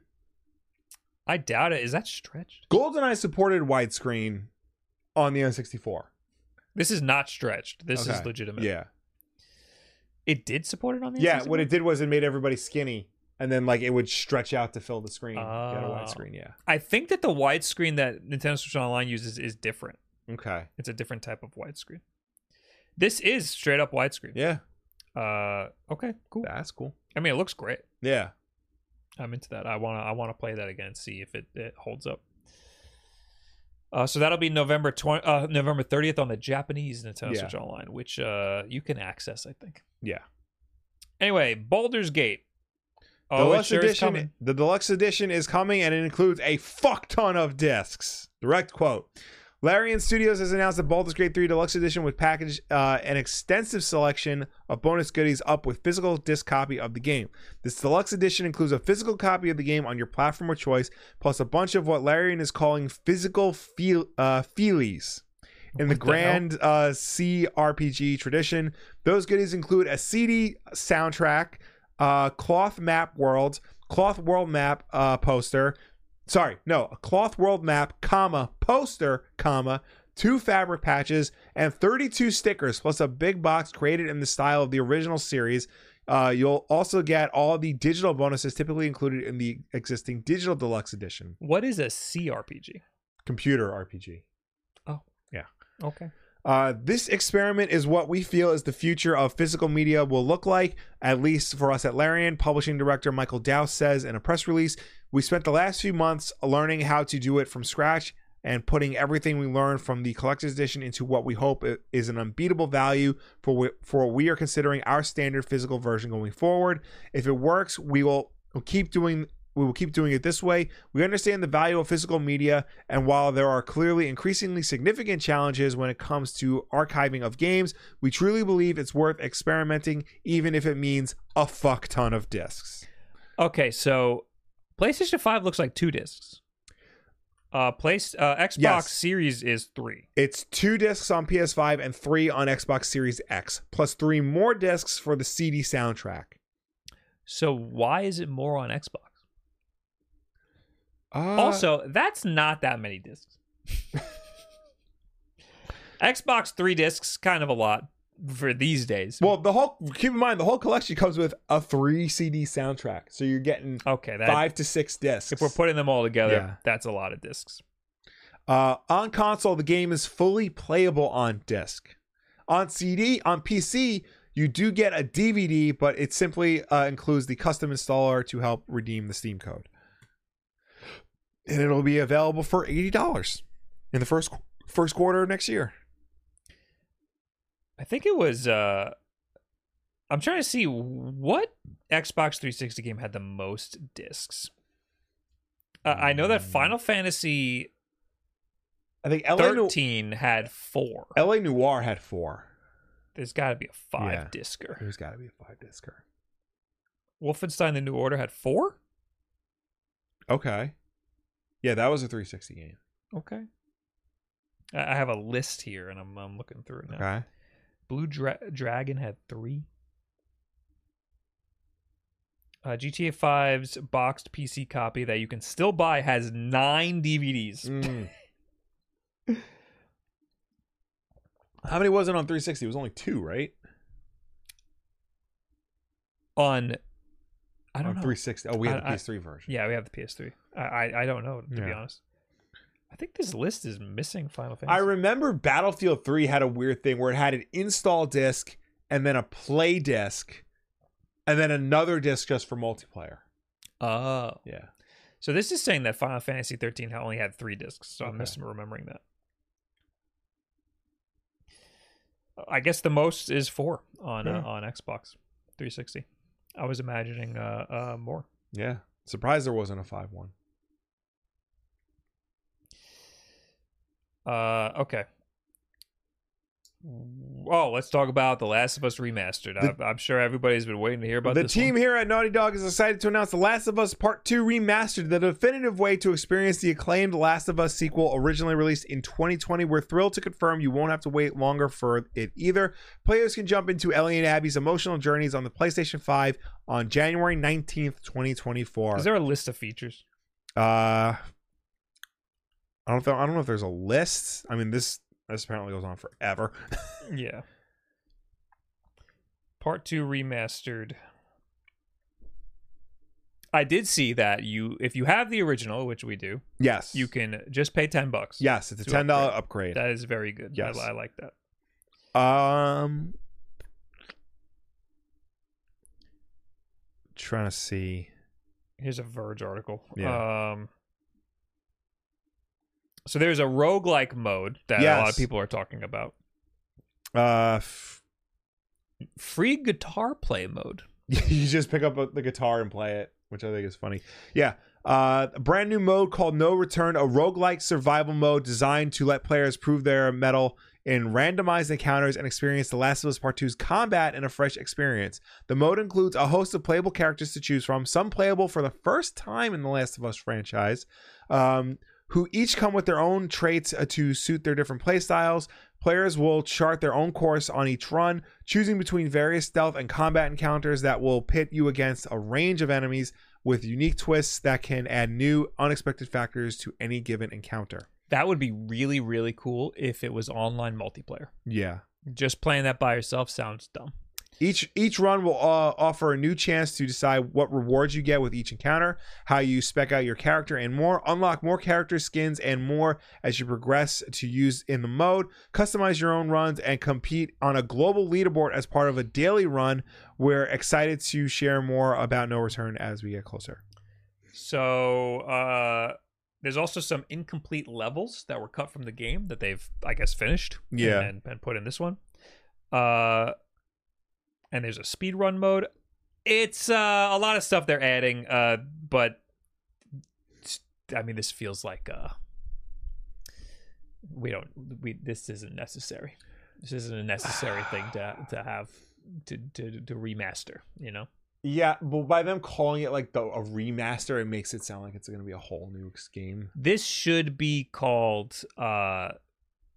Speaker 1: I doubt it. Is that stretched?
Speaker 2: GoldenEye supported widescreen on the N64.
Speaker 1: This is not stretched. This is
Speaker 2: Okay.
Speaker 1: legitimate.
Speaker 2: Yeah.
Speaker 1: It did support it on the E
Speaker 2: Yeah,
Speaker 1: N64?
Speaker 2: what it did was it made everybody skinny and then like it would stretch out to fill the screen. Get a
Speaker 1: Oh.
Speaker 2: widescreen, yeah.
Speaker 1: I think that the widescreen that Nintendo Switch Online uses is different.
Speaker 2: Okay.
Speaker 1: It's a different type of widescreen. This is straight up widescreen.
Speaker 2: Yeah,
Speaker 1: Uh, okay, cool.
Speaker 2: that's cool.
Speaker 1: I mean, it looks great.
Speaker 2: Yeah.
Speaker 1: I'm into that. I wanna I wanna play that again and see if it, it holds up. Uh, so that'll be November twenty uh, November thirtieth on the Japanese Nintendo
Speaker 2: Yeah.
Speaker 1: Switch Online, which uh, you can access, I think.
Speaker 2: Yeah.
Speaker 1: Anyway, Baldur's Gate.
Speaker 2: deluxe
Speaker 1: Oh, sure is
Speaker 2: edition.
Speaker 1: coming.
Speaker 2: The deluxe edition is coming, and it includes a fuck ton of discs. Direct quote. Larian Studios has announced that Baldur's Gate 3 Deluxe Edition would package uh, an extensive selection of bonus goodies up with physical disc copy of the game. This deluxe edition includes a physical copy of the game on your platform of choice, plus a bunch of what Larian is calling physical feel, uh, feelies. In the
Speaker 1: What the hell?
Speaker 2: grand uh, CRPG tradition, those goodies include a CD soundtrack, uh, cloth map world, cloth world map uh, poster. Sorry, no, a cloth world map, comma poster, comma two fabric patches and 32 stickers plus a big box created in the style of the original series. Uh, you'll also get all the digital bonuses typically included in the existing digital deluxe edition
Speaker 1: What is a CRPG?
Speaker 2: computer RPG.
Speaker 1: Oh.
Speaker 2: Yeah.
Speaker 1: Okay.
Speaker 2: Uh, this experiment is what we feel is the future of physical media will look like, at least for us at Larian. Publishing director Michael Dow says in a press release, "We spent the last few months learning how to do it from scratch and putting everything we learned from the collector's edition into what we hope i- is an unbeatable value for wh- for we are considering our standard physical version going forward. If it works, we will we'll keep doing." We will keep doing it this way. We understand the value of physical media, and while there are clearly increasingly significant challenges when it comes to archiving of games, we truly believe it's worth experimenting, even if it means a fuck ton of discs.
Speaker 1: Okay, so PlayStation 5 looks like two discs. Uh place uh Xbox
Speaker 2: Yes.
Speaker 1: Series is 3.
Speaker 2: It's two discs on PS5 and three on Xbox Series X, plus three more discs for the CD soundtrack.
Speaker 1: So why is it more on Xbox?
Speaker 2: Uh,
Speaker 1: Also, that's not that many discs. Xbox 3 discs kind of a lot for these days.
Speaker 2: well, the whole keep in mind the whole collection comes with a three CD soundtrack, so you're getting
Speaker 1: okay, Oh, that
Speaker 2: five to six discs.
Speaker 1: if we're putting them all together,
Speaker 2: Yeah.
Speaker 1: that's a lot of discs.
Speaker 2: Uh, on console, the game is fully playable on disc. On CD, on PC, you do get a DVD, but it simply uh, includes the custom installer to help redeem the Steam code. And it'll be available for eighty dollars in the first first quarter of next year.
Speaker 1: I think it was uh I'm trying to see what Xbox 360 game had the most discs. Uh, I know
Speaker 2: Hmm.
Speaker 1: that Final Fantasy
Speaker 2: I think LA, Nu-
Speaker 1: 13 had 4.
Speaker 2: LA Noir had four.
Speaker 1: There's got to be a 5
Speaker 2: Yeah.
Speaker 1: discer.
Speaker 2: There's got to be a five discer.
Speaker 1: Wolfenstein the New Order had 4?
Speaker 2: Okay. Yeah, that was a 360 game.
Speaker 1: Okay. I I have a list here, and I'm I'm looking through it now.
Speaker 2: Okay.
Speaker 1: Blue Dra- Dragon had three. Uh, GTA 5's boxed PC copy that you can still buy has nine DVDs.
Speaker 2: Mm. How many was it on 360? It was only two, right?
Speaker 1: On, I don't
Speaker 2: Mm. on
Speaker 1: know.
Speaker 2: 360. Oh, we had
Speaker 1: I-
Speaker 2: the
Speaker 1: I-
Speaker 2: PS3 version.
Speaker 1: Yeah, we have the PS3. I I, I don't know to be
Speaker 2: Yeah.
Speaker 1: honest. I think this list is missing Final Fantasy.
Speaker 2: I remember Battlefield 3 had a weird thing where it had an install disc and then a play disc and then another disc just for multiplayer.
Speaker 1: oh,
Speaker 2: Yeah.
Speaker 1: so this is saying that Final Fantasy 13 ha- only had three discs. So I'm
Speaker 2: Okay.
Speaker 1: misremembering that. Uh, I guess the most is four on uh,
Speaker 2: Yeah.
Speaker 1: on Xbox 360. I was imagining uh, uh, more.
Speaker 2: Yeah. Surprised there wasn't a 5 1.
Speaker 1: Uh, okay. Oh, let's talk about The Last of Us Remastered. I, I'm sure everybody's been waiting to hear about
Speaker 2: the
Speaker 1: this
Speaker 2: team
Speaker 1: one.
Speaker 2: here at Naughty Dog is excited to announce The Last of Us Part 2 Remastered, the definitive way to experience the acclaimed Last of Us sequel originally released in 2020. We're thrilled to confirm you won't have to wait longer for it either. Players can jump into Ellie and Abby's emotional journeys on the PlayStation 5 on January 19th, 2024.
Speaker 1: Is there a list of features?
Speaker 2: Uh, I don't know. I don't know if there's a list. I mean, this this apparently goes on forever.
Speaker 1: Yeah. Part two remastered. I did see that you, if you have the original, which we do,
Speaker 2: Yes,
Speaker 1: you can just pay ten bucks.
Speaker 2: Yes, it's a
Speaker 1: To
Speaker 2: ten dollar
Speaker 1: upgrade.
Speaker 2: upgrade.
Speaker 1: that is very good.
Speaker 2: Yes.
Speaker 1: I, I like that.
Speaker 2: Um, trying to see.
Speaker 1: Here's a Verge article.
Speaker 2: Yeah.
Speaker 1: Um, so there's a roguelike mode that a lot of
Speaker 2: Yes.
Speaker 1: people are talking about.
Speaker 2: Uh, f-
Speaker 1: Free guitar play mode.
Speaker 2: you just pick up a, the guitar and play it, which I think is funny. Yeah. Uh, a brand new mode called No Return, a roguelike survival mode designed to let players prove their mettle in randomized encounters and experience The Last of Us Part 2's combat in a fresh experience. The mode includes a host of playable characters to choose from, some playable for the first time in The Last of Us franchise, um, who each come with their own traits uh, to suit their different playstyles. Players will chart their own course on each run, choosing between various stealth and combat encounters that will pit you against a range of enemies with unique twists that can add new, unexpected factors to any given encounter.
Speaker 1: That would be really, really cool if it was online multiplayer.
Speaker 2: Yeah.
Speaker 1: Just playing that by yourself sounds dumb.
Speaker 2: Each each run will uh, offer a new chance to decide what rewards you get with each encounter, how you spec out your character, and more. Unlock more character skins and more as you progress to use in the mode. Customize your own runs and compete on a global leaderboard as part of a daily run. We're excited to share more about No Return as we get closer.
Speaker 1: So uh, there's also some incomplete levels that were cut from the game that they've, I guess, finished.
Speaker 2: Yeah.
Speaker 1: and, and put in this one. Uh, and there's a speed run mode. It's uh, a lot of stuff they're adding, uh, but it's- I mean, this feels like uh, we don't. We this isn't necessary. This isn't a necessary thing to to have to to, to remaster. You know.
Speaker 2: Yeah, but by them calling it like the, a remaster, it makes it sound like it's going to be a whole new game.
Speaker 1: This should be called uh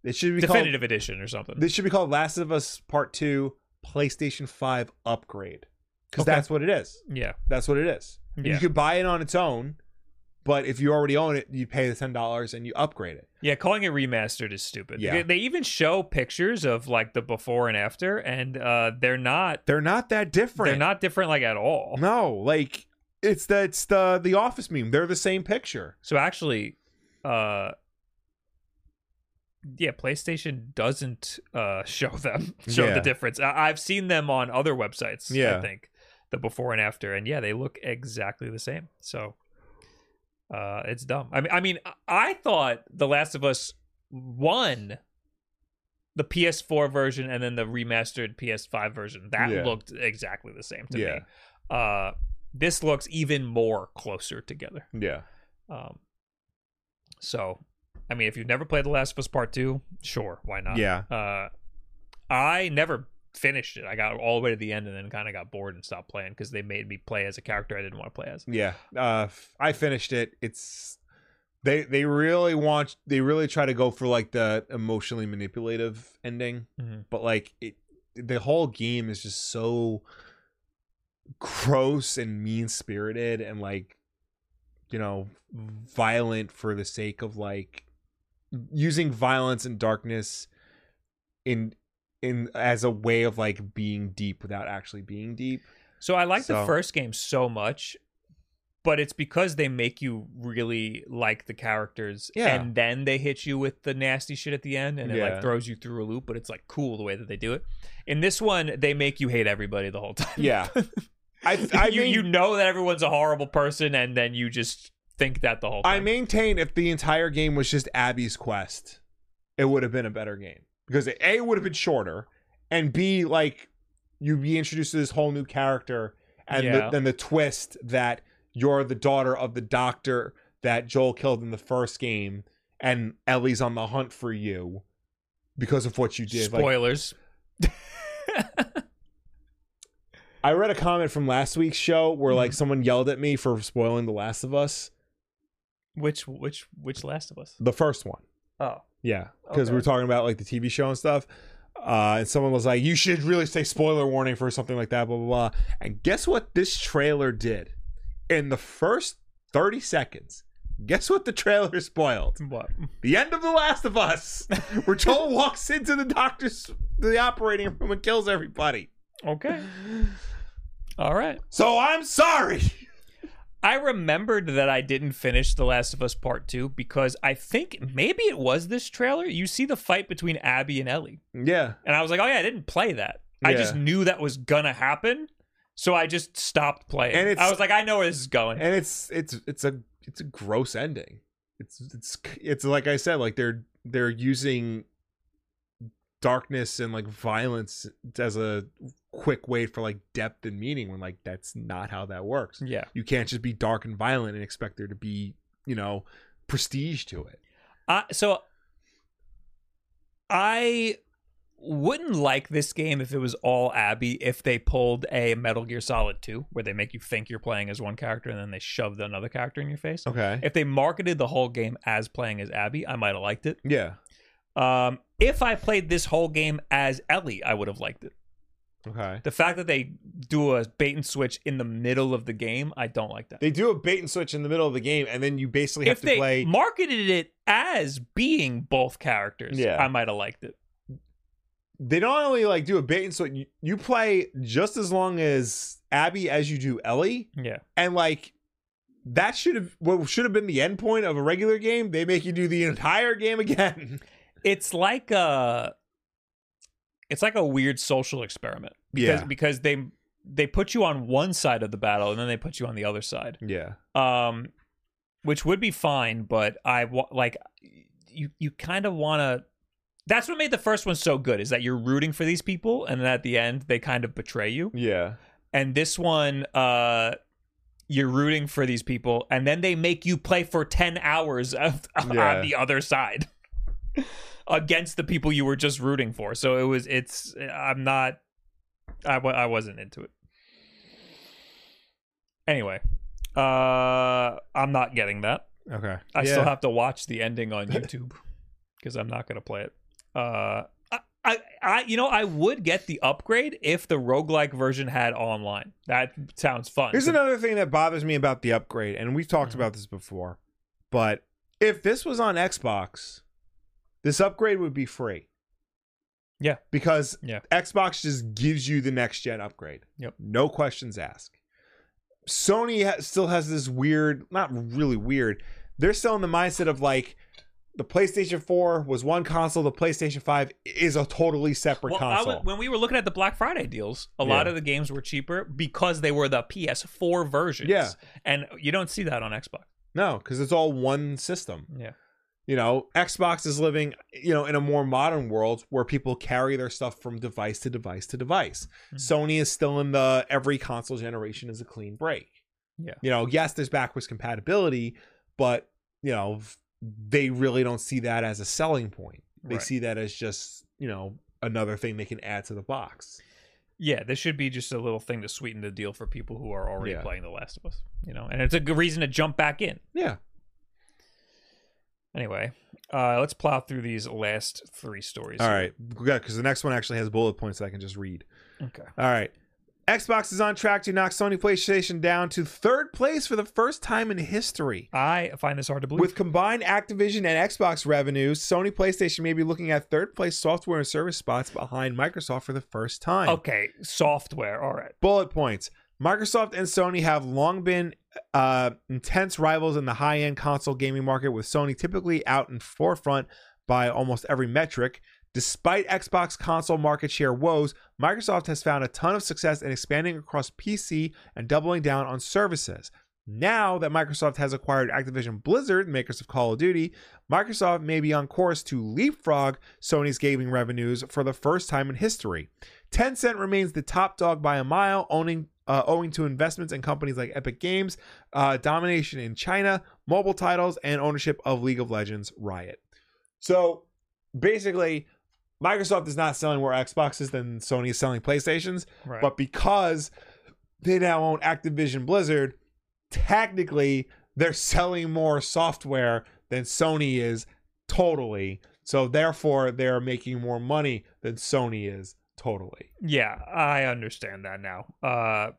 Speaker 2: It should be called,
Speaker 1: definitive edition or something.
Speaker 2: This should be called Last of Us Part Two PlayStation Five Upgrade because
Speaker 1: Okay.
Speaker 2: that's what it is.
Speaker 1: yeah,
Speaker 2: That's what it is. And
Speaker 1: Yeah.
Speaker 2: You could buy it on its own, but if you already own it, you pay the ten dollars and you upgrade it.
Speaker 1: yeah. Calling it remastered is stupid.
Speaker 2: Yeah.
Speaker 1: They, they even show pictures of like the before and after, and uh, they're not
Speaker 2: They're not that different.
Speaker 1: they're not different like at all.
Speaker 2: No, like it's the it's the the Office meme. They're the same picture.
Speaker 1: So actually, uh, yeah, PlayStation doesn't uh show them show
Speaker 2: Yeah.
Speaker 1: the difference. I- I've seen them on other websites. I
Speaker 2: Yeah.
Speaker 1: think the before and after, and yeah, they look exactly the same. So. Uh, it's dumb. I mean, I mean, I- I thought The Last of Us one, the PS4 version, and then the remastered PS5 version that
Speaker 2: Yeah.
Speaker 1: looked exactly the same to
Speaker 2: Yeah.
Speaker 1: me. Uh, this looks even more closer together.
Speaker 2: Yeah.
Speaker 1: Um, so, I mean, if you've never played The Last of Us Part Two, sure, why not?
Speaker 2: Yeah.
Speaker 1: Uh, I never finished it. I got all the way to the end and then kind of got bored and stopped playing because they made me play as a character I didn't want to play as.
Speaker 2: Yeah. Uh f- I finished it. It's they they really want they really try to go for like the emotionally manipulative ending.
Speaker 1: Mhm.
Speaker 2: but like it the whole game is just so gross and mean spirited and like you know violent for the sake of like using violence and darkness in in as a way of like being deep without actually being deep
Speaker 1: So I like the
Speaker 2: So-
Speaker 1: first game so much, but it's because they make you really like the characters,
Speaker 2: Yeah.
Speaker 1: and then they hit you with the nasty shit at the end, and it
Speaker 2: Yeah.
Speaker 1: like throws you through a loop. But it's like cool the way that they do it. In this one, they make you hate everybody the whole time.
Speaker 2: yeah i i
Speaker 1: you,
Speaker 2: mean
Speaker 1: you know that everyone's a horrible person, and then you just think that the whole time.
Speaker 2: I maintain if the entire game was just Abby's quest, it would have been a better game because A it would have been shorter, and B like you'd be introduced to this whole new character, and
Speaker 1: Yeah.
Speaker 2: the, then the twist that you're the daughter of the doctor that Joel killed in the first game, and Ellie's on the hunt for you because of what you did. Like,
Speaker 1: Spoilers.
Speaker 2: I read a comment from last week's show where like someone yelled at me for spoiling The Last of Us,
Speaker 1: Which which which Last of Us?
Speaker 2: the first one.
Speaker 1: Oh,
Speaker 2: Yeah, because
Speaker 1: Okay.
Speaker 2: we were talking about like the TV show and stuff. Uh, and someone was like, "You should really say spoiler warning for something like that." Blah blah blah. And guess what? This trailer did in the first thirty seconds. Guess what? The trailer spoiled
Speaker 1: what?
Speaker 2: the end of The Last of Us, where Joel walks into the doctor's the operating room and kills everybody.
Speaker 1: Okay. All right.
Speaker 2: So I'm sorry.
Speaker 1: I remembered that I didn't finish The Last of Us Part 2 because I think maybe it was this trailer. You see the fight between Abby and Ellie.
Speaker 2: Yeah,
Speaker 1: And I was like, oh, yeah, I didn't play that. I
Speaker 2: Yeah.
Speaker 1: just knew that was going to happen. So I just stopped playing.
Speaker 2: And it's-
Speaker 1: I was like, I know where this is going.
Speaker 2: and it's it's it's a it's a gross ending it's it's it's like i said like they're they're using darkness and like violence as a quick way for like depth and meaning when like that's not how that works
Speaker 1: yeah.
Speaker 2: you can't just be dark and violent and expect there to be you know prestige to it
Speaker 1: I Uh, so I wouldn't like this game if it was all Abby if they pulled a Metal Gear Solid 2 where they make you think you're playing as one character and then they shove another character in your face.
Speaker 2: okay
Speaker 1: If they marketed the whole game as playing as Abby, I might have liked it.
Speaker 2: yeah
Speaker 1: Um, if I played this whole game as Ellie, I would have liked it.
Speaker 2: okay
Speaker 1: The fact that they do a bait and switch in the middle of the game, I don't like that.
Speaker 2: they do a bait and switch in the middle of the game and then you basically have
Speaker 1: if
Speaker 2: to
Speaker 1: they
Speaker 2: play
Speaker 1: marketed it as being both characters,
Speaker 2: Yeah.
Speaker 1: I might have liked it.
Speaker 2: they don't only like do a bait and switch you, you play just as long as abby as you do ellie
Speaker 1: Yeah.
Speaker 2: and like that should have what should have been the end point of a regular game they make you do the entire game again
Speaker 1: it's like a it's like a weird social experiment because because they they put you on one side of the battle and then they put you on the other side
Speaker 2: yeah
Speaker 1: um which would be fine but i wa- like you you kind of want to that's what made the first one so good is that you're rooting for these people and then at the end they kind of betray you
Speaker 2: yeah
Speaker 1: and this one uh you're rooting for these people and then they make you play for 10 hours of,
Speaker 2: Yeah.
Speaker 1: on the other side against the people you were just rooting for so it was it's i'm not i, wa- I wasn't into it anyway uh i'm not getting that
Speaker 2: okay
Speaker 1: i still have to watch the ending on youtube because i'm not gonna play it uh I, I, I, you know, I would get the upgrade if the roguelike version had online. That sounds fun.
Speaker 2: here's another thing that bothers me about the upgrade and we've talked
Speaker 1: Mm-hmm.
Speaker 2: about this before but if this was on xbox this upgrade would be free
Speaker 1: Yeah.
Speaker 2: because
Speaker 1: Yeah.
Speaker 2: xbox just gives you the next gen upgrade
Speaker 1: Yep.
Speaker 2: no questions asked Sony ha- still has this weird, not really weird. They're still in the mindset of like the PlayStation 4 was one console, the PlayStation 5 is a totally separate
Speaker 1: Well, I
Speaker 2: console.
Speaker 1: was- when we were looking at the Black Friday deals, a
Speaker 2: Yeah.
Speaker 1: lot of the games were cheaper because they were the PS4 versions.
Speaker 2: Yeah.
Speaker 1: and you don't see that on Xbox.
Speaker 2: no, because it's all one system.
Speaker 1: Yeah,
Speaker 2: You know, Xbox is living, you know, in a more modern world where people carry their stuff from device to device to device.
Speaker 1: Mm-hmm.
Speaker 2: Sony is still in the every console generation is a clean break.
Speaker 1: Yeah.
Speaker 2: You know, yes, there's backwards compatibility, but you know, they really don't see that as a selling point. They
Speaker 1: Right.
Speaker 2: see that as just, you know, another thing they can add to the box.
Speaker 1: yeah. This should be just a little thing to sweeten the deal for people who are already
Speaker 2: Yeah.
Speaker 1: playing The Last of Us. You know, and it's a good reason to jump back in.
Speaker 2: Yeah.
Speaker 1: Anyway, uh, let's plow through these last three stories.
Speaker 2: All right. Good, because the next one actually has bullet points that I can just read.
Speaker 1: Okay.
Speaker 2: All right. Xbox is on track to knock Sony PlayStation down to third place for the first time in history.
Speaker 1: I find this hard to believe.
Speaker 2: With combined Activision and Xbox revenues, Sony PlayStation may be looking at third place software and service spots behind Microsoft for the first time.
Speaker 1: okay, software. All right.
Speaker 2: Bullet points. Microsoft and Sony have long been uh, intense rivals in the high end console gaming market, with Sony typically out in forefront by almost every metric. Despite Xbox console market share woes, Microsoft has found a ton of success in expanding across PC and doubling down on services. Now that Microsoft has acquired Activision Blizzard, makers of Call of Duty, Microsoft may be on course to leapfrog Sony's gaming revenues for the first time in history. Tencent remains the top dog by a mile, owning uh, owing to investments in companies like Epic Games, uh, domination in China, mobile titles, and ownership of League of Legends Riot. So basically, Microsoft is not selling more Xboxes than Sony is selling PlayStations,
Speaker 1: Right.
Speaker 2: but because they now own Activision Blizzard, technically they're selling more software than Sony is totally. So therefore, they're making more money than Sony is totally.
Speaker 1: yeah, I understand that now. Uh,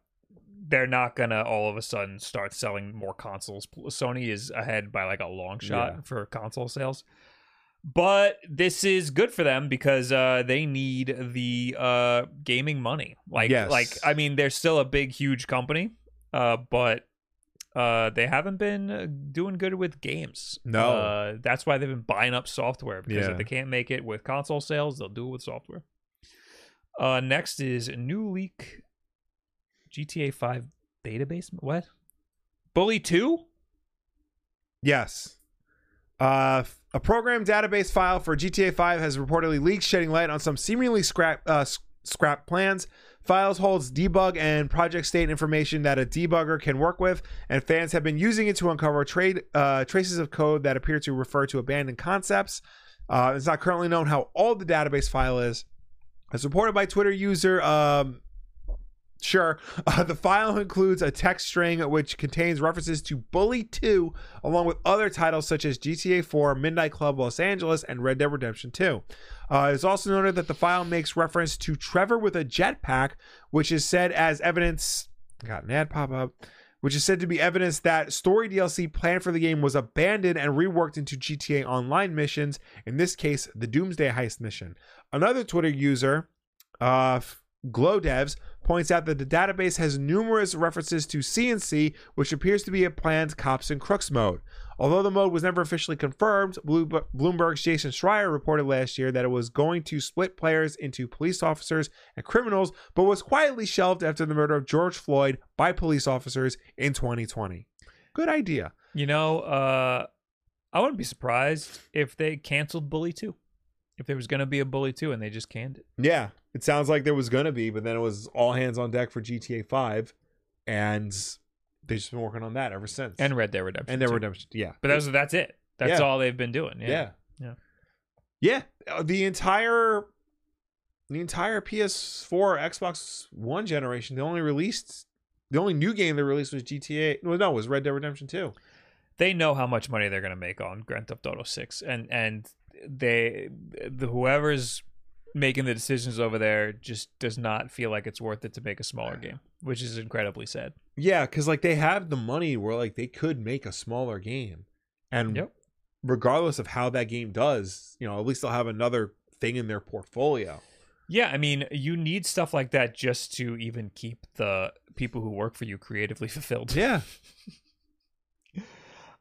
Speaker 1: they're not gonna all of a sudden start selling more consoles. Pl- Sony is ahead by like a long shot
Speaker 2: Yeah.
Speaker 1: for console sales. But this is good for them because uh, they need the uh, gaming money. Like,
Speaker 2: Yes.
Speaker 1: like I mean, they're still a big, huge company, uh, but uh, they haven't been uh, doing good with games.
Speaker 2: No.
Speaker 1: uh, that's why they've been buying up software because
Speaker 2: Yeah.
Speaker 1: if they can't make it with console sales, they'll do it with software. Uh, next is new leak GTA 5 database. What? Bully 2?
Speaker 2: Yes. Uh, a program database file for GTA 5 has reportedly leaked, shedding light on some seemingly scrap uh, s- scrap plans. Files holds debug and project state information that a debugger can work with, and fans have been using it to uncover trade uh, traces of code that appear to refer to abandoned concepts. Uh, it's not currently known how old the database file is. As reported by Twitter user um, Sure. Uh, the file includes a text string which contains references to Bully 2, along with other titles such as GTA 4, Midnight Club Los Angeles, and Red Dead Redemption 2. Uh, it's also noted that the file makes reference to Trevor with a jetpack, which is said as evidence. I Got an ad pop up. Which is said to be evidence that story DLC planned for the game was abandoned and reworked into GTA Online missions, in this case, the Doomsday Heist mission. Another Twitter user, uh, GlowDevs points out that the database has numerous references to CNC, which appears to be a planned cops and crooks mode. Although the mode was never officially confirmed, Blu- Bloomberg's Jason Schreier reported last year that it was going to split players into police officers and criminals, but was quietly shelved after the murder of George Floyd by police officers in 2020. Good idea.
Speaker 1: You know, uh, I wouldn't be surprised if they canceled Bully 2. If there was going to be a Bully 2 and they just canned it.
Speaker 2: Yeah, it sounds like there was gonna be, but then it was all hands on deck for GTA 5, and they've just been working on that ever since.
Speaker 1: And Red Dead Redemption.
Speaker 2: and there
Speaker 1: 2.
Speaker 2: were redemption. Yeah,
Speaker 1: But that's, that's it. That's
Speaker 2: Yeah.
Speaker 1: all they've been doing. Yeah.
Speaker 2: yeah,
Speaker 1: Yeah.
Speaker 2: yeah. Uh, The entire, the entire PS4, Xbox One generation, they only released, the only new game they released was GTA. Well, no, it was Red Dead Redemption Two.
Speaker 1: They know how much money they're going to make on Grand Theft Auto 6. And, and they, the, whoever's making the decisions over there just does not feel like it's worth it to make a smaller game, which is incredibly sad.
Speaker 2: Yeah, because like they have the money where like they could make a smaller game, and
Speaker 1: Yep.
Speaker 2: regardless of how that game does, you know, at least they'll have another thing in their portfolio.
Speaker 1: Yeah, I mean, you need stuff like that just to even keep the people who work for you creatively fulfilled.
Speaker 2: Yeah,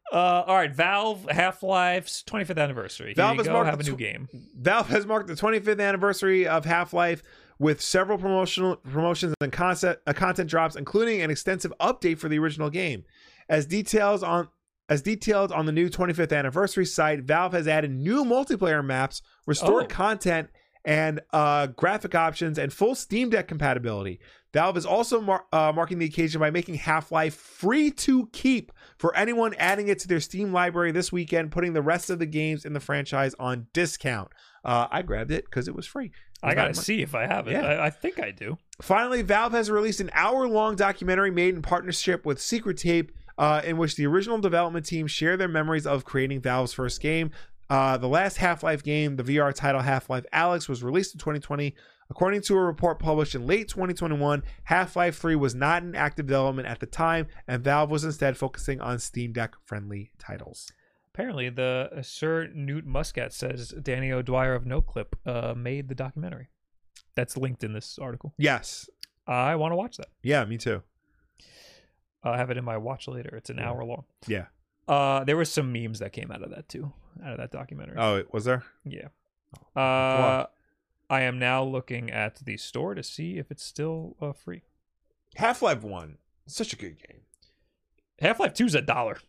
Speaker 1: Uh, all right, Valve Half Life's 25th anniversary. Here
Speaker 2: Valve
Speaker 1: you
Speaker 2: has
Speaker 1: go,
Speaker 2: marked
Speaker 1: have a
Speaker 2: the
Speaker 1: new
Speaker 2: tw-
Speaker 1: game.
Speaker 2: Valve has marked the 25th anniversary of Half-Life with several promotional promotions and concept uh, content drops, including an extensive update for the original game. As details on as detailed on the new 25th anniversary site, Valve has added new multiplayer maps, restored
Speaker 1: Oh.
Speaker 2: content and uh, graphic options, and full Steam Deck compatibility. Valve is also mar- uh, marking the occasion by making Half Life free to keep for anyone adding it to their Steam library this weekend, putting the rest of the games in the franchise on discount. Uh, I grabbed it because it was free.
Speaker 1: I
Speaker 2: got
Speaker 1: gotta see if I have it.
Speaker 2: Yeah.
Speaker 1: I, I think I do.
Speaker 2: Finally, Valve has released an hour long documentary made in partnership with Secret Tape, uh, in which the original development team share their memories of creating Valve's first game. Uh, the last Half Life game, the VR title Half Life Alex, was released in 2020. According to a report published in late 2021, Half Life 3 was not in active development at the time, and Valve was instead focusing on Steam Deck friendly titles.
Speaker 1: Apparently, the uh, Sir Newt Muscat says Danny O'Dwyer of NoClip uh, made the documentary. That's linked in this article.
Speaker 2: Yes.
Speaker 1: I want to watch that.
Speaker 2: Yeah, me too.
Speaker 1: I have it in my watch later. It's an hour long.
Speaker 2: Yeah.
Speaker 1: Uh, there were some memes that came out of that too, out of that documentary.
Speaker 2: Oh, it was there?
Speaker 1: Yeah.
Speaker 2: on.
Speaker 1: Uh, I am now looking at the store to see if it's still uh, free.
Speaker 2: Half Life 1. Such a good game.
Speaker 1: Half Life Two is a dollar.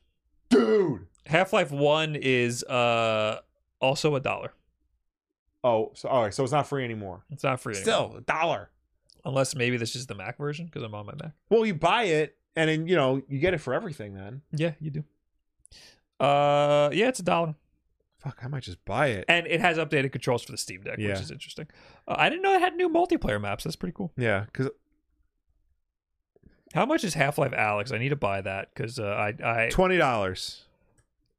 Speaker 2: Dude.
Speaker 1: Half Life One is uh also a dollar.
Speaker 2: Oh, so, all right. So it's not free anymore.
Speaker 1: It's not free. anymore.
Speaker 2: Still, a dollar.
Speaker 1: Unless maybe this is the Mac version because I'm on my Mac.
Speaker 2: Well, you buy it and then you know you get it for everything. Then
Speaker 1: Yeah, you do. Uh, yeah, it's a dollar,
Speaker 2: fuck, I might just buy it.
Speaker 1: and it has updated controls for the Steam Deck,
Speaker 2: Yeah.
Speaker 1: which is interesting. Uh, I didn't know it had new multiplayer maps. That's pretty cool.
Speaker 2: Yeah, because
Speaker 1: How much is Half Life Alex? I need to buy that because uh, I
Speaker 2: twenty dollars.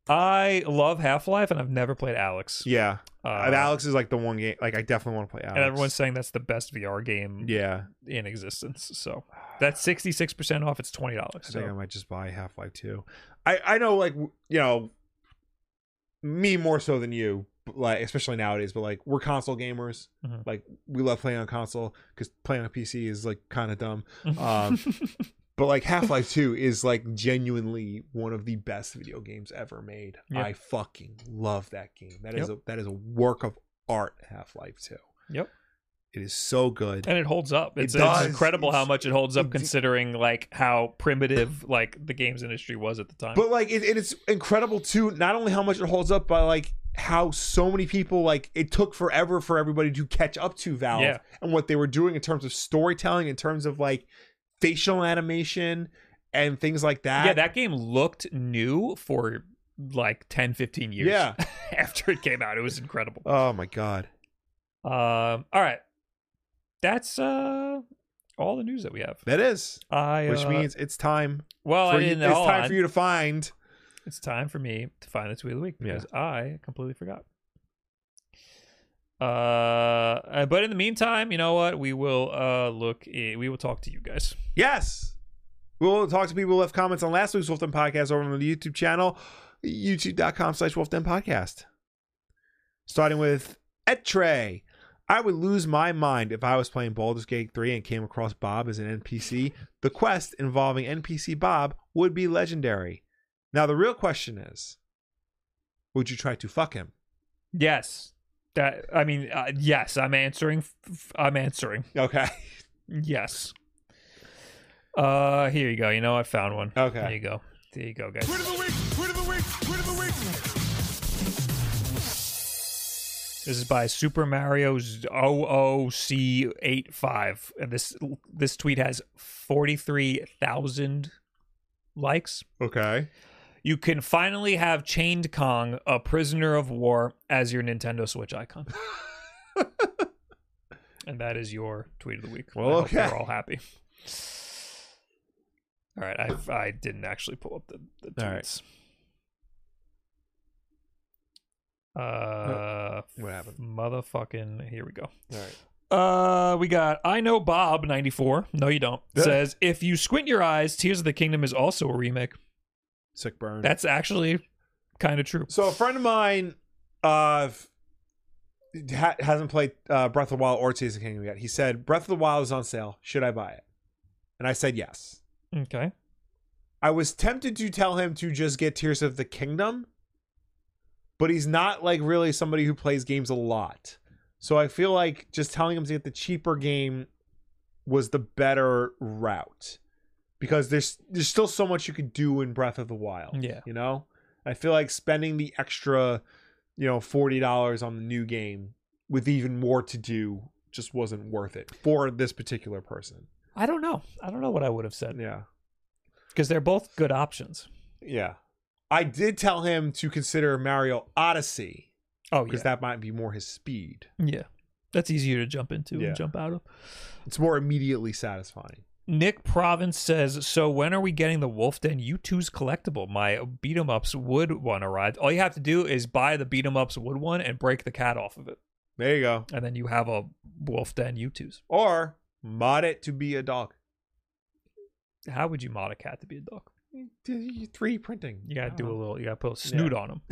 Speaker 1: I I love Half Life, and I've never played Alex.
Speaker 2: Yeah,
Speaker 1: Uh,
Speaker 2: and Alex is like the one game. Like I definitely want to play Alex.
Speaker 1: and everyone's saying that's the best VR game
Speaker 2: yeah,
Speaker 1: in existence. So that's sixty six percent off. It's twenty dollars.
Speaker 2: I think I
Speaker 1: So.
Speaker 2: might just buy Half Life Two. I I know like w- you know me more so than you, but, like especially nowadays. But like we're console gamers.
Speaker 1: Mhm.
Speaker 2: Like we love playing on console because playing on PC is like kind of dumb. Um, but like Half Life Two is like genuinely one of the best video games ever made.
Speaker 1: Yeah.
Speaker 2: I fucking love that game. That is a, that is a work of art. Half Life Two.
Speaker 1: Yep.
Speaker 2: It is so good.
Speaker 1: and it holds up.
Speaker 2: It
Speaker 1: It's,
Speaker 2: does.
Speaker 1: it's incredible how
Speaker 2: It's-
Speaker 1: much it holds up
Speaker 2: it-
Speaker 1: considering like how primitive like the games industry was at the time.
Speaker 2: But like it, it's incredible too. Not only how much it holds up, but like how so many people like it took forever for everybody to catch up to Valve
Speaker 1: Yeah.
Speaker 2: and what they were doing in terms of storytelling, in terms of like facial animation and things like that.
Speaker 1: yeah, that game looked new for like 10 15 years
Speaker 2: Yeah.
Speaker 1: after it came out. It was incredible.
Speaker 2: Oh my god.
Speaker 1: Um all right. That's uh all the news that we have.
Speaker 2: That is.
Speaker 1: I
Speaker 2: Which
Speaker 1: uh,
Speaker 2: means it's time.
Speaker 1: well,
Speaker 2: for
Speaker 1: Oh, I
Speaker 2: you,
Speaker 1: didn't
Speaker 2: it's
Speaker 1: hold
Speaker 2: time
Speaker 1: on.
Speaker 2: for you to find.
Speaker 1: It's time for me to find the tweet of the week
Speaker 2: Yeah.
Speaker 1: because I completely forgot. Uh, uh, but in the meantime, you know what? We will uh look. i- we will talk to you guys.
Speaker 2: Yes. We will talk to people who left comments on last week's Wolf Den podcast over on the YouTube channel, youtube.com slash Wolf Den podcast. Starting with Etre. I would lose my mind if I was playing Baldur's Gate 3 and came across Bob as an NPC. The quest involving NPC Bob would be legendary. Now, the real question is would you try to fuck him?
Speaker 1: Yes, that I mean, uh, yes, I'm answering. f- f- I'm answering.
Speaker 2: Okay.
Speaker 1: Yes. Uh, here you go. You know, I found one.
Speaker 2: Okay.
Speaker 1: There you go. There you go, guys. This is by Super Mario's OOC85. And this this tweet has 43,000 likes.
Speaker 2: Okay.
Speaker 1: You can finally have Chained Kong, a prisoner of war, as your Nintendo Switch icon. and that is your tweet of the week.
Speaker 2: Well,
Speaker 1: I hope
Speaker 2: okay.
Speaker 1: We're all happy. All right, I I didn't actually pull up the, the
Speaker 2: All right.
Speaker 1: tweets. Uh,
Speaker 2: What happened?
Speaker 1: motherfucking. Here we go.
Speaker 2: All right.
Speaker 1: Uh, we got I know Bob ninety four. No, you don't. Says if you squint your eyes, Tears of the Kingdom is also a remake.
Speaker 2: Sick burn.
Speaker 1: That's actually kind of true.
Speaker 2: So a friend of mine uh f- ha- hasn't played uh, Breath of the Wild or Tears of the Kingdom yet. He said Breath of the Wild is on sale. Should I buy it? And I said yes.
Speaker 1: Okay.
Speaker 2: I was tempted to tell him to just get Tears of the Kingdom, but he's not like really somebody who plays games a lot. So I feel like just telling him to get the cheaper game was the better route because there's there's still so much you could do in Breath of the Wild.
Speaker 1: Yeah.
Speaker 2: You know? I feel like spending the extra, you know, $40 on the new game with even more to do just wasn't worth it for this particular person.
Speaker 1: I don't know. I don't know what I would have said
Speaker 2: Yeah.
Speaker 1: because they're both good options.
Speaker 2: Yeah. I did tell him to consider Mario Odyssey
Speaker 1: Oh yeah,
Speaker 2: because that might be more his speed.
Speaker 1: yeah. That's easier to jump into
Speaker 2: Yeah.
Speaker 1: and jump out of.
Speaker 2: It's more immediately satisfying.
Speaker 1: Nick Province says, "So when are we getting the Wolf Den U2's collectible? My beat 'em ups wood one arrived. All you have to do is buy the beat 'em ups wood one and break the cat off of it,
Speaker 2: There you go.
Speaker 1: and then you have a Wolf Den U2's.
Speaker 2: Or mod it to be a dog.
Speaker 1: How would you mod a cat to be a dog?
Speaker 2: 3D printing.
Speaker 1: You gotta
Speaker 2: I
Speaker 1: do a
Speaker 2: don't know.
Speaker 1: little. You gotta put a snoot on 'em.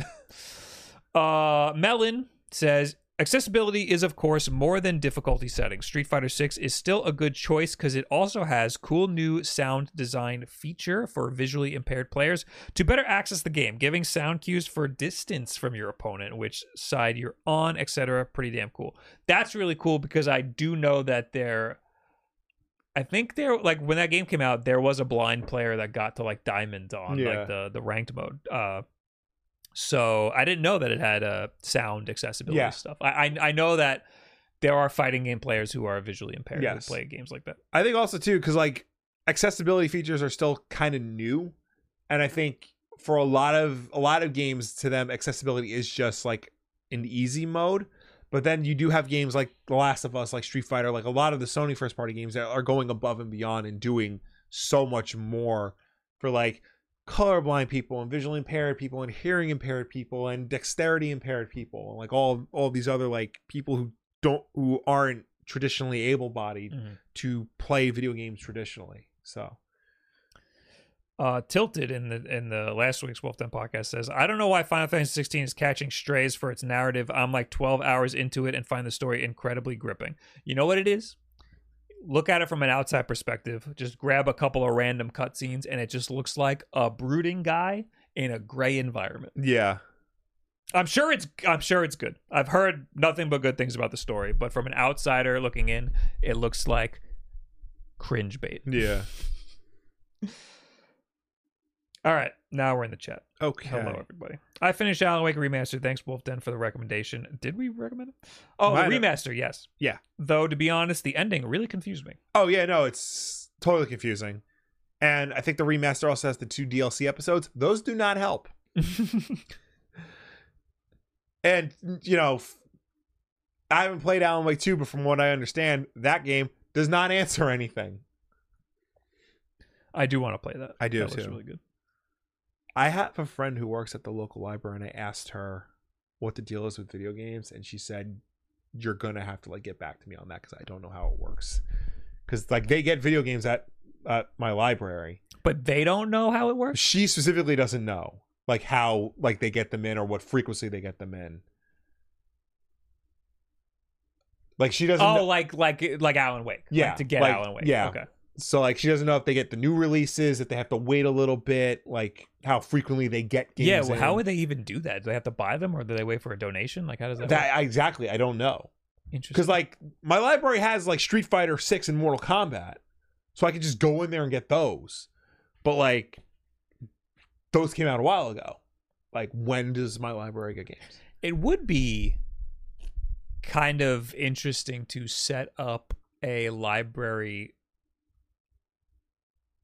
Speaker 1: on them. uh, Melon says accessibility is of course more than difficulty settings. Street Fighter Six is still a good choice because it also has cool new sound design feature for visually impaired players to better access the game, giving sound cues for distance from your opponent, which side you're on, etc. Pretty damn cool. That's really cool because I do know that there. I think there, like when that game came out, there was a blind player that got to like diamond on
Speaker 2: Yeah.
Speaker 1: like the the ranked mode. Uh, so I didn't know that it had uh, sound accessibility
Speaker 2: Yeah.
Speaker 1: stuff. I, I I know that there are fighting game players who are visually impaired
Speaker 2: Yes.
Speaker 1: who play games like that.
Speaker 2: I think also too because like accessibility features are still kind of new, and I think for a lot of a lot of games to them accessibility is just like an easy mode. But then you do have games like The Last of Us, like Street Fighter, like a lot of the Sony first party games that are going above and beyond and doing so much more for like colorblind people and visually impaired people and hearing impaired people and dexterity impaired people and like all all these other like people who don't who aren't traditionally able bodied
Speaker 1: Mm-hmm.
Speaker 2: to play video games traditionally. So
Speaker 1: Uh, Tilted in the in the last week's Wolf Den podcast says, I don't know why Final Fantasy 16 is catching strays for its narrative. I'm like 12 hours into it and find the story incredibly gripping. You know what it is? Look at it from an outside perspective. Just grab a couple of random cutscenes, and it just looks like a brooding guy in a gray environment.
Speaker 2: yeah,
Speaker 1: I'm sure it's I'm sure it's good. I've heard nothing but good things about the story, but from an outsider looking in, it looks like cringe bait.
Speaker 2: yeah.
Speaker 1: All right, now we're in the chat.
Speaker 2: Okay.
Speaker 1: Hello, everybody. I finished Alan Wake Remastered. Thanks, Wolf Den, for the recommendation. Did we recommend it? Oh, the
Speaker 2: Might have.
Speaker 1: remaster, yes.
Speaker 2: Yeah.
Speaker 1: Though, to be honest, the ending really confused me.
Speaker 2: Oh yeah, no, it's totally confusing. And I think the remaster also has the two DLC episodes. Those do not help. and you know, f- I haven't played Alan Wake 2, but from what I understand, that game does not answer anything.
Speaker 1: I do want to play that.
Speaker 2: I do,
Speaker 1: That looks
Speaker 2: too.
Speaker 1: really good.
Speaker 2: I have a friend who works at the local library, and I asked her what the deal is with video games, and she said, "You're gonna have to like get back to me on that because I don't know how it works." Because like they get video games at at my library.
Speaker 1: But they don't know how it works.
Speaker 2: She specifically doesn't know like how like they get them in or what frequency they get them in. Like she doesn't.
Speaker 1: Oh,
Speaker 2: know-
Speaker 1: like like like Alan Wake. Like,
Speaker 2: Yeah,
Speaker 1: to get
Speaker 2: like-
Speaker 1: Alan Wake.
Speaker 2: yeah.
Speaker 1: Okay.
Speaker 2: so like she doesn't know if they get the new releases, if they have to wait a little bit, like how frequently they get games.
Speaker 1: yeah. Well, how
Speaker 2: in.
Speaker 1: would they even do that? Do they have to buy them, or do they wait for a donation? Like, how does that? work?
Speaker 2: that exactly? I don't know.
Speaker 1: Interesting.
Speaker 2: because like my library has like Street Fighter Six and Mortal Kombat, so I could just go in there and get those. But like, those came out a while ago. Like, when does my library get games?
Speaker 1: it would be kind of interesting to set up a library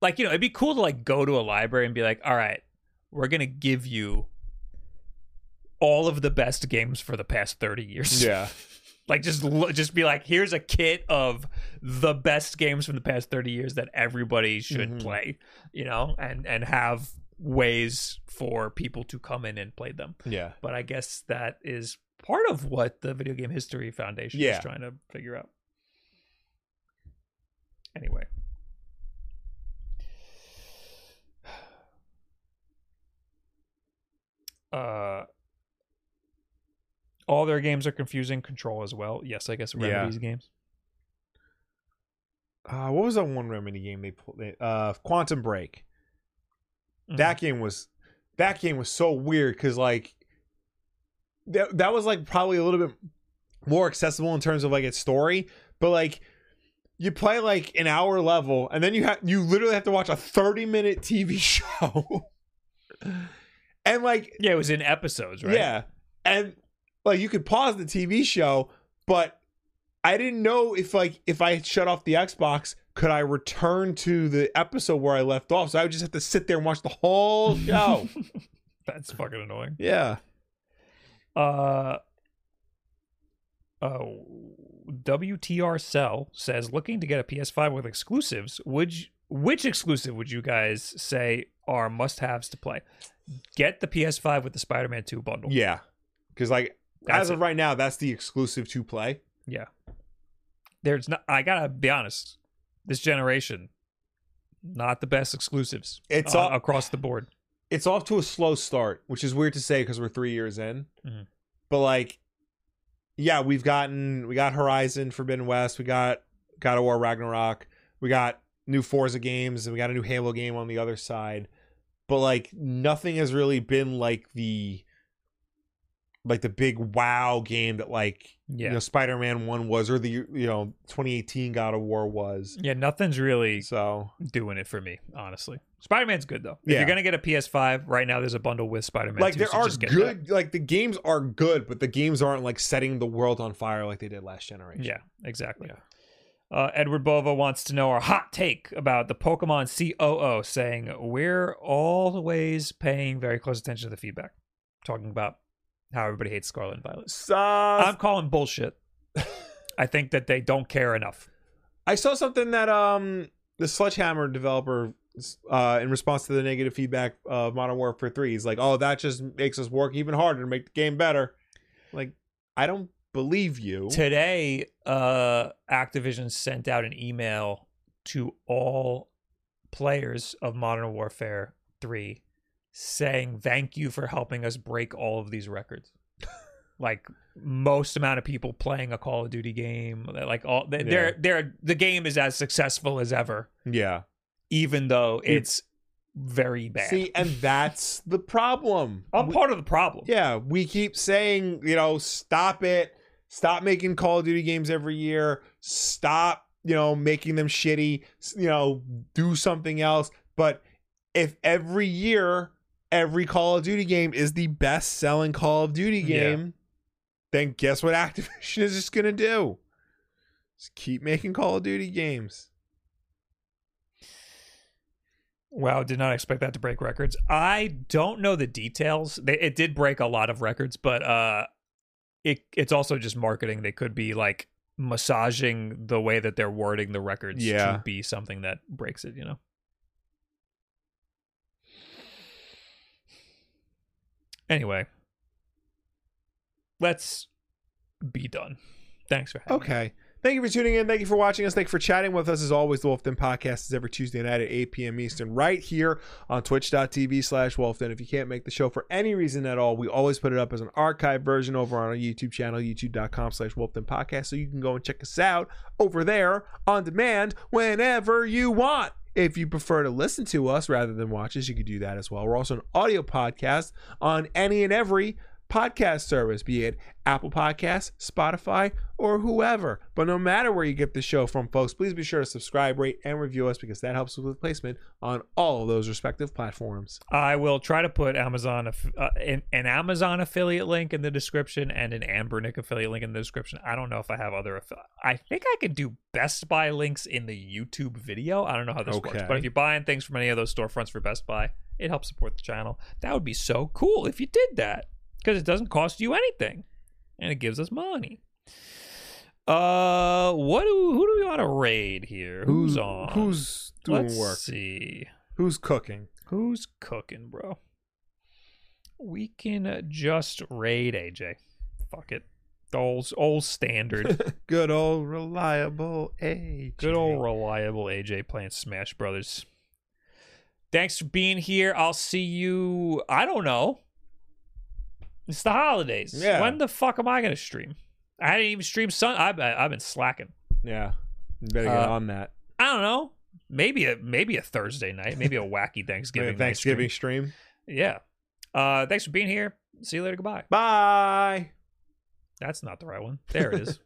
Speaker 1: like you know it'd be cool to like go to a library and be like all right we're gonna give you all of the best games for the past 30 years like just lo- just be like here's a kit of the best games from the past 30 years that everybody should
Speaker 2: Mhm.
Speaker 1: play you know and and have ways for people to come in and play them
Speaker 2: yeah.
Speaker 1: but I guess that is part of what the Video Game History Foundation
Speaker 2: Yeah.
Speaker 1: is trying to figure out. Anyway. Uh all their games are confusing control as well. Yes, I guess
Speaker 2: Yeah.
Speaker 1: Remedy's games.
Speaker 2: Uh, what was that one remedy game they played? Uh, Quantum Break. that game was that game was so weird because like that, that was like probably a little bit more accessible in terms of like its story but like you play like an hour level and then you have you literally have to watch a 30 minute tv show and like
Speaker 1: Mm-hmm. Yeah, it was in episodes, right?
Speaker 2: yeah and like you could pause the tv show but i didn't know if like if i had shut off the xbox could i return to the episode where i left off so i would just have to sit there and watch the whole show
Speaker 1: That's fucking annoying.
Speaker 2: Yeah.
Speaker 1: Uh, oh, WTR Cell says looking to get a PS5 with exclusives. Would you, which exclusive would you guys say are must-haves to play? Get the PS5 with the Spider-Man 2 bundle.
Speaker 2: Yeah. Because like
Speaker 1: That's
Speaker 2: as of
Speaker 1: it.
Speaker 2: right now, that's the exclusive to play.
Speaker 1: Yeah. There's not. I gotta be honest. This generation, not the best exclusives.
Speaker 2: It's
Speaker 1: a-
Speaker 2: all-
Speaker 1: across the board.
Speaker 2: It's off to a slow start, which is weird to say because we're three years in.
Speaker 1: Mhm.
Speaker 2: But like, yeah, we've gotten we got Horizon Forbidden West, we got God of War Ragnarok, we got new Forza games, and we got a new Halo game on the other side. But like, nothing has really been like the like the big wow game that like
Speaker 1: Yeah.
Speaker 2: you know Spider-Man 1 was or the you know 2018 God of War was.
Speaker 1: Yeah, nothing's really
Speaker 2: So,
Speaker 1: doing it for me, honestly. Spider Man's good though. If
Speaker 2: Yeah.
Speaker 1: you're gonna get a PS5 right now, there's a bundle with Spider Man.
Speaker 2: like
Speaker 1: too,
Speaker 2: there
Speaker 1: so
Speaker 2: are
Speaker 1: just get
Speaker 2: good like the games are good, but the games aren't like setting the world on fire like they did last
Speaker 1: that.
Speaker 2: generation.
Speaker 1: Yeah, exactly. Uh, Edward Bova wants to know our hot take about the Pokemon COO, saying we're always paying very close attention to the feedback, talking about how everybody hates Scarlet and Violet. I'm
Speaker 2: Sus.
Speaker 1: calling bullshit. I think that they don't care enough.
Speaker 2: I saw something that um the Sledgehammer developer uh in response to the negative feedback of Modern Warfare 3 is like, "Oh, that just makes us work even harder to make the game better." Like, I don't believe you.
Speaker 1: Today, uh, Activision sent out an email to all players of Modern Warfare 3 saying, Thank you for helping us break all of these records. like, most amount of people playing a Call of Duty game, like, all they- they're, they're, the game is as successful as ever,
Speaker 2: yeah.
Speaker 1: even though it's very bad.
Speaker 2: See, and that's the problem.
Speaker 1: I'm part of the problem.
Speaker 2: Yeah, we keep saying, you know, stop it. Stop making Call of Duty games every year. Stop, you know, making them shitty. S- You know, do something else. But if every year, every Call of Duty game is the best selling Call of Duty
Speaker 1: Yeah.
Speaker 2: game, then guess what Activision is just going to do? Just keep making Call of Duty games.
Speaker 1: Wow, did not expect that to break records. I don't know the details. They, it did break a lot of records, but uh, it it's also just marketing. They could be like massaging the way that they're wording the records
Speaker 2: Yeah.
Speaker 1: to be something that breaks it. You know. Anyway, let's be done. Thanks for having me.
Speaker 2: Okay. Thank you for tuning in. Thank you for watching us. Thank you for chatting with us. As always, the Wolfden Podcast is every Tuesday night at 8 p.m. Eastern, right here on twitch.tv slash Wolfden. If you can't make the show for any reason at all, we always put it up as an archive version over on our YouTube channel, youtube.com slash Wolfden Podcast. So you can go and check us out over there on demand whenever you want. If you prefer to listen to us rather than watch us, you could do that as well. We're also an audio podcast on any and every podcast service, be it Apple Podcasts, Spotify, or whoever. But no matter where you get the show from, folks, please be sure to subscribe, rate, and review us because that helps with placement on all of those respective platforms.
Speaker 1: I will try to put Amazon aff- uh, an, an Amazon affiliate link in the description and an Ambernick affiliate link in the description. I don't know if I have other. Affi- I think I could do Best Buy links in the YouTube video. I don't know how this works,
Speaker 2: Okay.
Speaker 1: but if you're buying things from any of those storefronts for Best Buy, it helps support the channel. That would be so cool if you did that because it doesn't cost you anything, and it gives us money. Uh, what do who do we want to raid here? Who's on?
Speaker 2: Who's doing
Speaker 1: Let's
Speaker 2: work?
Speaker 1: See.
Speaker 2: Who's cooking?
Speaker 1: Who's cooking, bro? We can uh, just raid AJ. Fuck it. The old, old standard.
Speaker 2: Good old reliable A.
Speaker 1: Good old reliable AJ playing Smash Brothers. Thanks for being here. I'll see you. I don't know. It's the holidays.
Speaker 2: Yeah.
Speaker 1: When the fuck am I gonna stream? I didn't even stream Sun. I've, I've been slacking.
Speaker 2: Yeah. You better get
Speaker 1: Uh,
Speaker 2: on that.
Speaker 1: I don't know. Maybe a maybe a Thursday night. Maybe a wacky Thanksgiving. night
Speaker 2: Thanksgiving
Speaker 1: stream.
Speaker 2: stream.
Speaker 1: Yeah. Uh, thanks for being here. See you later. Goodbye.
Speaker 2: Bye.
Speaker 1: That's not the right one. There it is.